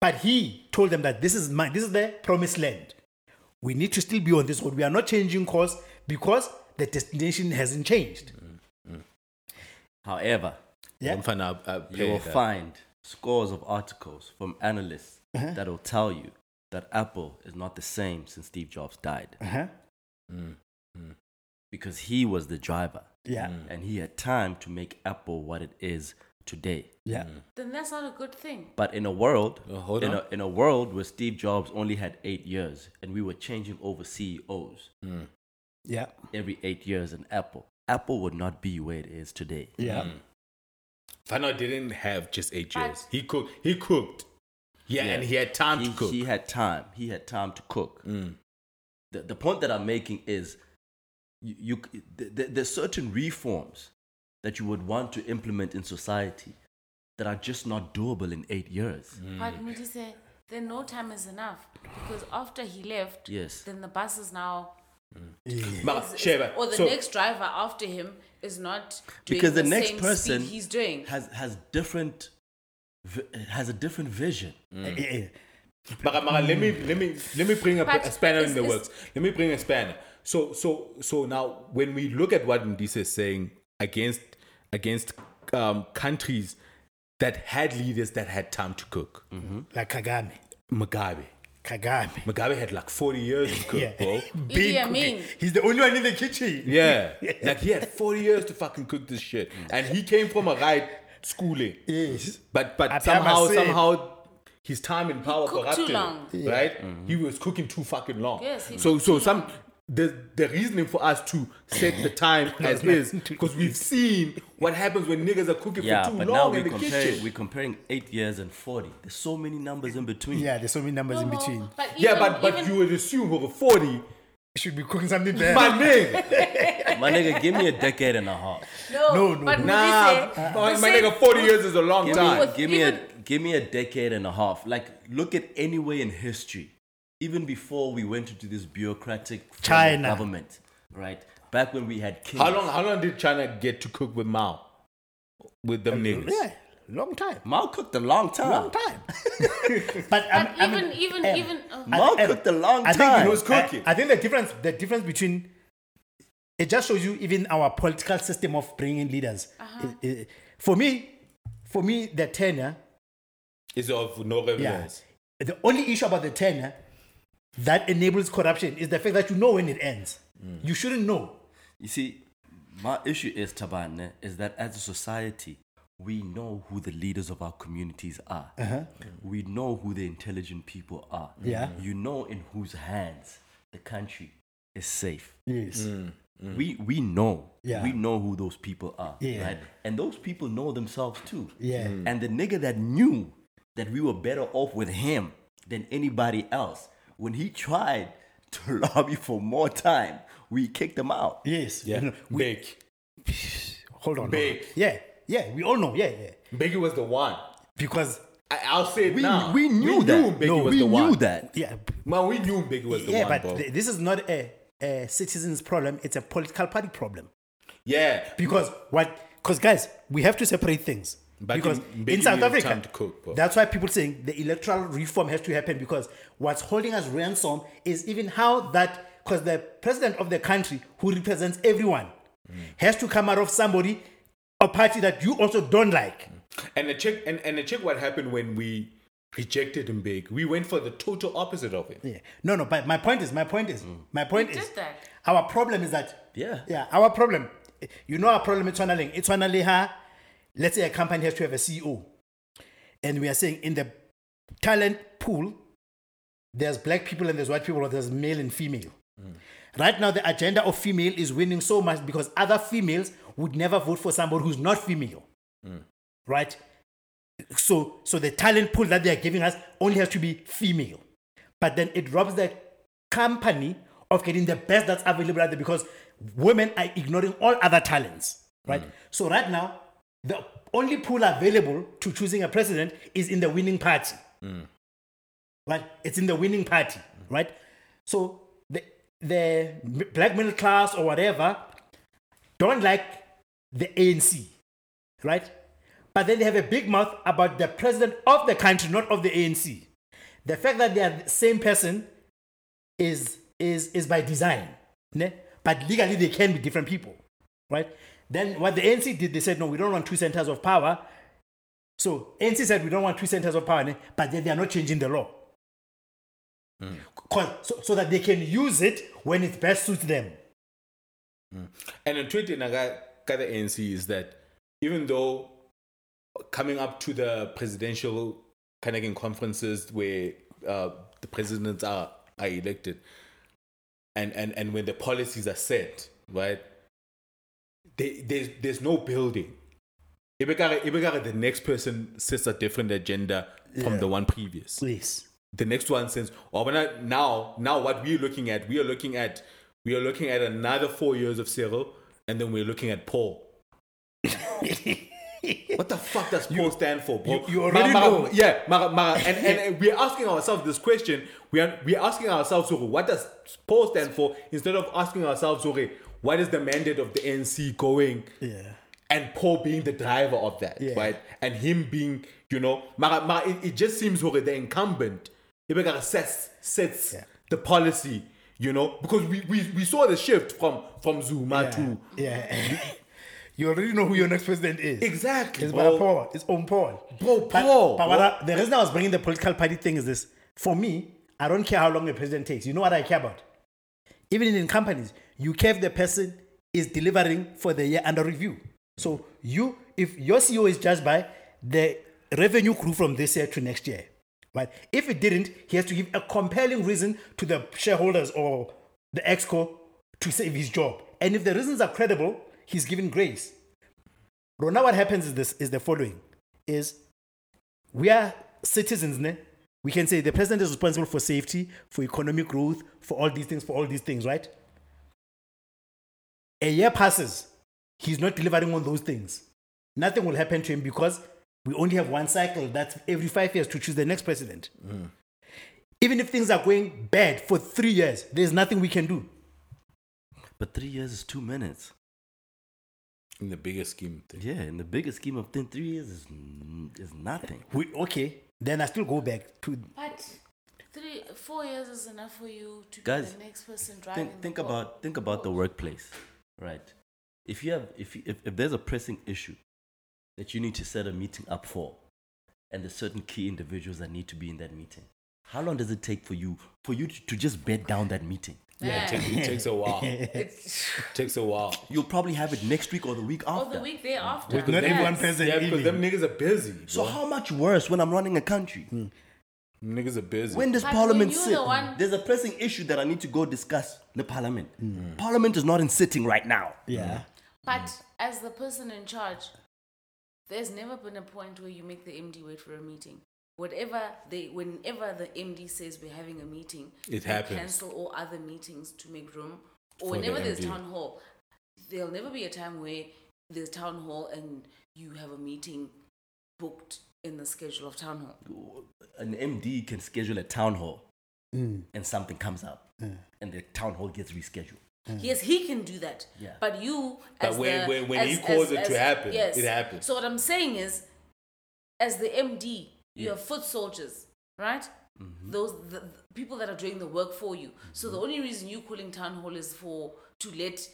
Speaker 3: but he told them that this is my, this is the promised land. We need to still be on this road. We are not changing course because the destination hasn't changed.
Speaker 2: However,
Speaker 3: Yeah,
Speaker 1: Mfana, I- I
Speaker 2: you
Speaker 1: pay
Speaker 2: will
Speaker 1: that.
Speaker 2: find scores of articles from analysts
Speaker 1: Uh-huh.
Speaker 2: that will tell you that Apple is not the same since Steve Jobs died
Speaker 3: uh-huh.
Speaker 2: because he was the driver
Speaker 3: yeah.
Speaker 2: Mm.
Speaker 1: Mm.
Speaker 2: and he had time to make Apple what it is today.
Speaker 3: Yeah.
Speaker 4: Then that's not a good thing.
Speaker 2: But in a world,
Speaker 1: Uh, hold
Speaker 2: in,
Speaker 1: on.
Speaker 2: A, in a world where Steve Jobs only had eight years, and we were changing over CEOs
Speaker 3: Yeah.
Speaker 2: every eight years in Apple, Apple would not be where it is today.
Speaker 3: Yeah.
Speaker 1: Fano didn't have just eight
Speaker 4: But-
Speaker 1: years. He cooked. He cooked. Yeah, and he had time
Speaker 2: he,
Speaker 1: to cook.
Speaker 2: He had time. He had time to cook.
Speaker 1: Mm.
Speaker 2: The, the point that I'm making is, you, you c- th- th- there's certain reforms that you would want to implement in society that are just not doable in eight
Speaker 1: Mm.
Speaker 2: years.
Speaker 1: Hmm.
Speaker 4: But me to say, then no time is enough because after he left,
Speaker 2: Yes.
Speaker 4: then the bus is now
Speaker 3: Mm.
Speaker 1: Ma- Sheba,
Speaker 4: or the
Speaker 1: so-
Speaker 4: next driver after him is not doing
Speaker 2: because the, next
Speaker 4: same
Speaker 2: person
Speaker 4: speed he's doing.
Speaker 2: has has different vi- has a different vision.
Speaker 3: Eh, eh, eh.
Speaker 1: Mara, Mara, let me let me let me bring a,
Speaker 4: But
Speaker 1: a spanner in
Speaker 4: it's-
Speaker 1: the
Speaker 4: it's-
Speaker 1: works. Let me bring a spanner. So so so now when we look at what Ndisa is saying against against um, countries that had leaders that had time to cook,
Speaker 3: Mm. Like Kagame.
Speaker 1: Mugabe.
Speaker 3: Kagame.
Speaker 1: Mugabe had like forty years to cook,
Speaker 3: Yeah.
Speaker 1: bro.
Speaker 3: Big
Speaker 4: Idi
Speaker 3: cooking.
Speaker 4: Amin.
Speaker 3: He's the only one in the kitchen.
Speaker 1: Yeah. like he had forty years to fucking cook this shit, and he came from a right schooling.
Speaker 3: Yes.
Speaker 1: But but
Speaker 3: I've
Speaker 1: somehow
Speaker 3: never seen-
Speaker 1: somehow his time in power
Speaker 4: cooked
Speaker 1: corrupted
Speaker 4: too
Speaker 1: him,
Speaker 4: long.
Speaker 1: right?
Speaker 2: Mm-hmm.
Speaker 1: He was cooking too fucking long.
Speaker 4: Yes, he
Speaker 1: so
Speaker 4: cooked
Speaker 1: so
Speaker 4: too
Speaker 1: some
Speaker 4: long.
Speaker 1: the the reasoning for us to set the time as is because we've seen what happens when niggas are cooking
Speaker 2: Yeah,
Speaker 1: for too
Speaker 2: but
Speaker 1: long
Speaker 2: now
Speaker 1: in
Speaker 2: we're
Speaker 1: the
Speaker 2: comparing,
Speaker 1: kitchen.
Speaker 2: we're comparing eight years and forty. There's so many numbers in between.
Speaker 3: Yeah, there's so many numbers
Speaker 4: No,
Speaker 3: in
Speaker 4: no,
Speaker 3: between. You
Speaker 4: But
Speaker 1: yeah,
Speaker 4: even-
Speaker 1: but but
Speaker 4: even-
Speaker 1: you would assume over forty,
Speaker 3: should be cooking something better.
Speaker 1: my nigga,
Speaker 2: My nigga, give me a decade and a half.
Speaker 4: no,
Speaker 3: No, no,
Speaker 4: but
Speaker 3: no.
Speaker 1: nah, uh,
Speaker 4: Modise,
Speaker 1: my,
Speaker 4: the
Speaker 1: my
Speaker 4: same-
Speaker 1: nigga, forty years is a long
Speaker 2: Give
Speaker 1: time.
Speaker 2: me,
Speaker 4: With
Speaker 2: give me a
Speaker 4: even-
Speaker 2: give me a decade and a half. Like look at anywhere in history, even before we went into this bureaucratic form of
Speaker 3: China.
Speaker 2: government, right? Back when we had kings.
Speaker 1: How long how long did China get to cook with Mao, with
Speaker 2: Um,
Speaker 1: them niggas?
Speaker 3: Yeah, long time.
Speaker 2: Mao cooked a long time.
Speaker 3: Long
Speaker 1: Ah.
Speaker 3: time. but
Speaker 4: But
Speaker 3: I'm, I'm,
Speaker 4: even even
Speaker 3: um,
Speaker 4: even uh,
Speaker 2: Mao
Speaker 3: I- I-
Speaker 2: cooked a long
Speaker 3: I
Speaker 2: time.
Speaker 3: think he
Speaker 1: was cooking.
Speaker 3: I, I think the difference, the difference between it just shows you even our political system of bringing leaders.
Speaker 4: Uh-huh.
Speaker 3: It- it- for me, for me, the tenure.
Speaker 1: Is of no
Speaker 3: Yeah.
Speaker 1: relevance.
Speaker 3: The only issue about the tenure that enables corruption is the fact that you know when it ends.
Speaker 1: Mm.
Speaker 3: You shouldn't know.
Speaker 2: You see, my issue is Tabane is that as a society, we know who the leaders of our communities are. We know who the intelligent people are.
Speaker 3: Uh-huh. Yeah.
Speaker 2: You know in whose hands the country is safe.
Speaker 3: Yes.
Speaker 1: Mm.
Speaker 2: We we know.
Speaker 3: Yeah.
Speaker 2: We know who those people are.
Speaker 3: Yeah.
Speaker 2: Right? And those people know themselves too.
Speaker 3: Yeah.
Speaker 2: And the nigga that knew that we were better off with him than anybody else, when he tried to lobby for more time, we kicked him out.
Speaker 3: Yes.
Speaker 1: Yeah.
Speaker 3: You know, we-
Speaker 1: Big.
Speaker 3: hold on. hold on.
Speaker 1: Big.
Speaker 3: Yeah. Yeah. We all know. Yeah. Yeah.
Speaker 1: Biggie was the one.
Speaker 3: Because
Speaker 1: I, I'll say it
Speaker 2: We,
Speaker 1: now.
Speaker 2: we knew that.
Speaker 1: Biggie
Speaker 2: No,
Speaker 1: was
Speaker 2: we
Speaker 1: the
Speaker 2: knew
Speaker 1: one.
Speaker 2: that.
Speaker 3: yeah.
Speaker 1: Man, we knew Biggie was the
Speaker 3: yeah.
Speaker 1: one,
Speaker 3: But
Speaker 1: bro.
Speaker 3: th- this is not a, a citizen's problem. It's a political party problem.
Speaker 1: yeah,
Speaker 3: Because what? Because guys, we have to separate things.
Speaker 1: But
Speaker 3: because
Speaker 1: you-
Speaker 3: in,
Speaker 1: but you
Speaker 3: South
Speaker 1: need
Speaker 3: Africa,
Speaker 1: time to cook, bro.
Speaker 3: that's why people saying the electoral reform has to happen because what's holding us ransom is even how that because the president of the country who represents everyone
Speaker 1: Mm.
Speaker 3: has to come out of somebody a party that you also don't like.
Speaker 1: Mm. and a check and, and a check what happened when we rejected him big. We went for the total opposite of it.
Speaker 3: Yeah. No, no. But my point is, my point is,
Speaker 1: Mm.
Speaker 3: my point
Speaker 4: We
Speaker 3: is,
Speaker 4: did that.
Speaker 3: our problem is that
Speaker 2: Yeah.
Speaker 3: yeah, our problem. You know our problem. It's only it's only her. Let's say a company has to have a CEO, and we are saying in the talent pool, there's black people and there's white people, or there's male and female. Right now, the agenda of female is winning so much because other females would never vote for somebody who's not female. Right? So, so the talent pool that they are giving us only has to be female. But then it robs the company of getting the best that's available out there because women are ignoring all other talents. Right? So, right now, the only pool available to choosing a president is in the winning party right? It's in the winning party, right? So the the m- black middle class or whatever don't like the ANC, right? But then they have a big mouth about the president of the country, not of the ANC. The fact that they are the same person is is is by design, ne? But legally they can be different people, right? Then what the ANC did, they said no, we don't want two centers of power. So ANC said we don't want two centers of power, ne? but then they are not changing the law. 'Cause- so, so that they can use it when it best suits them.
Speaker 1: And in 20 naga- kada ANC is that even though coming up to the presidential Kanakin conferences where uh, the presidents are, are elected and, and, and when the policies are set, right? They, there's, there's no building. Ibekare, Ibekare, the next person sets a different agenda from
Speaker 3: Yeah.
Speaker 1: the one previous
Speaker 3: Please.
Speaker 1: the next one says, "Oh, but not- now, now, what we're looking at, we are looking at, we are looking at another four years of Cyril, and then we're looking at Paul." what the fuck does Paul stand for, bro?
Speaker 3: you- you already
Speaker 1: Mara-
Speaker 3: know.
Speaker 1: Yeah, Mara, Mara, and, and, and we're asking ourselves this question. We are we're asking ourselves, okay, what does Paul stand for? Instead of asking ourselves, okay, what is the mandate of the NC going?
Speaker 3: Yeah.
Speaker 1: and Paul being the driver of that,
Speaker 3: Yeah.
Speaker 1: right? And him being, you know, mara, mara, it, it just seems who the incumbent Ibekara sets sets
Speaker 3: Yeah.
Speaker 1: the policy, you know, because we, we, we saw the shift from from Zuma Uh, to
Speaker 3: Yeah. you already know who your next president is.
Speaker 1: exactly,
Speaker 3: It's by
Speaker 1: bro.
Speaker 3: Paul. It's on Paul.
Speaker 1: Bro,
Speaker 3: But-
Speaker 1: Paul,
Speaker 3: But, what
Speaker 1: bro.
Speaker 3: I- the reason I was bringing the political party thing is this: for me, I don't care how long a president takes. You know what I care about? Even in companies, you care if the person is delivering for the year under review. So you, if your CEO is judged by the revenue grew from this year to next year, right? If it didn't, he has to give a compelling reason to the shareholders or the exco to save his job. And if the reasons are credible, he's given grace. Bro, now what happens is this is the following is we are citizens, ne? We can say the president is responsible for safety, for economic growth, for all these things, for all these things, right? A year passes, he's not delivering on those things. Nothing will happen to him because we only have one cycle. That's every five years to choose the next president. Even if things are going bad for three years, there's nothing we can do.
Speaker 2: But three years is two minutes.
Speaker 1: In the bigger scheme thing.
Speaker 2: Yeah, in the bigger scheme of things, three years is, n- is nothing.
Speaker 3: We okay, then I still go back to
Speaker 4: But three, four years is enough for you to
Speaker 2: Guys,
Speaker 4: be the next person driving.
Speaker 2: Think,
Speaker 4: the
Speaker 2: think
Speaker 4: boat.
Speaker 2: about think about the workplace, right? If you have if, you- if if there's a pressing issue that you need to set a meeting up for, and there's certain key individuals that need to be in that meeting, how long does it take for you for you to, to just bed down that meeting?
Speaker 1: Yeah, it, takes, it takes a while. It
Speaker 4: It's-
Speaker 1: takes a while.
Speaker 2: You'll probably have it next week or the week
Speaker 4: or
Speaker 2: after.
Speaker 4: the week thereafter.
Speaker 1: Because
Speaker 3: not
Speaker 1: them-
Speaker 3: every one person
Speaker 1: Yeah, because them
Speaker 3: even.
Speaker 1: niggas are busy.
Speaker 2: So
Speaker 1: bro.
Speaker 2: how much worse when I'm running a country?
Speaker 1: niggas are busy.
Speaker 2: When does
Speaker 4: But
Speaker 2: Parliament
Speaker 4: when
Speaker 2: sit?
Speaker 4: you're the one-
Speaker 2: There's a pressing issue that I need to go discuss the Parliament. Parliament is not in sitting right now.
Speaker 3: yeah.
Speaker 4: But as the person in charge, there's never been a point where you make the MD wait for a meeting. Whatever they, whenever the MD says we're having a meeting,
Speaker 1: It
Speaker 4: they
Speaker 1: happens.
Speaker 4: Cancel all other meetings to make room,
Speaker 1: For
Speaker 4: or
Speaker 1: the
Speaker 4: whenever there's
Speaker 1: MD.
Speaker 4: town hall, there'll never be a time where there's town hall and you have a meeting booked in the schedule of town hall.
Speaker 2: An MD can schedule a town hall
Speaker 3: Mm.
Speaker 2: and something comes up and the town hall gets rescheduled.
Speaker 4: Yes, he can do that.
Speaker 2: Yeah.
Speaker 4: But you,
Speaker 1: But
Speaker 4: as
Speaker 1: when-
Speaker 4: the,
Speaker 1: when- when he
Speaker 4: as,
Speaker 1: calls
Speaker 4: as-
Speaker 1: it to
Speaker 4: as-
Speaker 1: happen,
Speaker 4: yes.
Speaker 1: it happens.
Speaker 4: So what I'm saying is, as the MD, you have foot soldiers, right?
Speaker 2: Mm-hmm.
Speaker 4: Those the, the people that are doing the work for you. So the only reason you calling town hall is for to let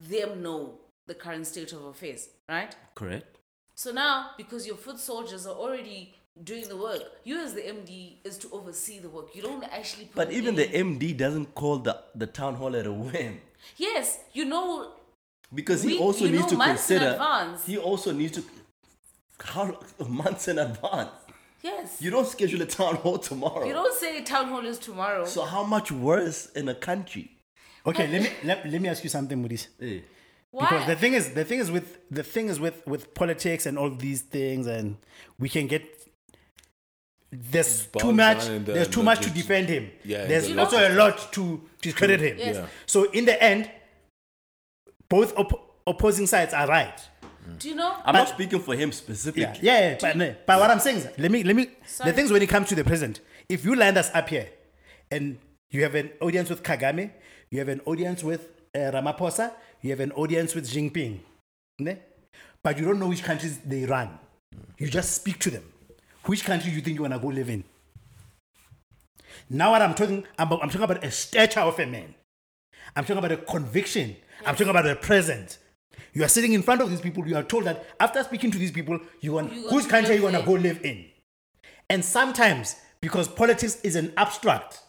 Speaker 4: them know the current state of affairs, right?
Speaker 2: Correct?
Speaker 4: So now, because your foot soldiers are already doing the work, you as the MD is to oversee the work. You don't actually. Put
Speaker 2: But
Speaker 4: in
Speaker 2: even the
Speaker 4: any-
Speaker 2: MD doesn't call the, the town hall at a whim.
Speaker 4: yes, you know
Speaker 2: Because
Speaker 4: We-
Speaker 2: he also
Speaker 4: you
Speaker 2: needs
Speaker 4: know,
Speaker 2: to
Speaker 4: months in
Speaker 2: consider
Speaker 4: advance.
Speaker 2: he also needs to how months in advance.
Speaker 4: yes.
Speaker 2: You don't schedule a town hall
Speaker 3: Oh.
Speaker 2: tomorrow.
Speaker 4: You don't say town hall is tomorrow.
Speaker 2: so how much worse in a country?
Speaker 3: Okay, let me let, let me ask you something, Moody's.
Speaker 2: Eh.
Speaker 4: Why?
Speaker 3: Because the thing is, the thing is with the thing is with with politics and all these things, and we can get there's too
Speaker 1: bogged
Speaker 3: much.
Speaker 1: down in the-
Speaker 3: there's
Speaker 1: in
Speaker 3: too
Speaker 1: the-
Speaker 3: much to
Speaker 1: the-
Speaker 3: defend him.
Speaker 1: Yeah, in
Speaker 3: there's
Speaker 1: the
Speaker 3: also a lot to discredit him.
Speaker 4: Yes. Yeah.
Speaker 3: So in the end, both op- opposing sides are right.
Speaker 4: Do you know?
Speaker 2: I'm not speaking for him specifically.
Speaker 3: Yeah, yeah. yeah, but, no, but what I'm saying is, let me let me
Speaker 4: Sorry.
Speaker 3: the things when it comes to the present. If you land us up here, and you have an audience with Kagame, you have an audience with uh, Ramaphosa, you have an audience with Jinping, ne? but you don't know which countries they run. You just speak to them. Which country you think you wanna go live in? Now what I'm talking, I'm, I'm talking about a stature of a man. I'm talking about a conviction. I'm talking about a present. You are sitting in front of these people. You are told that after speaking to these people, you want
Speaker 4: You want
Speaker 3: whose
Speaker 4: to
Speaker 3: country
Speaker 4: live
Speaker 3: you want to
Speaker 4: in.
Speaker 3: go live in. And sometimes, because politics is an abstract,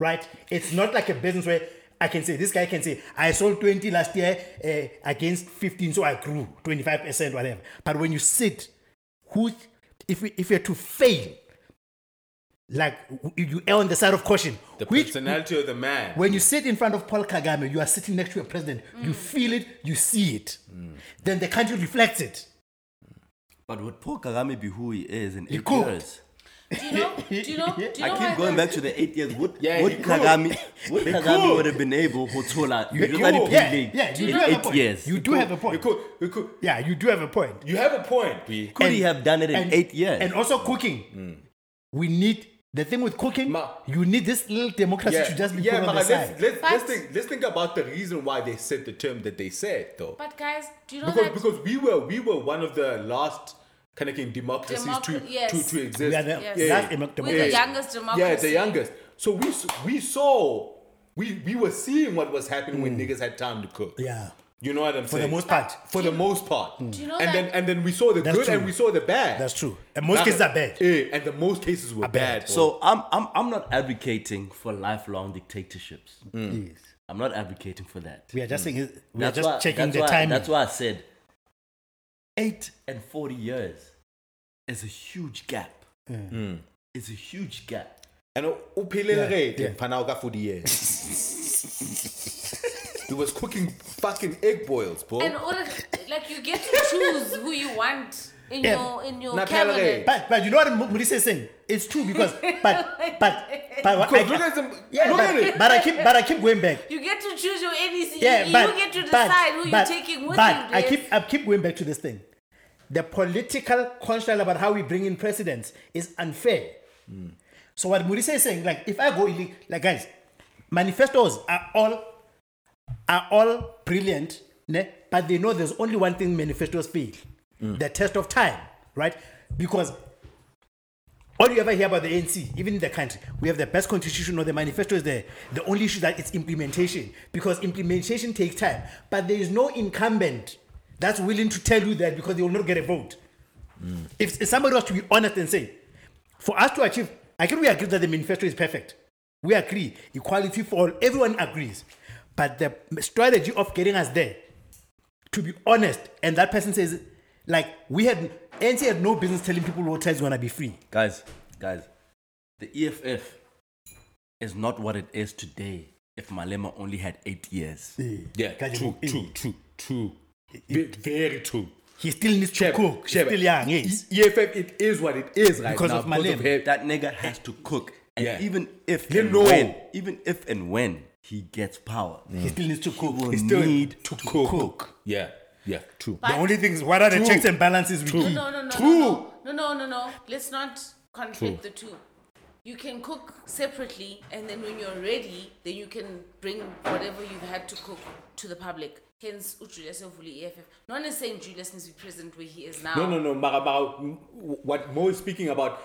Speaker 3: right? It's not like a business where I can say this guy can say I sold 20 eh, last year uh, against 15, so I grew 25 percent, whatever. But when you sit who if we, if you're to fail like w- you err on the side of caution
Speaker 1: The
Speaker 3: which
Speaker 1: personality of the man.
Speaker 3: when you sit in front of Paul Kagame, you are sitting next to a president. You
Speaker 2: Mm.
Speaker 3: feel it, you see it.
Speaker 1: Mm.
Speaker 3: Then the country reflects it.
Speaker 2: But would Paul Kagame be who he is in
Speaker 3: He
Speaker 2: eight
Speaker 3: could.
Speaker 2: years?
Speaker 4: Do you know? Do you know? Do you know
Speaker 2: I
Speaker 4: why
Speaker 2: keep going
Speaker 4: the-
Speaker 2: back to the eight years. Would,
Speaker 1: Yeah,
Speaker 2: would
Speaker 1: he could.
Speaker 2: Kagame, would
Speaker 1: He
Speaker 2: Kagame
Speaker 1: could.
Speaker 2: would have been able to toll out
Speaker 3: You,
Speaker 2: you
Speaker 3: you-
Speaker 2: know,
Speaker 3: yeah,
Speaker 2: League
Speaker 3: yeah, you
Speaker 2: in
Speaker 3: do have a
Speaker 2: eight
Speaker 3: point.
Speaker 2: years?
Speaker 3: You do have a
Speaker 1: You
Speaker 3: point.
Speaker 1: could, you could,
Speaker 3: Yeah, you do have a point.
Speaker 1: you have a point, B.
Speaker 2: could he have done it in eight years? Mm.
Speaker 3: And also cooking. We need the thing with cooking.
Speaker 1: Ma-
Speaker 3: you need this little democracy to just be
Speaker 1: yeah,
Speaker 3: put on
Speaker 1: but
Speaker 3: the
Speaker 1: let's,
Speaker 3: side.
Speaker 1: let's,
Speaker 4: But-
Speaker 1: let's, think, let's think about the reason why they said the term that they said, though.
Speaker 4: But guys, do you know
Speaker 1: because
Speaker 4: that?
Speaker 1: because we were we were one of the last kind of democracies
Speaker 4: Democra-
Speaker 1: to,
Speaker 4: yes.
Speaker 1: to to exist.
Speaker 3: We are the last
Speaker 4: Yes.
Speaker 1: Yeah.
Speaker 3: emo-
Speaker 4: We're the
Speaker 3: democracy.
Speaker 4: youngest
Speaker 1: Yeah, the
Speaker 4: democracy.
Speaker 1: youngest. So we s- we saw we we were seeing what was happening when niggas had time to cook.
Speaker 3: Mm. Yeah.
Speaker 1: You know what I'm
Speaker 3: For the
Speaker 1: saying?
Speaker 3: most part. Mm.
Speaker 1: For the most part.
Speaker 4: Do you know
Speaker 1: and
Speaker 4: that-
Speaker 1: then and then we saw the
Speaker 3: That's
Speaker 1: good and
Speaker 3: true.
Speaker 1: we saw the bad.
Speaker 3: That's true. And most
Speaker 1: That-
Speaker 3: cases are bad.
Speaker 1: Yeah, and the most cases were bad. bro.
Speaker 2: So I'm, I'm, I'm not advocating for lifelong dictatorships.
Speaker 3: Yes.
Speaker 2: I'm not advocating for that.
Speaker 3: We are just saying we
Speaker 2: Mm. That's
Speaker 3: are just
Speaker 2: why-
Speaker 3: checking
Speaker 2: that's
Speaker 3: the
Speaker 2: why-
Speaker 3: timing.
Speaker 2: That's why I said eight and 40 years is a huge gap. It's a huge gap.
Speaker 1: and uphelele
Speaker 3: yeah.
Speaker 1: rete mfana uka 40 years. He was cooking fucking egg boils, bro.
Speaker 4: And all the- like you get to choose who you want in
Speaker 3: Yeah.
Speaker 4: your in your
Speaker 1: Not
Speaker 4: cabinet.
Speaker 1: Calgary.
Speaker 3: But but you know what Murisa is saying? It's true because but but but what
Speaker 1: Because look at them-
Speaker 3: yeah,
Speaker 1: look
Speaker 3: but,
Speaker 1: at it.
Speaker 3: but I keep but I keep going back.
Speaker 4: You get to choose your NEC.
Speaker 3: Yeah,
Speaker 4: you
Speaker 3: but
Speaker 4: get to
Speaker 3: but,
Speaker 4: decide who
Speaker 3: but,
Speaker 4: you're taking with
Speaker 3: but
Speaker 4: you.
Speaker 3: I
Speaker 4: Des.
Speaker 3: keep I keep going back to this thing. The political construct about how we bring in presidents is unfair. Mm. So what Murisa is saying, like if I go illeg- like guys, manifestos are all are all brilliant, ne? but they know there's only one thing manifestos fail the test of time, right? Because all you ever hear about the ANC, even in the country, we have the best constitution or the manifesto is there. The only issue that it's implementation because implementation takes time. But there is no incumbent that's willing to tell you that because they will not get a vote. If, if somebody was to be honest and say, for us to achieve, I can we agree that the manifesto is perfect. We agree. Equality for all, everyone agrees. But the strategy of getting us there to be honest, and that person says, like, we had ANC had no business telling people hotels gonna be free.
Speaker 2: guys, guys, the EFF is not what it is today. If Malema only had eight years,
Speaker 1: yeah,
Speaker 3: Kaji
Speaker 1: true,
Speaker 3: Mopeli.
Speaker 1: true, true, true. Ve- Very true.
Speaker 3: He still needs to cook. He's
Speaker 1: Shebe,
Speaker 3: still young, yes.
Speaker 1: E- EFF, it is what it is right
Speaker 3: Because
Speaker 1: now.
Speaker 3: of Malema.
Speaker 1: him.
Speaker 2: that nigga has to cook. And
Speaker 1: Yeah.
Speaker 2: even if
Speaker 1: He'll
Speaker 2: and
Speaker 1: know.
Speaker 2: when, even if and when he gets power,
Speaker 3: He still needs to cook.
Speaker 2: will
Speaker 3: He
Speaker 1: Still
Speaker 2: need
Speaker 1: to
Speaker 2: cook.
Speaker 1: cook. Yeah, yeah, true.
Speaker 3: The only thing is, what are the
Speaker 1: True.
Speaker 3: checks and balances we keep?
Speaker 4: no, no, no,
Speaker 1: True.
Speaker 4: no, no, no, no, no. Let's not conflict the two. You can cook separately, and then when you're ready, then you can bring whatever you've had to cook to the public. Hence, Julius Ovuli EFF. E No one is saying Julius needs to be present where he is now.
Speaker 1: No, no, no. Mara, Mara, m- what Mo is speaking about,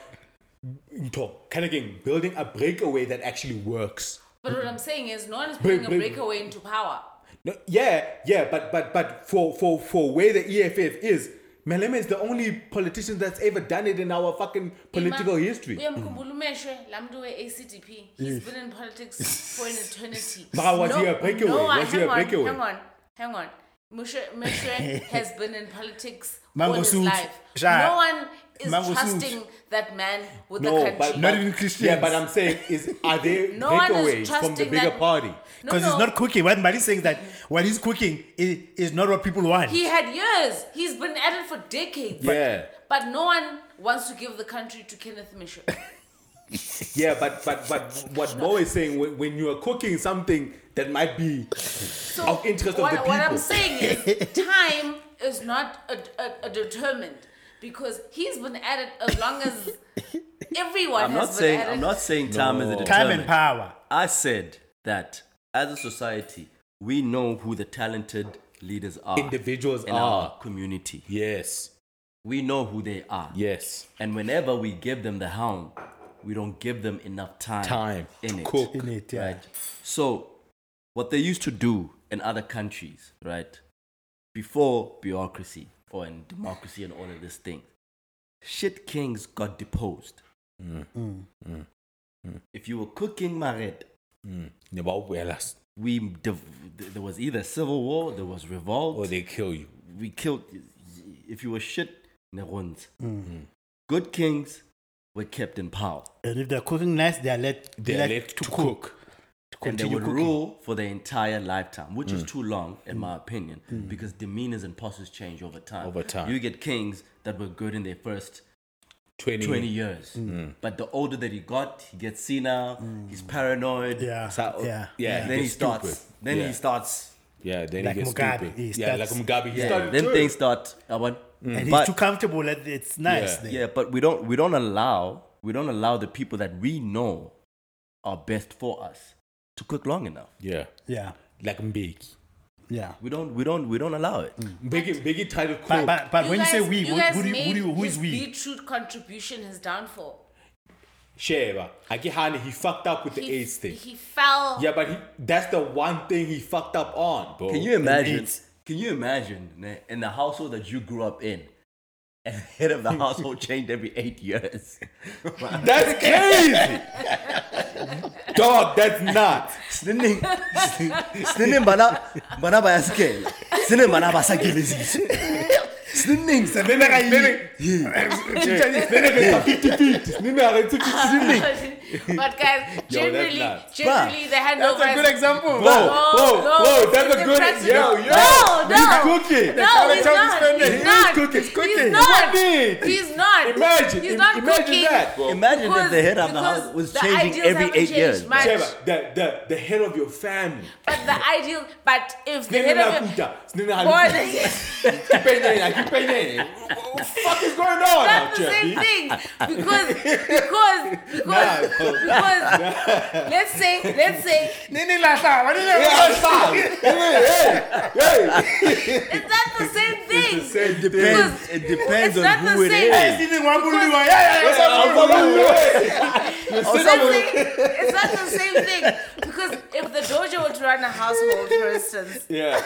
Speaker 1: Nto, kind of again, building a breakaway that actually works.
Speaker 4: But what I'm saying is, no one is putting a
Speaker 1: break-
Speaker 4: breakaway into power.
Speaker 1: No, yeah, yeah, but but but for for for where the EFF is, Malema is the only politician that's ever done it in our fucking political
Speaker 4: Ima-
Speaker 1: history. Mm.
Speaker 4: uyamkhumbula umeshwe laa mntu we-acdp he's been in politics for an eternity
Speaker 1: Mara, was he a breakaway?
Speaker 4: no,
Speaker 1: Was he a
Speaker 4: hang on,
Speaker 1: breakaway?
Speaker 4: hang on hang on Meshwe Meshwe has been in politics all his
Speaker 3: Mangosuthu.
Speaker 4: life
Speaker 3: Sha-
Speaker 4: no one is
Speaker 3: Mangosuthu.
Speaker 4: trusting that man with the
Speaker 1: No,
Speaker 4: country
Speaker 1: but,
Speaker 3: Not
Speaker 1: but-
Speaker 3: even Christians.
Speaker 1: Yeah, but I'm saying is are there
Speaker 4: No one
Speaker 1: breakaways
Speaker 4: is
Speaker 1: from the
Speaker 4: trusting
Speaker 1: bigger
Speaker 4: that
Speaker 1: party?
Speaker 4: No,
Speaker 3: Because
Speaker 4: no.
Speaker 3: he's not cooking. What Mari's saying is that what he's cooking is, is not what people want.
Speaker 4: he had years he's been at it for decades
Speaker 1: Yeah.
Speaker 4: but no one wants to give the country to kenneth Meshwe.
Speaker 1: Yeah, but but but what Mo is saying when, when you are cooking something that might be
Speaker 4: So
Speaker 1: of interest of
Speaker 4: what,
Speaker 1: the
Speaker 4: What I'm
Speaker 1: people.
Speaker 4: saying is, time is not a, a, a determinant because he's been at it as long as everyone
Speaker 2: I'm
Speaker 4: has
Speaker 2: not
Speaker 4: been
Speaker 2: saying
Speaker 4: at it.
Speaker 2: I'm not saying time is a determinant.
Speaker 3: Time and power.
Speaker 2: I said that as a society, we know who the talented leaders are
Speaker 1: Individuals
Speaker 2: in
Speaker 1: are.
Speaker 2: our community.
Speaker 1: Yes.
Speaker 2: We know who they are.
Speaker 1: Yes.
Speaker 2: And whenever we give them the helm, we don't give them enough time,
Speaker 1: Time
Speaker 2: in
Speaker 1: to
Speaker 2: it.
Speaker 1: cook.
Speaker 3: In it, yeah.
Speaker 2: Right. So, what they used to do in other countries, right, before bureaucracy or in democracy and all of this thing, shit kings got deposed. If you were cooking Maret,
Speaker 1: Mm.
Speaker 2: we div- there was either civil war, there was revolt,
Speaker 1: Or they kill Oh, you.
Speaker 2: we killed. If you were shit Neronz.
Speaker 1: Mm.
Speaker 2: Good kings were kept in power
Speaker 3: And if they're cooking nice, they are let,
Speaker 1: They are left to cook.
Speaker 3: to
Speaker 2: and they
Speaker 3: continue
Speaker 2: would
Speaker 3: cooking.
Speaker 2: rule for their entire lifetime, which
Speaker 1: Mm.
Speaker 2: is too long, in my opinion, because demeanors and postures change over time.
Speaker 1: Over time.
Speaker 2: You get kings that were good in their first
Speaker 1: 20,
Speaker 2: 20 years.
Speaker 1: Mm.
Speaker 2: But the older that he got, he gets senile, he's paranoid.
Speaker 3: Yeah.
Speaker 1: So-
Speaker 3: yeah.
Speaker 1: yeah.
Speaker 2: Then he
Speaker 1: gets
Speaker 2: starts.
Speaker 1: stupid.
Speaker 2: Then
Speaker 1: Yeah.
Speaker 2: he starts.
Speaker 1: Yeah, then
Speaker 3: Like
Speaker 1: he gets
Speaker 3: Mugabe,
Speaker 1: stupid.
Speaker 3: he
Speaker 1: yeah, like
Speaker 3: starts-
Speaker 1: Mugabe. he
Speaker 2: Yeah.
Speaker 1: started
Speaker 2: then
Speaker 1: too.
Speaker 2: things start. I want,
Speaker 3: And he's
Speaker 2: Mm, but,
Speaker 3: too comfortable. That it's nice.
Speaker 1: Yeah.
Speaker 3: there.
Speaker 2: yeah, but we don't we don't allow we don't allow the people that we know are best for us to cook long enough.
Speaker 1: Yeah,
Speaker 3: yeah,
Speaker 1: like Mbeki.
Speaker 3: yeah.
Speaker 2: We don't we don't we don't allow it.
Speaker 4: Mm.
Speaker 1: Mbeki, Mbeki tried to cook.
Speaker 3: But but, but
Speaker 4: You
Speaker 3: when
Speaker 4: guys-
Speaker 3: you say we,
Speaker 4: you
Speaker 3: what-
Speaker 4: guys
Speaker 3: who, do you, who,
Speaker 4: made
Speaker 3: do you, who
Speaker 4: his
Speaker 3: is we?
Speaker 4: Beetroot contribution his downfall.
Speaker 1: Sheba, Akihani, he fucked up with the
Speaker 4: He,
Speaker 1: AIDS thing.
Speaker 4: he fell.
Speaker 1: Yeah, but he, that's the one thing he fucked up on, bro.
Speaker 2: Can you imagine?
Speaker 3: AIDS.
Speaker 2: Can you imagine ne, in the household that you grew up in, and the head of the household changed every eight years?
Speaker 1: That's crazy, dog. That's nuts.
Speaker 2: Sinin, sinin bana bana ba yaske, sinin bana ba sakilisi. Sinin,
Speaker 1: Then I then I fifty feet. Then I fifty feet. Yo,
Speaker 4: but guys,
Speaker 1: that's
Speaker 4: generally,
Speaker 1: nuts.
Speaker 4: generally the handover.
Speaker 3: That's a good
Speaker 4: is-
Speaker 3: example.
Speaker 1: Whoa, whoa, whoa, that's
Speaker 4: it's
Speaker 1: a good-
Speaker 4: impressive.
Speaker 1: yo, yo,
Speaker 4: No,
Speaker 1: he's
Speaker 4: no.
Speaker 1: cooking.
Speaker 4: No,
Speaker 1: That's how they
Speaker 4: he's
Speaker 1: tell me spending.
Speaker 4: not. He's
Speaker 1: He is
Speaker 4: not.
Speaker 1: cooking. He's cooking.
Speaker 4: He's not.
Speaker 1: What did?
Speaker 4: He's not.
Speaker 1: Imagine,
Speaker 4: He's
Speaker 1: im-
Speaker 4: not
Speaker 1: imagine
Speaker 4: cooking.
Speaker 1: that, bro.
Speaker 2: Imagine if the
Speaker 4: Because-
Speaker 2: head of the house
Speaker 4: because
Speaker 2: was
Speaker 4: the
Speaker 2: changing
Speaker 4: ideals
Speaker 2: every
Speaker 4: haven't
Speaker 2: eight
Speaker 4: changed
Speaker 2: years.
Speaker 4: much.
Speaker 1: Sheba, the, the, the head of your family.
Speaker 4: But the ideal. But if the
Speaker 1: Nene
Speaker 4: head of
Speaker 1: Nakuta. Nene
Speaker 4: More
Speaker 1: Halukuta.
Speaker 4: than-
Speaker 1: Keep it there, like, keep it there. What the fuck is going on out
Speaker 4: That's the
Speaker 1: here?
Speaker 4: same thing because because because
Speaker 1: bro.
Speaker 4: because let's say let's say
Speaker 1: Yeah, stop. Hey, hey, hey.
Speaker 4: it's not the same thing.
Speaker 1: It's the same thing.
Speaker 4: Because
Speaker 2: It depends
Speaker 4: it's
Speaker 2: on
Speaker 4: not
Speaker 2: who
Speaker 4: the
Speaker 2: it
Speaker 4: same.
Speaker 2: is.
Speaker 1: What's up,
Speaker 3: Because-
Speaker 4: It's not the- it's not the same thing because if the dojo were to run a household, for instance,
Speaker 1: Yeah.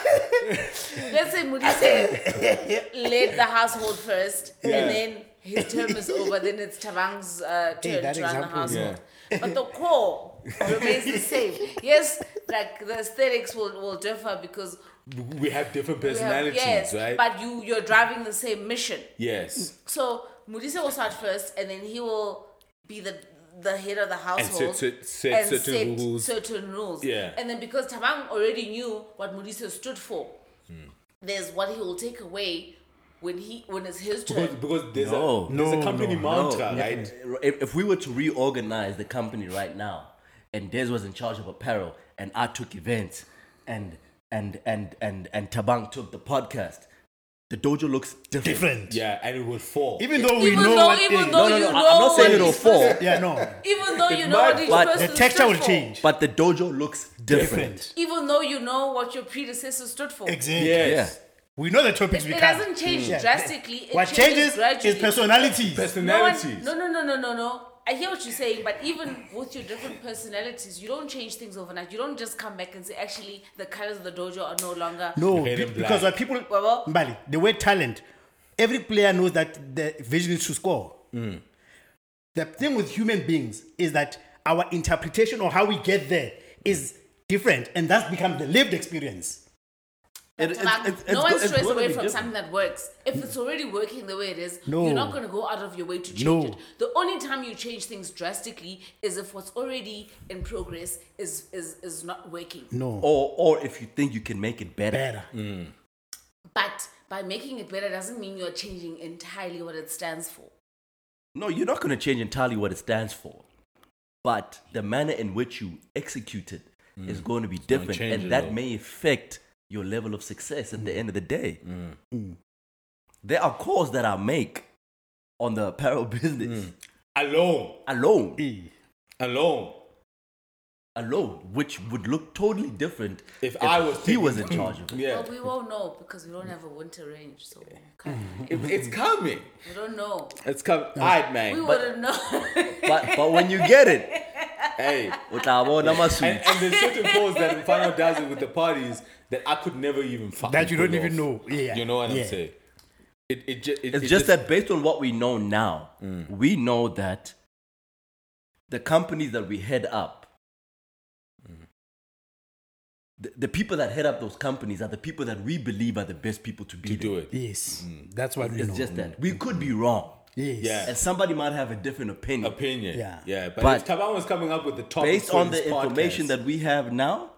Speaker 4: let's say Mudise led the household first,
Speaker 1: Yeah.
Speaker 4: and then his term is over, then it's Tavang's uh, turn
Speaker 3: that
Speaker 4: to run the
Speaker 3: example is-
Speaker 4: household. But the core remains the same. Yes, like the aesthetics will, will differ because
Speaker 1: We have different
Speaker 4: we have-
Speaker 1: personalities,
Speaker 4: yes,
Speaker 1: right?
Speaker 4: but you you're driving the same mission.
Speaker 1: yes.
Speaker 4: So Mudise will start first, and then he will be the the head of the
Speaker 1: And
Speaker 4: household
Speaker 1: set, set, set
Speaker 4: and
Speaker 1: certain
Speaker 4: set
Speaker 1: rules.
Speaker 4: certain rules.
Speaker 1: Yeah.
Speaker 4: And then because Tabang already knew what Mudise stood for, there's what he will take away when he when it's his turn.
Speaker 1: because, because there's,
Speaker 2: No.
Speaker 1: a, there's a
Speaker 3: No,
Speaker 1: company mantra, right?
Speaker 2: If, if we were to reorganize the company right now, and Des was in charge of apparel, and I took events, and and and and and Tabang took the podcast, the dojo looks different.
Speaker 3: Different.
Speaker 1: Yeah, and it will fall.
Speaker 3: Even though we
Speaker 4: even
Speaker 3: know
Speaker 4: though
Speaker 3: what
Speaker 4: even
Speaker 3: they-
Speaker 4: though
Speaker 2: No, no,
Speaker 4: you
Speaker 2: no, I-
Speaker 4: know
Speaker 2: I'm not saying
Speaker 4: what
Speaker 2: it'll
Speaker 4: each
Speaker 2: fall.
Speaker 4: person-
Speaker 3: yeah, no.
Speaker 4: even though you know
Speaker 1: might,
Speaker 4: what each
Speaker 2: but-
Speaker 4: person
Speaker 3: The texture
Speaker 4: stood
Speaker 3: will
Speaker 4: for,
Speaker 3: change.
Speaker 2: But the dojo looks different.
Speaker 3: Different.
Speaker 4: even though you know what your predecessor stood for.
Speaker 3: Exactly.
Speaker 1: yes.
Speaker 3: We know the topics
Speaker 4: It,
Speaker 3: we
Speaker 4: it
Speaker 3: can.
Speaker 4: doesn't change
Speaker 3: Yeah.
Speaker 4: drastically. It
Speaker 3: What changes
Speaker 4: gradually.
Speaker 3: is personality.
Speaker 4: No, one-
Speaker 1: Personalities.
Speaker 4: no, no, no, no, no, no. I hear what you're saying, but even with your different personalities, you don't change things overnight. You don't just come back and say, actually, the colors of the dojo are no longer.
Speaker 1: Red
Speaker 3: No, be-
Speaker 1: and black.
Speaker 3: because when people
Speaker 4: Well, well-
Speaker 3: Mbali, the word talent, every player knows that the vision is to score. The thing with human beings is that our interpretation or how we get there is different, and that's become the lived experience.
Speaker 2: It- it-
Speaker 4: Like,
Speaker 2: it's- it's
Speaker 4: no
Speaker 2: go-
Speaker 4: one
Speaker 2: it's
Speaker 4: strays
Speaker 2: gonna
Speaker 4: away
Speaker 2: be
Speaker 4: from
Speaker 2: different.
Speaker 4: something that works. If it's already working the way it is,
Speaker 3: No.
Speaker 4: you're not going to go out of your way to change
Speaker 3: No.
Speaker 4: it. The only time you change things drastically is if what's already in progress is is, is not working.
Speaker 3: No,
Speaker 2: Or or if you think you can make it better.
Speaker 3: better.
Speaker 4: But by making it better doesn't mean you're changing entirely what it stands for.
Speaker 2: No, you're not going to change entirely what it stands for, but the manner in which you execute it is going to be
Speaker 1: Mm. gonna
Speaker 2: different,
Speaker 1: change
Speaker 2: and
Speaker 1: it Mm.
Speaker 2: that
Speaker 1: all.
Speaker 2: may affect your level of success at the end of the day. There are calls that I make on the apparel
Speaker 1: Mm.
Speaker 2: business
Speaker 1: Alone.
Speaker 2: alone,
Speaker 3: E.
Speaker 1: Alone.
Speaker 2: alone, which would look totally different
Speaker 1: If I was
Speaker 2: he was in
Speaker 1: taking-
Speaker 2: charge of it.
Speaker 1: Yeah.
Speaker 4: Well, we won't know because we don't have a winter range, so we can't-
Speaker 1: It- it's coming.
Speaker 4: we don't know.
Speaker 1: It's coming. All right, man.
Speaker 4: We
Speaker 1: But-
Speaker 4: wouldn't know.
Speaker 2: But but when you get it,
Speaker 1: hey.
Speaker 2: utabona
Speaker 1: And,
Speaker 2: masuku.
Speaker 1: and there's certain calls that Mfano does it with the parties that I could never even fucking
Speaker 3: That you
Speaker 1: pull
Speaker 3: don't even
Speaker 1: off.
Speaker 3: know. Yeah,
Speaker 1: You know what
Speaker 3: yeah.
Speaker 1: I'm saying? It, it, ju- it,
Speaker 2: It's
Speaker 1: it
Speaker 2: just that based on what we know now,
Speaker 3: Mm.
Speaker 2: we know that
Speaker 3: Mm.
Speaker 2: the companies that we head up, the, the people that head up those companies are the people that we believe are the best people to be
Speaker 1: to
Speaker 2: there.
Speaker 1: do it.
Speaker 3: Yes, that's what we
Speaker 2: It's
Speaker 3: know.
Speaker 2: just that we could be wrong,
Speaker 3: yes.
Speaker 1: Yeah.
Speaker 2: and somebody might have a different opinion
Speaker 1: Opinion.
Speaker 3: Yeah.
Speaker 1: Yeah. But,
Speaker 2: Mm. But-
Speaker 1: if Taban was coming up with the top
Speaker 2: based on the information that we have now.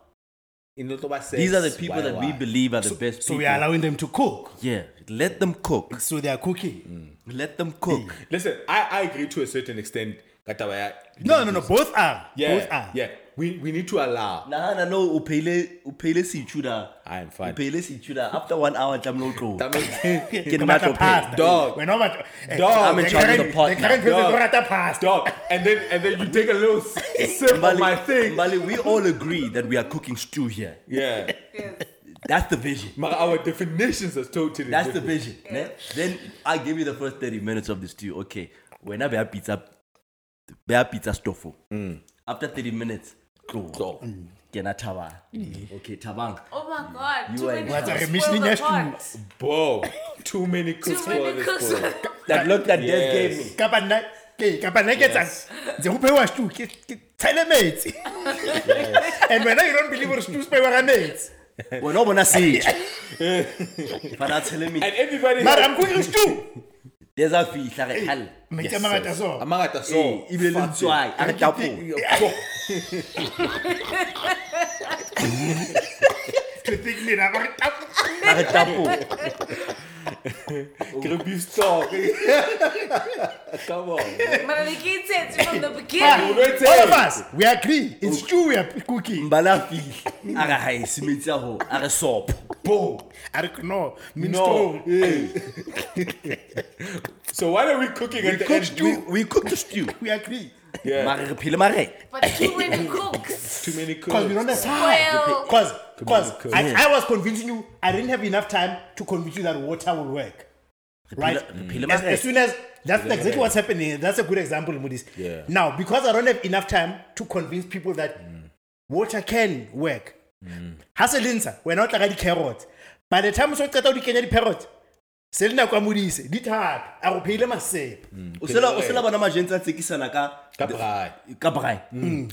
Speaker 2: These are the people that we believe are the best.
Speaker 3: So
Speaker 2: people.
Speaker 3: we are allowing them to cook.
Speaker 2: Yeah, let them cook.
Speaker 3: So they are cooking.
Speaker 2: Let them cook.
Speaker 1: Listen, I, I agree to a certain extent. Katabaya.
Speaker 3: No, no, no. Both are.
Speaker 1: Yeah.
Speaker 3: Both are.
Speaker 1: Yeah. We, we need to allow.
Speaker 2: Na na no upele upele si chuda.
Speaker 1: I am fine.
Speaker 2: Upele si chuda. After one hour, I'm not cool.
Speaker 1: That makes-
Speaker 2: Get
Speaker 3: Come
Speaker 2: back
Speaker 3: at the
Speaker 2: up
Speaker 3: pasta.
Speaker 2: here.
Speaker 1: Dog.
Speaker 3: We're not at, eh,
Speaker 1: Dog. I'm in
Speaker 3: the
Speaker 2: charge of
Speaker 3: current-
Speaker 2: the pot
Speaker 3: The
Speaker 2: now.
Speaker 3: current person
Speaker 1: Dog.
Speaker 3: don't at the pasta.
Speaker 1: Dog. And then and then you take a little s- sip of
Speaker 2: Mbali-
Speaker 1: my thing.
Speaker 2: Mbali, we all agree that we are cooking stew here.
Speaker 1: Yeah.
Speaker 2: That's the vision.
Speaker 1: Mara, our definitions are totally
Speaker 2: That's the
Speaker 1: different.
Speaker 2: vision. ne? Then I give you the first 30 minutes of the stew. Okay. When I have pizza, bear pizza stofo.
Speaker 1: Hmm.
Speaker 2: After 30 minutes, go. Can I tawa? Okay, tabang.
Speaker 4: Oh my god!
Speaker 2: You
Speaker 4: Too
Speaker 2: are
Speaker 4: many
Speaker 2: in
Speaker 3: charge.
Speaker 4: cooks spoil
Speaker 3: Michelin
Speaker 4: the
Speaker 3: has to-
Speaker 4: pot.
Speaker 1: Bro, too many cooks
Speaker 4: Too
Speaker 1: for
Speaker 4: many
Speaker 1: this
Speaker 4: cooks.
Speaker 1: boy.
Speaker 2: That look that
Speaker 1: Yes.
Speaker 2: Dad gave me.
Speaker 3: Kapa nna- ke- kapa nna ke etsang? Ntse ho pheuwa stew, ke- ke tshele metsi. and wena you don't believe hore stew se pheuwa ka metsi
Speaker 2: We're not gonna see it. But I'm telling me,
Speaker 1: And everybody
Speaker 3: mara I'm cooking stew
Speaker 2: there's a fee. It's like hell.
Speaker 3: metsi a mangata so
Speaker 1: Amagata
Speaker 2: So,
Speaker 1: so
Speaker 2: even little try. I'm a couple.
Speaker 3: Ke thinking na gore tap-
Speaker 2: I'm a couple.
Speaker 1: Grab beef stock. Come on.
Speaker 4: But like he said from the
Speaker 3: Ah,
Speaker 4: beginning.
Speaker 3: all of us we agree it's stew we are cooking
Speaker 2: Mbala fee. I'm a e high. Simiti aho. I'm a soap.
Speaker 3: bo a re no
Speaker 1: No.
Speaker 3: minstrel
Speaker 1: So what are we cooking at the
Speaker 3: cook
Speaker 1: end?
Speaker 3: stew.
Speaker 2: We cook the stew.
Speaker 3: we agree
Speaker 1: Yeah.
Speaker 2: Mare pile mare.
Speaker 4: But too many cooks.
Speaker 1: Too many
Speaker 3: because we
Speaker 1: cooks.
Speaker 3: don't have time
Speaker 4: Well,
Speaker 3: because
Speaker 1: Could be
Speaker 3: because
Speaker 1: cooked.
Speaker 3: I, I was convincing you I didn't have enough time to convince you that water will work right
Speaker 2: Pile
Speaker 3: as,
Speaker 2: mare.
Speaker 3: as soon as that's exactly what's happening that's a good example Moody's
Speaker 1: Yeah.
Speaker 3: now because I don't have enough time to convince people that
Speaker 1: Mm.
Speaker 3: water can work ha se lintsha wena o tla ka di-carrot by the time o se o qeta o di kenya di-carrot se le nako a modise di thape a go pheile masepa
Speaker 1: Mm.
Speaker 2: O sela o sela bona majentse a tsekisana ka
Speaker 1: Ka braai.
Speaker 2: ka braai.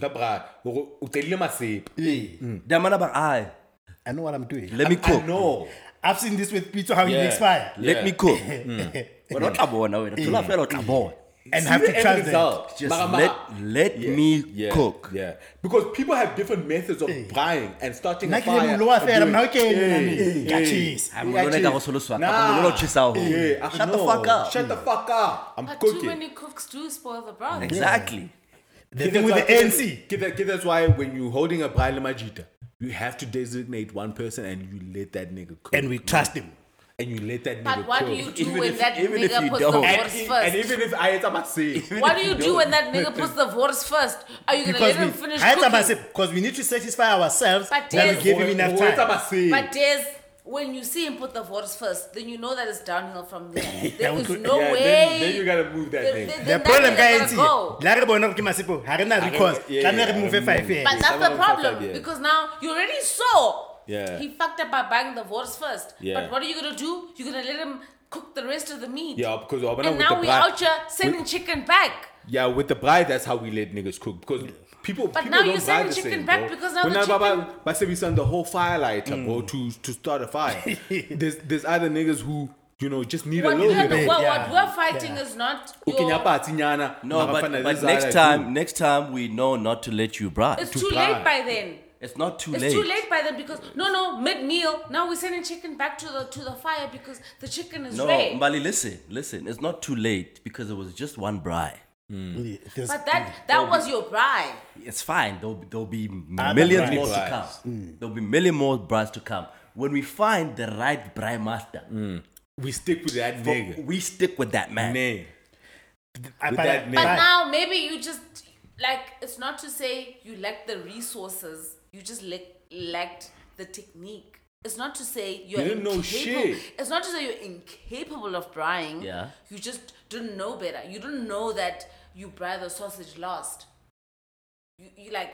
Speaker 1: Ka braai. Hore o qadile masepa.
Speaker 2: Da mana ba ai.
Speaker 3: I know what I'm doing
Speaker 2: Let me
Speaker 1: Mm. I
Speaker 2: cook.
Speaker 1: know.
Speaker 3: I've seen this with pizza how
Speaker 1: Yeah. Mm.
Speaker 3: it expire
Speaker 2: Let
Speaker 1: Yeah.
Speaker 2: me cook. Wena o tla bona wena. Tla fela o tla bona.
Speaker 3: and have to
Speaker 1: End
Speaker 3: trust them
Speaker 1: result.
Speaker 2: Just
Speaker 1: Mara,
Speaker 2: let
Speaker 1: mara.
Speaker 2: let
Speaker 1: Yeah,
Speaker 2: me
Speaker 1: yeah,
Speaker 2: cook.
Speaker 1: Yeah. Because people have different methods of buying and starting
Speaker 3: nna
Speaker 1: a
Speaker 3: ke le
Speaker 1: fire.
Speaker 3: mollo wa
Speaker 1: and
Speaker 3: fela
Speaker 1: doing-
Speaker 3: mna o
Speaker 1: Hey,
Speaker 3: kene ka
Speaker 1: hey.
Speaker 3: cheese
Speaker 2: Ah, mollo e ka go soloswa, kapa mollo o tjhesang ho.
Speaker 1: Yeah, I
Speaker 2: Shut the
Speaker 1: know.
Speaker 2: fuck up.
Speaker 1: Shut the fuck up. I'm
Speaker 4: But too
Speaker 1: cooking.
Speaker 4: many cooks do spoil the broth.
Speaker 2: Exactly.
Speaker 3: the thing with the ANC
Speaker 1: Kid, that- kid, that's why when you're holding a Brian Majita, you have to designate one person and you let that nigga cook.
Speaker 3: and we trust him
Speaker 1: and you let that nigga
Speaker 4: But what
Speaker 1: cook.
Speaker 4: do you do
Speaker 2: Even
Speaker 4: when
Speaker 2: if-
Speaker 4: that
Speaker 2: even if
Speaker 4: nigga
Speaker 2: you
Speaker 4: puts the
Speaker 2: don't.
Speaker 1: and,
Speaker 4: horse
Speaker 1: e- and
Speaker 4: first?
Speaker 1: even if I am a say,
Speaker 4: What do you do when that nigga puts the horse first? Are you gonna let him finish cooking?
Speaker 3: because we need to satisfy ourselves
Speaker 4: But
Speaker 3: that
Speaker 4: yes.
Speaker 3: we give him enough time
Speaker 4: But there's when you see him put the horse first, then you know that it's downhill from there. There is
Speaker 3: would-
Speaker 4: no
Speaker 1: yeah,
Speaker 4: way.
Speaker 1: Then, then you gotta move that
Speaker 4: Then-
Speaker 1: thing.
Speaker 4: then
Speaker 3: the
Speaker 4: that
Speaker 3: problem
Speaker 4: nigga
Speaker 3: ka
Speaker 4: gotta
Speaker 3: ANC
Speaker 4: go.
Speaker 3: la re bona gore ke masepo ga re na
Speaker 1: re-
Speaker 3: recourse
Speaker 1: yeah,
Speaker 3: tlamehile
Speaker 1: yeah,
Speaker 3: re move
Speaker 1: I remember.
Speaker 3: five
Speaker 4: But
Speaker 3: years
Speaker 4: that's the
Speaker 1: someone fucked
Speaker 4: problem
Speaker 1: up, yeah.
Speaker 4: because now you already saw
Speaker 1: Yeah.
Speaker 4: he fucked up by buying the horse first.
Speaker 1: Yeah.
Speaker 4: But what are you gonna do? You're gonna let him cook the rest of the meat.
Speaker 1: yeah, because Obana
Speaker 4: And
Speaker 1: with the
Speaker 4: now we
Speaker 1: bride-
Speaker 4: out here sending chicken back.
Speaker 1: yeah, with the bride, that's how we let niggas cook because people.
Speaker 4: But
Speaker 1: people
Speaker 4: now
Speaker 1: don't
Speaker 4: you're selling
Speaker 1: buy the
Speaker 4: chicken
Speaker 1: same,
Speaker 4: back
Speaker 1: bro.
Speaker 4: because now
Speaker 1: when
Speaker 4: the
Speaker 1: I Baba, but say we send the whole firelighter, bro,
Speaker 3: Mm.
Speaker 1: to to start a fire. there's there's other niggas who you know just need a
Speaker 4: What,
Speaker 1: little
Speaker 4: we're-
Speaker 1: bit. of-
Speaker 4: what,
Speaker 3: yeah.
Speaker 4: what we're fighting is not your,
Speaker 2: No, but, but next time, next time we know not to let you brag.
Speaker 4: it's
Speaker 2: It's,
Speaker 4: too
Speaker 1: buy.
Speaker 4: late by then.
Speaker 2: not too
Speaker 4: It's
Speaker 2: late.
Speaker 4: too late by then because no, no, mid meal. Now we're sending chicken back to the to the fire because the chicken is
Speaker 2: No,
Speaker 4: red.
Speaker 2: Mbali, listen, listen. It's not too late because it was just one bri.
Speaker 3: There's-
Speaker 4: But that that was your bribe.
Speaker 2: It's fine. There'll, be- there'll be
Speaker 3: Other
Speaker 2: millions
Speaker 3: bris.
Speaker 2: more to come.
Speaker 1: Hmm.
Speaker 2: There'll be million more bras to come. When we find the right bri master,
Speaker 1: we stick with that
Speaker 2: but
Speaker 1: Hmm. nigga.
Speaker 2: we stick with that man.
Speaker 1: Name.
Speaker 3: I-
Speaker 1: with
Speaker 3: but-
Speaker 1: that
Speaker 4: But
Speaker 1: Right.
Speaker 4: now maybe you just like it's not to say you lack the resources. You just lack lacked the technique. It's not to say you're
Speaker 1: didn't know
Speaker 4: incapable-
Speaker 1: shit.
Speaker 4: It's not to say you're incapable of brying.
Speaker 2: Yeah.
Speaker 4: You just didn't know better. You didn't know that you bry the sausage last. You, you like.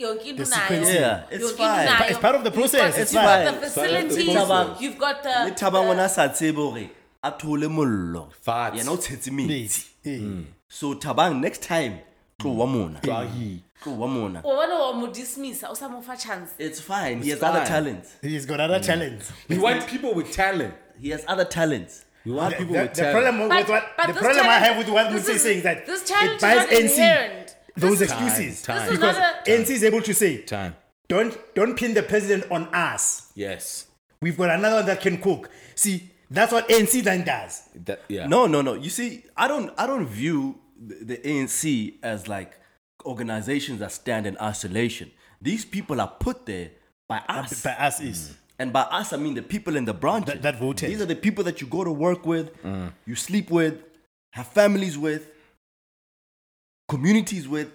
Speaker 4: yonke into
Speaker 3: The
Speaker 4: nayo.
Speaker 3: sequence.
Speaker 2: Yeah, it's
Speaker 4: Yonke into
Speaker 2: fine.
Speaker 4: nayo.
Speaker 3: It's part of the
Speaker 4: You've
Speaker 3: process,
Speaker 4: got-
Speaker 3: it's
Speaker 4: You've got
Speaker 2: fine.
Speaker 4: the
Speaker 2: It's part
Speaker 1: of the
Speaker 4: facilities.
Speaker 2: process.
Speaker 4: You've got the.
Speaker 2: le thabang
Speaker 4: the-
Speaker 2: ona a sa tsebe hore a thole mollo
Speaker 1: Facts. Mm.
Speaker 2: yena o tshetse metsi
Speaker 3: Eh.
Speaker 1: Hmm.
Speaker 2: so thabang next time tlowa mona
Speaker 1: Bahi.
Speaker 2: Go, one more now.
Speaker 4: o bona wa mo dismissa o sa mo fa chance
Speaker 2: It's fine. he has
Speaker 1: It's
Speaker 2: other
Speaker 1: fine.
Speaker 2: talents.
Speaker 3: He's got
Speaker 1: Mm.
Speaker 3: other talents.
Speaker 1: We want people with talent.
Speaker 2: He has other talents.
Speaker 1: We want
Speaker 3: The,
Speaker 1: people
Speaker 3: the
Speaker 1: with talent.
Speaker 3: problem with what the
Speaker 4: this
Speaker 3: problem I
Speaker 4: challenge-
Speaker 3: have with what
Speaker 4: this
Speaker 3: Mutsi is saying is that
Speaker 4: this challenge
Speaker 3: it buys
Speaker 4: is not
Speaker 3: NC
Speaker 4: inherent.
Speaker 3: those
Speaker 4: This-
Speaker 1: Time,
Speaker 3: excuses
Speaker 1: time.
Speaker 4: This is
Speaker 3: because
Speaker 4: not a-
Speaker 3: NC is able to say
Speaker 1: time.
Speaker 3: don't don't pin the president on us.
Speaker 1: Yes.
Speaker 3: We've got another one that can cook. See, that's what NC then does.
Speaker 1: That, yeah.
Speaker 2: No, no, no. You see, I don't, I don't view the, the ANC as like organizations that stand in isolation. These people are put there by us,
Speaker 3: By us is
Speaker 2: and by us I mean the people in the branches
Speaker 3: That- that voted. Mm.
Speaker 2: These are the people that you go to work with, you sleep with, have families with, communities with.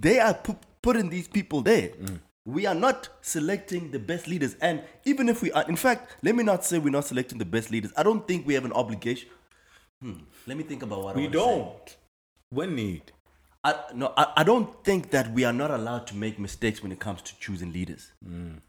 Speaker 2: They are pu- putting these people there.
Speaker 3: Mm.
Speaker 2: We are not selecting the best leaders, and even if we are, in fact, let me not say we're not selecting the best leaders. I don't think we have an obligation. Hmm. Let me think about what I
Speaker 1: We
Speaker 2: wanna say.
Speaker 1: don't. When need.
Speaker 2: I, no, I, I don't think that we are not allowed to make mistakes when it comes to choosing leaders.
Speaker 3: Mm.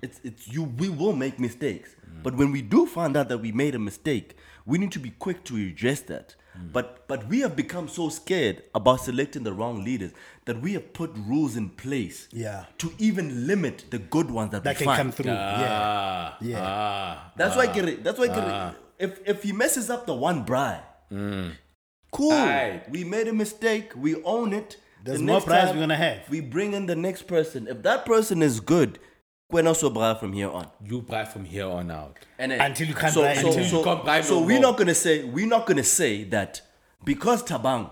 Speaker 2: It's, it's you. We will make mistakes, but when we do find out that we made a mistake, we need to be quick to address that.
Speaker 3: Mm.
Speaker 2: But but we have become so scared about selecting the wrong leaders that we have put rules in place
Speaker 3: Yeah.
Speaker 2: to even limit the good ones that,
Speaker 3: that
Speaker 2: we
Speaker 3: can
Speaker 2: find.
Speaker 3: come through. yeah.
Speaker 1: Ah.
Speaker 3: Yeah.
Speaker 1: Ah.
Speaker 2: That's why Gere, that's why Gere, if if he messes up the one bri, cool.
Speaker 1: Aye.
Speaker 2: We made a mistake. We own it.
Speaker 3: There's
Speaker 2: The
Speaker 3: more
Speaker 2: next
Speaker 3: bris
Speaker 2: time,
Speaker 3: we're gonna have.
Speaker 2: We bring in the next person. If that person is good, Gwen also bri from here on.
Speaker 1: You buy from here on out.
Speaker 2: And then,
Speaker 3: Until you can't
Speaker 2: so,
Speaker 3: bri
Speaker 2: so,
Speaker 3: until you
Speaker 2: so,
Speaker 1: can't bri no
Speaker 2: so we're
Speaker 1: more.
Speaker 2: not gonna say we're not gonna say that because Tabang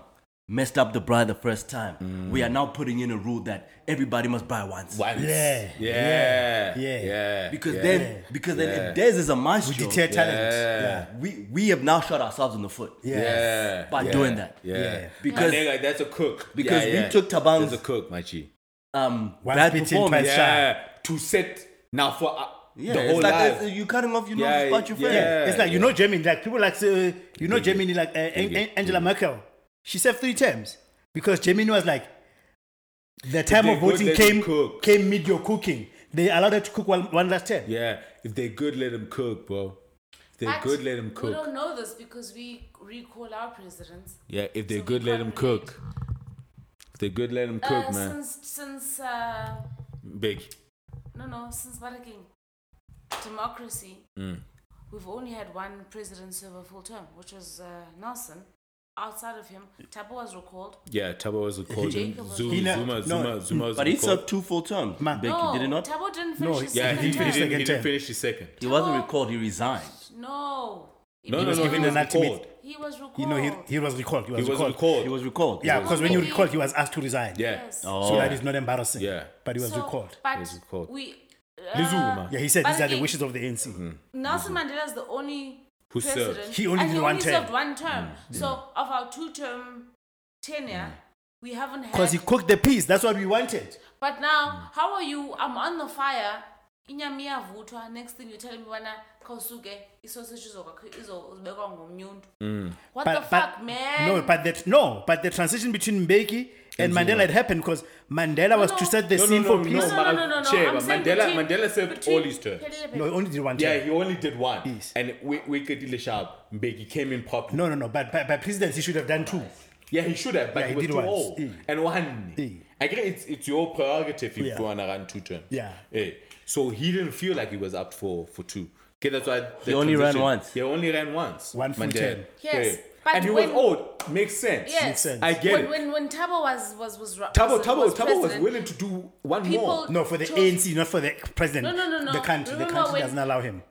Speaker 2: messed up the bri the first time. We are now putting in a rule that everybody must bri once.
Speaker 1: Once.
Speaker 3: Yeah.
Speaker 1: Yeah.
Speaker 3: Yeah. Yeah.
Speaker 1: Yeah.
Speaker 2: Because
Speaker 1: yeah.
Speaker 2: then, because then,
Speaker 1: Yeah.
Speaker 2: if theirs is a
Speaker 3: We
Speaker 2: maestro,
Speaker 3: deter talent.
Speaker 1: Yeah.
Speaker 2: we we have now shot ourselves in the foot.
Speaker 3: Yeah.
Speaker 1: Yeah.
Speaker 2: By
Speaker 1: yeah,
Speaker 2: doing that.
Speaker 1: Yeah.
Speaker 3: Yeah.
Speaker 2: Because-
Speaker 1: My nigga, that's a cook.
Speaker 2: Because
Speaker 1: yeah,
Speaker 2: we
Speaker 1: yeah.
Speaker 2: took Tabang's-
Speaker 1: That's a cook, my G.
Speaker 2: um
Speaker 3: Once
Speaker 2: bad
Speaker 3: bitten,
Speaker 2: performance.
Speaker 3: twice
Speaker 2: Yeah,
Speaker 3: shy.
Speaker 1: Yeah. To set now for uh,
Speaker 2: yeah
Speaker 1: the
Speaker 2: it's
Speaker 1: whole
Speaker 2: like
Speaker 1: life.
Speaker 2: it's- you cutting off your
Speaker 1: Yeah,
Speaker 2: nose, but your
Speaker 1: yeah.
Speaker 2: friend.
Speaker 1: Yeah.
Speaker 3: it's like you know Germany, like people like say, you know Germany, like uh, An- An- Angela Merkel. She served three terms because Germany was like the time
Speaker 1: they
Speaker 3: of
Speaker 1: would
Speaker 3: voting
Speaker 1: let you
Speaker 3: came
Speaker 1: cook.
Speaker 3: came mid your cooking. They allowed her to cook one, one last term.
Speaker 1: yeah. If they're good, let them cook, bro. If they're
Speaker 4: But
Speaker 1: good, let them
Speaker 4: We
Speaker 1: cook.
Speaker 4: don't know this because we recall our presidents.
Speaker 1: Yeah. If they're
Speaker 4: So we
Speaker 1: good, let
Speaker 4: can't
Speaker 1: them
Speaker 4: relate.
Speaker 1: cook. If they're good, let them
Speaker 4: uh,
Speaker 1: cook, man.
Speaker 4: Since since uh,
Speaker 1: Big.
Speaker 4: no no since Baraking democracy,
Speaker 1: Mm.
Speaker 4: we've only had one president serve a full term, which was uh, Nelson. Outside of him, Thabo was recalled.
Speaker 1: Yeah, Thabo was a coach. and
Speaker 4: Jacob was
Speaker 1: Zuma,
Speaker 3: He ne-
Speaker 1: Zuma,
Speaker 3: no,
Speaker 1: Zuma, Zuma was
Speaker 2: But
Speaker 1: a
Speaker 2: he
Speaker 1: coach.
Speaker 2: served two full terms.
Speaker 3: Man.
Speaker 2: Becky,
Speaker 4: no,
Speaker 2: did he not?
Speaker 4: Thabo didn't
Speaker 3: No,
Speaker 4: finish his
Speaker 1: Yeah,
Speaker 4: second
Speaker 1: he, he,
Speaker 4: term.
Speaker 1: didn't, he
Speaker 3: Second
Speaker 1: didn't
Speaker 3: term.
Speaker 1: finish his second.
Speaker 2: He wasn't
Speaker 4: Thabo-
Speaker 2: recalled. He resigned.
Speaker 4: No.
Speaker 1: No,
Speaker 4: He
Speaker 1: no,
Speaker 4: was
Speaker 1: no, he
Speaker 3: given
Speaker 1: was
Speaker 3: an ultimate-
Speaker 1: recalled.
Speaker 4: He was recalled.
Speaker 3: You know, he, he was recalled. He was
Speaker 1: He was
Speaker 3: recalled.
Speaker 1: recalled.
Speaker 2: He was recalled.
Speaker 3: Yeah, because when you
Speaker 4: Maybe-
Speaker 3: recalled, he was asked to resign.
Speaker 1: Yeah.
Speaker 4: Yes.
Speaker 2: Oh.
Speaker 3: So that is not embarrassing.
Speaker 1: Yeah.
Speaker 3: But he was
Speaker 4: So,
Speaker 3: recalled.
Speaker 4: But
Speaker 1: was recalled.
Speaker 4: we. Uh,
Speaker 1: Zuma.
Speaker 3: Yeah, he said these
Speaker 4: But
Speaker 3: are the
Speaker 4: again-
Speaker 3: wishes of the ANC.
Speaker 4: Nelson Mandela is the only
Speaker 1: Who served.
Speaker 4: president.
Speaker 3: He only
Speaker 4: and
Speaker 3: did
Speaker 4: he
Speaker 3: one
Speaker 4: only
Speaker 3: term.
Speaker 4: served one term.
Speaker 1: Mm,
Speaker 4: So of our two-term tenure, we haven't had.
Speaker 3: Because he cooked the peas. That's what we wanted.
Speaker 4: but
Speaker 1: Mm.
Speaker 4: now, how are you? I'm on the fire. Inyami yavuthwa. Next thing you tell me, wana kosuke isoseji izobekwa ngomnyundu.
Speaker 1: Mm.
Speaker 4: What the fuck, man?
Speaker 3: No, but that no, but the transition between Mbeki and Mandela had happened because Mandela was
Speaker 4: No,
Speaker 3: to
Speaker 4: no.
Speaker 3: set the
Speaker 1: No, no,
Speaker 3: scene
Speaker 1: no,
Speaker 3: for
Speaker 1: no,
Speaker 3: peace.
Speaker 4: no, no, no, no, no.
Speaker 1: Sheba,
Speaker 4: I'm saying
Speaker 1: Mandela-
Speaker 4: between-
Speaker 1: Mandela served
Speaker 4: between-
Speaker 1: all his terms.
Speaker 3: No, he only did one
Speaker 1: Yeah,
Speaker 3: term.
Speaker 1: he only did one.
Speaker 3: Yes.
Speaker 1: And we we could deal sharp. Mbeki came in popular.
Speaker 3: No, no, no. But by, by presidents, he should have done two.
Speaker 1: Yeah, he should have, but
Speaker 3: Yeah,
Speaker 1: he,
Speaker 3: he
Speaker 1: was
Speaker 3: did
Speaker 1: too
Speaker 3: once. Mm.
Speaker 1: old.
Speaker 3: Yeah.
Speaker 1: And one.
Speaker 3: Yeah.
Speaker 1: I guess it's it's your prerogative if
Speaker 3: Yeah.
Speaker 1: you wanna run two terms.
Speaker 3: Yeah.
Speaker 1: So he didn't feel like he was up for for two. Okay, that's why the
Speaker 2: He only ran
Speaker 1: transition-
Speaker 2: once.
Speaker 1: He only ran once.
Speaker 3: One full
Speaker 1: Mandela.
Speaker 3: term.
Speaker 4: Yes,
Speaker 1: Yeah.
Speaker 4: but
Speaker 1: and he
Speaker 4: when-
Speaker 1: was old. Makes sense.
Speaker 4: Yes.
Speaker 3: Makes sense.
Speaker 1: I get
Speaker 4: when,
Speaker 1: it.
Speaker 4: when when Tabo was was was ra-
Speaker 1: Tabo
Speaker 4: was,
Speaker 1: Tabo Tabo was
Speaker 4: president,
Speaker 1: willing to do one
Speaker 4: People-
Speaker 1: more.
Speaker 3: No, for the
Speaker 4: Chose-
Speaker 3: ANC, not for the president.
Speaker 4: No, no, no, no.
Speaker 3: The country, the
Speaker 4: Remember
Speaker 3: country
Speaker 4: when-
Speaker 3: doesn't allow him.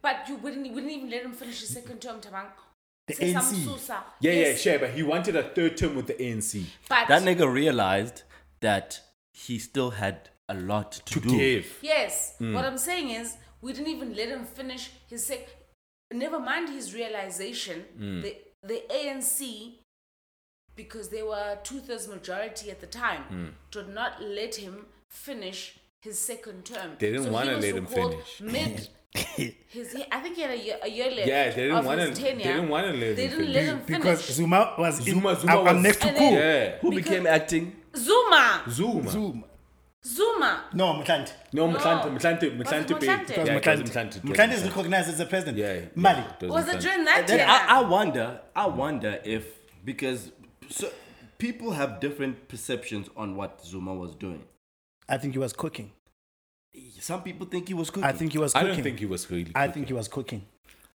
Speaker 4: But you wouldn't you wouldn't even let him finish his second term, Tabang.
Speaker 3: The
Speaker 4: Say some
Speaker 3: ANC.
Speaker 4: Susa.
Speaker 1: Yeah, yeah,
Speaker 4: Yes,
Speaker 1: sure, but he wanted a third term with the ANC.
Speaker 4: But
Speaker 2: That nigga realized that he still had a lot
Speaker 1: To
Speaker 2: to, do.
Speaker 1: give.
Speaker 4: yes,
Speaker 1: Mm.
Speaker 4: what I'm saying is we didn't even let him finish his sec. Never mind his realization.
Speaker 1: Mm.
Speaker 4: The the ANC, because they were two thirds majority at the time,
Speaker 1: Mm.
Speaker 4: did not let him finish his second term.
Speaker 1: They didn't
Speaker 4: he
Speaker 1: wanna
Speaker 4: was
Speaker 1: let him
Speaker 4: recalled
Speaker 1: finish.
Speaker 4: Mid his, he- I think he had a year, a year left.
Speaker 1: Yeah, they didn't
Speaker 4: of
Speaker 1: wanna-
Speaker 4: his tenure.
Speaker 1: they didn't wanna let
Speaker 4: They
Speaker 1: him
Speaker 4: didn't
Speaker 1: finish.
Speaker 4: let him finish.
Speaker 3: Because Zuma was in-
Speaker 1: Zuma- Zuma
Speaker 3: I'm- I'm
Speaker 1: was-
Speaker 3: next to
Speaker 4: And
Speaker 3: cool.
Speaker 1: Yeah.
Speaker 2: Who
Speaker 4: Because-
Speaker 2: became acting?
Speaker 4: Zuma,
Speaker 1: Zuma.
Speaker 4: Oh.
Speaker 3: Zuma.
Speaker 4: Zuma.
Speaker 3: No, Mutlante.
Speaker 1: No, Mutlante,
Speaker 4: No.
Speaker 1: Mutlante,
Speaker 4: Was
Speaker 1: Mutlante, Bey.
Speaker 4: it Mutlante? It
Speaker 3: Because
Speaker 1: Yeah, it was
Speaker 3: Mutlante.
Speaker 1: Mutlante, it was
Speaker 3: Mutlante is
Speaker 1: Mutlante.
Speaker 3: recognized as the president.
Speaker 1: Yeah, yeah,
Speaker 3: Mali.
Speaker 1: it
Speaker 4: Was it
Speaker 1: Mutlante.
Speaker 4: during
Speaker 2: And
Speaker 4: that
Speaker 2: then
Speaker 4: tenure?
Speaker 2: I, I wonder, I wonder if because so, people have different perceptions on what Zuma was doing.
Speaker 3: I think he was cooking.
Speaker 2: Some people think he was cooking.
Speaker 3: I think he was
Speaker 1: I
Speaker 3: cooking.
Speaker 1: don't think he was really.
Speaker 3: I think he was cooking.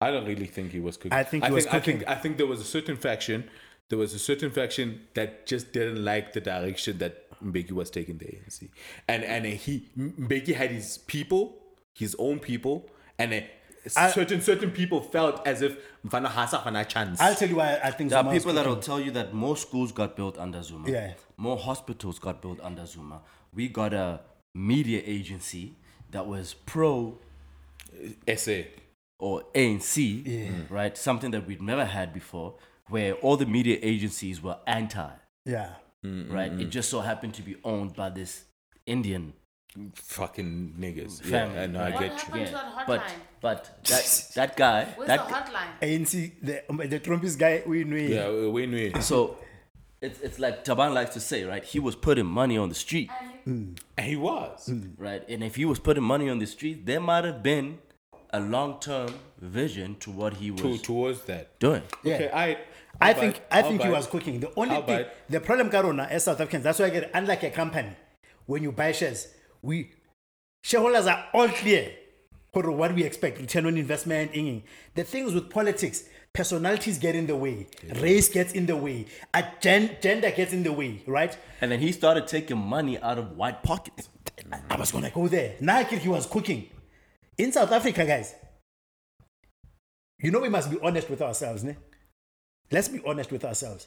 Speaker 1: I don't really think he was cooking.
Speaker 3: I think he was
Speaker 1: I think,
Speaker 3: cooking.
Speaker 1: I think there was a certain faction. There was a certain faction that just didn't like the direction that Mbeki was taking the ANC, and and he Mbeki had his people, his own people, and a,
Speaker 3: I-
Speaker 1: certain certain people felt as if Mfana Hasa Fana chance.
Speaker 3: I'll tell you why I think
Speaker 2: there
Speaker 3: Zuma
Speaker 2: are
Speaker 3: was
Speaker 2: people that
Speaker 3: cooking.
Speaker 2: will tell you that more schools got built under Zuma.
Speaker 3: Yeah.
Speaker 2: More hospitals got built under Zuma. We got a media agency that was pro
Speaker 1: Essay.
Speaker 2: or ANC, right? Something that we'd never had before, where all the media agencies were anti,
Speaker 3: Yeah.
Speaker 2: right? It just so happened to be owned by this Indian
Speaker 1: Fucking niggas.
Speaker 2: family.
Speaker 1: Yeah, and I
Speaker 2: right?
Speaker 4: What
Speaker 1: get you.
Speaker 4: happened to that
Speaker 2: But
Speaker 4: hotline?
Speaker 2: but that that guy
Speaker 4: Where's
Speaker 2: that
Speaker 4: the hotline?
Speaker 3: ANC, the, um, the Trumpist guy, we knew.
Speaker 1: Yeah, win win.
Speaker 2: so it's it's like Taban likes to say, right? He was putting money on the street.
Speaker 1: And he was.
Speaker 2: right? And if he was putting money on the street, there might have been a long-term vision to what he was
Speaker 1: To, towards that.
Speaker 2: doing.
Speaker 3: Yeah.
Speaker 1: Okay, I.
Speaker 3: I
Speaker 1: I'll
Speaker 3: think
Speaker 1: buy-
Speaker 3: I
Speaker 1: I'll
Speaker 3: think he
Speaker 1: buy-
Speaker 3: was cooking. The only
Speaker 1: I'll
Speaker 3: thing,
Speaker 1: buy-
Speaker 3: the problem, Karuna, as South Africans, that's why I get unlike a company, when you buy shares, we shareholders are all clear for what we expect, return on investment, ing, ing. The things with politics, personalities get in the way, race gets in the way, agen- gender gets in the way, right?
Speaker 2: And then he started taking money out of white pockets.
Speaker 3: I was gonna go there. Now I think he was cooking. In South Africa, guys, you know we must be honest with ourselves, ne? Let's be honest with ourselves.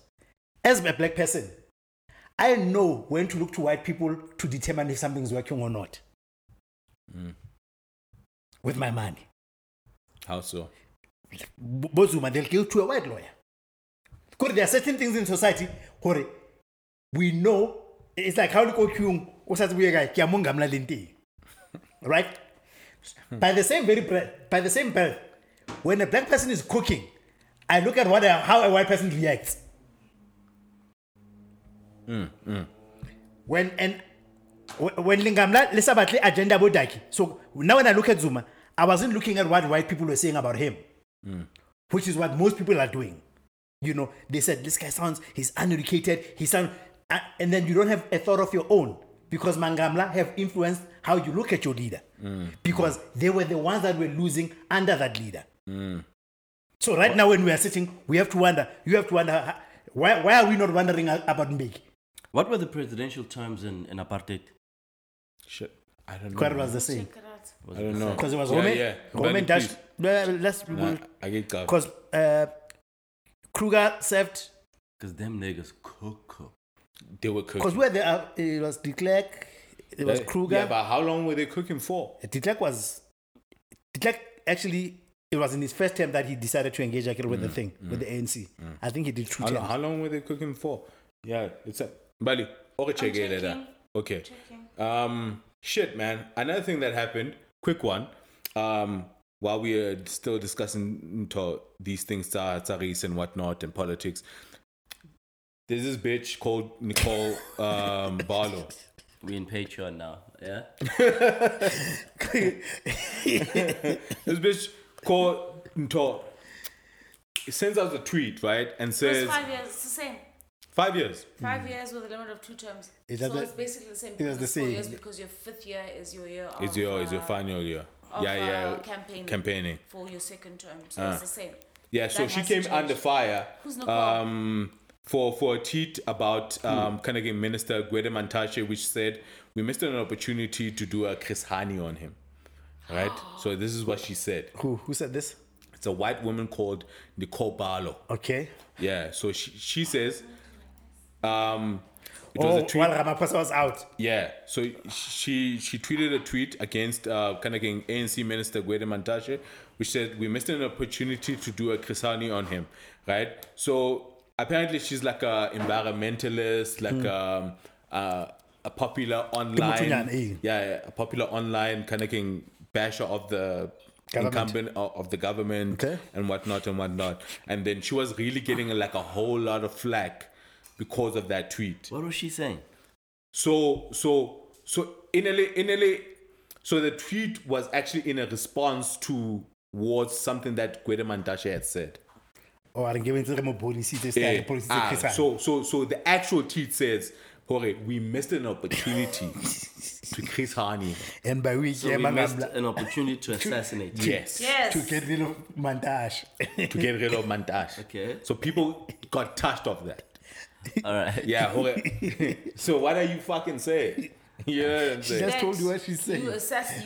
Speaker 3: As a black person, I know when to look to white people to determine if something's working or not. Mm. With my money.
Speaker 1: How so?
Speaker 3: Bo- Bozuma, they'll give to a white lawyer. Because there are certain things in society, hore, we know, it's like how to go kyung, right? By the same very breath, by the same breath, when a black person is cooking, I look at what a, how a white person reacts. When and wh- when Lingamla Lisabatli agenda bodaki. So now when I look at Zuma, I wasn't looking at what white people were saying about him which is what most people are doing. You know, they said this guy sounds he's uneducated, he sound, uh, and then you don't have a thought of your own because Mangamla have influenced how you look at your leader
Speaker 1: Mm.
Speaker 3: because they were the ones that were losing under that leader.
Speaker 1: Mm.
Speaker 3: So right now, when we are sitting, we have to wonder. You have to wonder ha- why, why are we not wondering a- about Mbeki?
Speaker 2: What were the presidential terms in, in apartheid?
Speaker 1: Shit. I don't know.
Speaker 3: Quite was the same
Speaker 4: Check it out.
Speaker 2: Was
Speaker 1: I don't know.
Speaker 3: because it was
Speaker 1: Yeah,
Speaker 3: Roman,
Speaker 1: yeah.
Speaker 3: Roman
Speaker 1: Mbeki,
Speaker 3: Dutch.
Speaker 1: please.
Speaker 3: Well, let's
Speaker 1: Nah, I get covered.
Speaker 3: because uh, Kruger served
Speaker 2: Because them niggas cook, cook.
Speaker 1: They were cooking.
Speaker 3: Because where they are, eh, it was de Klerk, it was
Speaker 1: That-
Speaker 3: Kruger.
Speaker 1: Eh, Yeah, but how long were they cooking for?
Speaker 3: de Klerk was de Klerk actually. It was in his first term that he decided to engage Akil
Speaker 1: Mm,
Speaker 3: with the thing with the ANC. I think he did two
Speaker 1: How, lo-
Speaker 3: terms.
Speaker 1: how long were they cooking for? Yeah, it's a Bali. Okay, check it
Speaker 4: checking.
Speaker 1: out. Okay.
Speaker 4: Checking.
Speaker 1: Um, shit, man. Another thing that happened, quick one. Um, while we are still discussing to these things, tsa- tsaris and whatnot, and politics, there's this bitch called Nicole um, Barlow.
Speaker 2: We in Patreon now, yeah?
Speaker 1: This bitch called Nto sends us a tweet, right, and
Speaker 4: It's
Speaker 1: says
Speaker 4: five years. It's the same.
Speaker 1: five years.
Speaker 4: Five years with a limit of two terms.
Speaker 3: Is that
Speaker 4: so
Speaker 3: the-
Speaker 4: it's basically the same.
Speaker 3: was
Speaker 4: because
Speaker 3: the
Speaker 4: it's four
Speaker 3: same.
Speaker 4: years because your fifth year is your year. Of,
Speaker 1: It's your it's your
Speaker 4: uh,
Speaker 1: final year.
Speaker 4: of,
Speaker 1: yeah, yeah.
Speaker 4: uh, campaigning.
Speaker 1: Campaigning.
Speaker 4: for your second term. So
Speaker 1: Ah.
Speaker 4: it's the same.
Speaker 1: Yeah, so
Speaker 4: That
Speaker 1: she
Speaker 4: has to
Speaker 1: came
Speaker 4: change.
Speaker 1: under fire
Speaker 4: Who's Nicole?
Speaker 1: um, for for a tweet about um, Kanagan Minister Gwede Mantashe, which said we missed an opportunity to do a Chris Hani on him. Right? so this is what she said.
Speaker 3: who who said this?
Speaker 1: It's a white woman called Nicole Barlow.
Speaker 3: Okay.
Speaker 1: Yeah, so she, she says um, it was a
Speaker 3: Oh,
Speaker 1: tweet.
Speaker 3: while Ramaphosa was out,
Speaker 1: Yeah, so she she tweeted a tweet against uh, kind of again, ANC Minister Gwede Mantashe, which said we missed an opportunity to do a Krisani on him, right? So apparently she's like a environmentalist, like
Speaker 3: Hmm.
Speaker 1: um, uh, a popular online,
Speaker 3: Timothunyana, eh?
Speaker 1: yeah, yeah, a popular online kind of thing basher of the
Speaker 3: Government.
Speaker 1: incumbent o- of the government
Speaker 3: Okay.
Speaker 1: and whatnot and whatnot. And then she was really getting like a whole lot of flack because of that tweet.
Speaker 2: What was she saying?
Speaker 1: So so so in a li- in a li- so the tweet was actually in a response to towards something that Gwede Mantashe had said.
Speaker 3: or are given to them policy to
Speaker 1: Yeah.
Speaker 3: start policy
Speaker 1: Ah,
Speaker 3: to
Speaker 1: so so so the actual tweet says, "Hore, we missed an opportunity to Chris Hani."
Speaker 3: and by week
Speaker 2: So
Speaker 3: yeah,
Speaker 2: we
Speaker 3: man,
Speaker 2: missed
Speaker 3: I'm
Speaker 2: an opportunity to assassinate.
Speaker 1: Yes.
Speaker 3: like,
Speaker 4: Yes.
Speaker 3: to get rid of montage
Speaker 1: To get rid of Mantash.
Speaker 2: Okay.
Speaker 1: So people got touched of that.
Speaker 2: All right.
Speaker 1: Yeah. Hore. so what are you fucking saying? Yeah. I'm saying.
Speaker 3: Just told you what she said.
Speaker 4: You assess.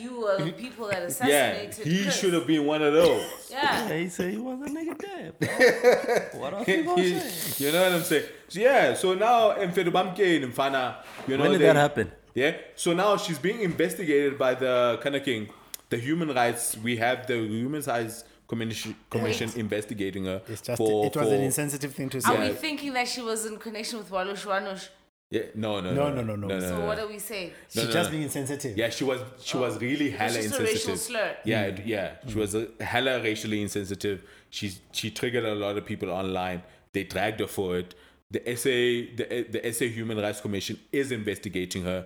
Speaker 4: You were the people that
Speaker 1: Yeah.
Speaker 4: assassinated.
Speaker 1: He
Speaker 4: Chris.
Speaker 1: should have been one of those.
Speaker 4: Yeah.
Speaker 2: He said he was a nigga dead. bro. what else you gonna
Speaker 1: He-
Speaker 2: say?
Speaker 1: you know what I'm saying? So, yeah. So now Mfedubamke and Mfana, you know
Speaker 2: When did
Speaker 1: they-
Speaker 2: that happen?
Speaker 1: Yeah. So now she's being investigated by the kind of king, the human rights. We have the human rights commission, commission investigating her.
Speaker 3: it's just
Speaker 1: for,
Speaker 3: it was
Speaker 1: for,
Speaker 3: an insensitive thing to
Speaker 4: Are
Speaker 3: say
Speaker 4: we thinking that she was in connection with Walush Wanush?
Speaker 1: Yeah. No. No.
Speaker 3: No,
Speaker 1: No.
Speaker 3: no, no, no.
Speaker 4: So
Speaker 1: Uh.
Speaker 4: what are we saying?
Speaker 3: she's
Speaker 1: no,
Speaker 3: just
Speaker 1: no.
Speaker 3: being insensitive
Speaker 1: Yeah, she was she was really hella
Speaker 4: just Oh. a
Speaker 1: insensitive.
Speaker 4: racial slur.
Speaker 1: Yeah,
Speaker 2: Mm.
Speaker 1: it- yeah, she was uh, hella racially insensitive. She she triggered a lot of people online. They dragged her for it. The SA the the SA Human Rights Commission is investigating her,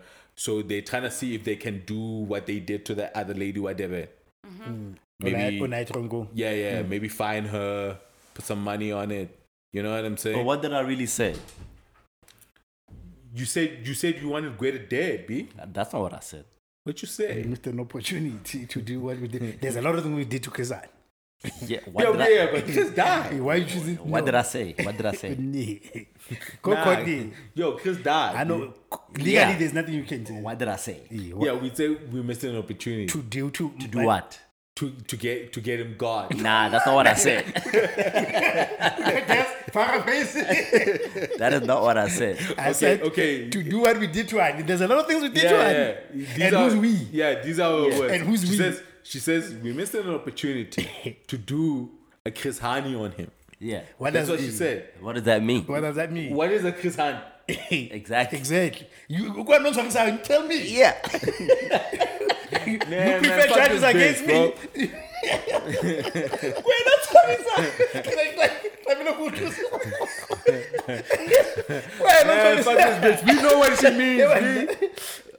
Speaker 1: so they're trying to see if they can do what they did to the other lady, whatever.
Speaker 4: Mm-hmm.
Speaker 3: Unai-
Speaker 2: Mm.
Speaker 1: Maybe
Speaker 3: Unai Rongo.
Speaker 1: yeah, yeah, maybe fine her, put some money on it. You know what I'm saying?
Speaker 2: But what did I really say?
Speaker 1: you said you said you wanted Greta dead, b.
Speaker 2: That's not what I said.
Speaker 1: What you say?
Speaker 2: Mm.
Speaker 3: We missed an opportunity to do what we did there's a lot of things we did to Chris Hani.
Speaker 2: Yeah. What
Speaker 1: Yeah,
Speaker 2: did
Speaker 1: yeah,
Speaker 2: I,
Speaker 1: but just die.
Speaker 3: why you choosing
Speaker 2: What did I say? What did I say?
Speaker 3: say go
Speaker 1: Nah,
Speaker 3: Courtney.
Speaker 1: Ah, Yo, Chris died.
Speaker 3: I know
Speaker 1: B.
Speaker 3: legally
Speaker 2: Yeah.
Speaker 3: there's nothing you can do
Speaker 2: What did I say?
Speaker 3: Yeah, what
Speaker 1: Yeah, we say we missed an opportunity
Speaker 3: to
Speaker 1: to
Speaker 3: do to,
Speaker 2: To do what?
Speaker 1: to, to get to get him God.
Speaker 2: Nah, that's not what I said.
Speaker 3: That's paraphrasing.
Speaker 2: That is not what I said.
Speaker 3: I
Speaker 1: Okay,
Speaker 3: said
Speaker 1: okay.
Speaker 3: to do what we did to Annie. There's a lot of things we did to
Speaker 1: Yeah,
Speaker 3: Annie.
Speaker 1: yeah.
Speaker 3: And
Speaker 1: are,
Speaker 3: who's we?
Speaker 1: Yeah, these are our words.
Speaker 3: And who's
Speaker 1: she
Speaker 3: we?
Speaker 1: Says, she says we missed an opportunity to do a Chris Hani on him.
Speaker 2: Yeah.
Speaker 3: What
Speaker 1: That's
Speaker 3: does
Speaker 1: what
Speaker 3: it-
Speaker 1: she said.
Speaker 2: What does that mean?
Speaker 3: What does that mean?
Speaker 1: What is a Chris Hani?
Speaker 2: Exactly.
Speaker 3: Exactly. You you go and not something, tell me.
Speaker 2: Yeah.
Speaker 1: Man,
Speaker 3: prefer
Speaker 1: man, fuck
Speaker 3: charges
Speaker 1: this
Speaker 3: against
Speaker 1: bitch,
Speaker 3: me?
Speaker 1: bro.
Speaker 3: Go and not something, sir. Like, like, let me know who to- Go and not
Speaker 1: Man,
Speaker 3: something,
Speaker 1: fuck
Speaker 3: sir.
Speaker 1: this bitch. We know what she means.
Speaker 3: Yeah,
Speaker 1: B.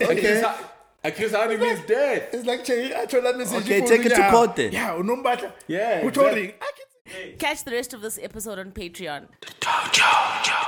Speaker 1: A Chris Ha- a Chris Hani means death.
Speaker 3: It's like Cherry, I told that message.
Speaker 2: Okay,
Speaker 3: you
Speaker 2: take
Speaker 3: phone
Speaker 2: it to
Speaker 3: me now.
Speaker 2: court then.
Speaker 3: Yeah, no matter.
Speaker 1: Yeah,
Speaker 3: Who told
Speaker 1: exactly.
Speaker 3: you? I can-
Speaker 4: Catch the rest of this episode on Patreon.
Speaker 5: Joe, Joe, Joe.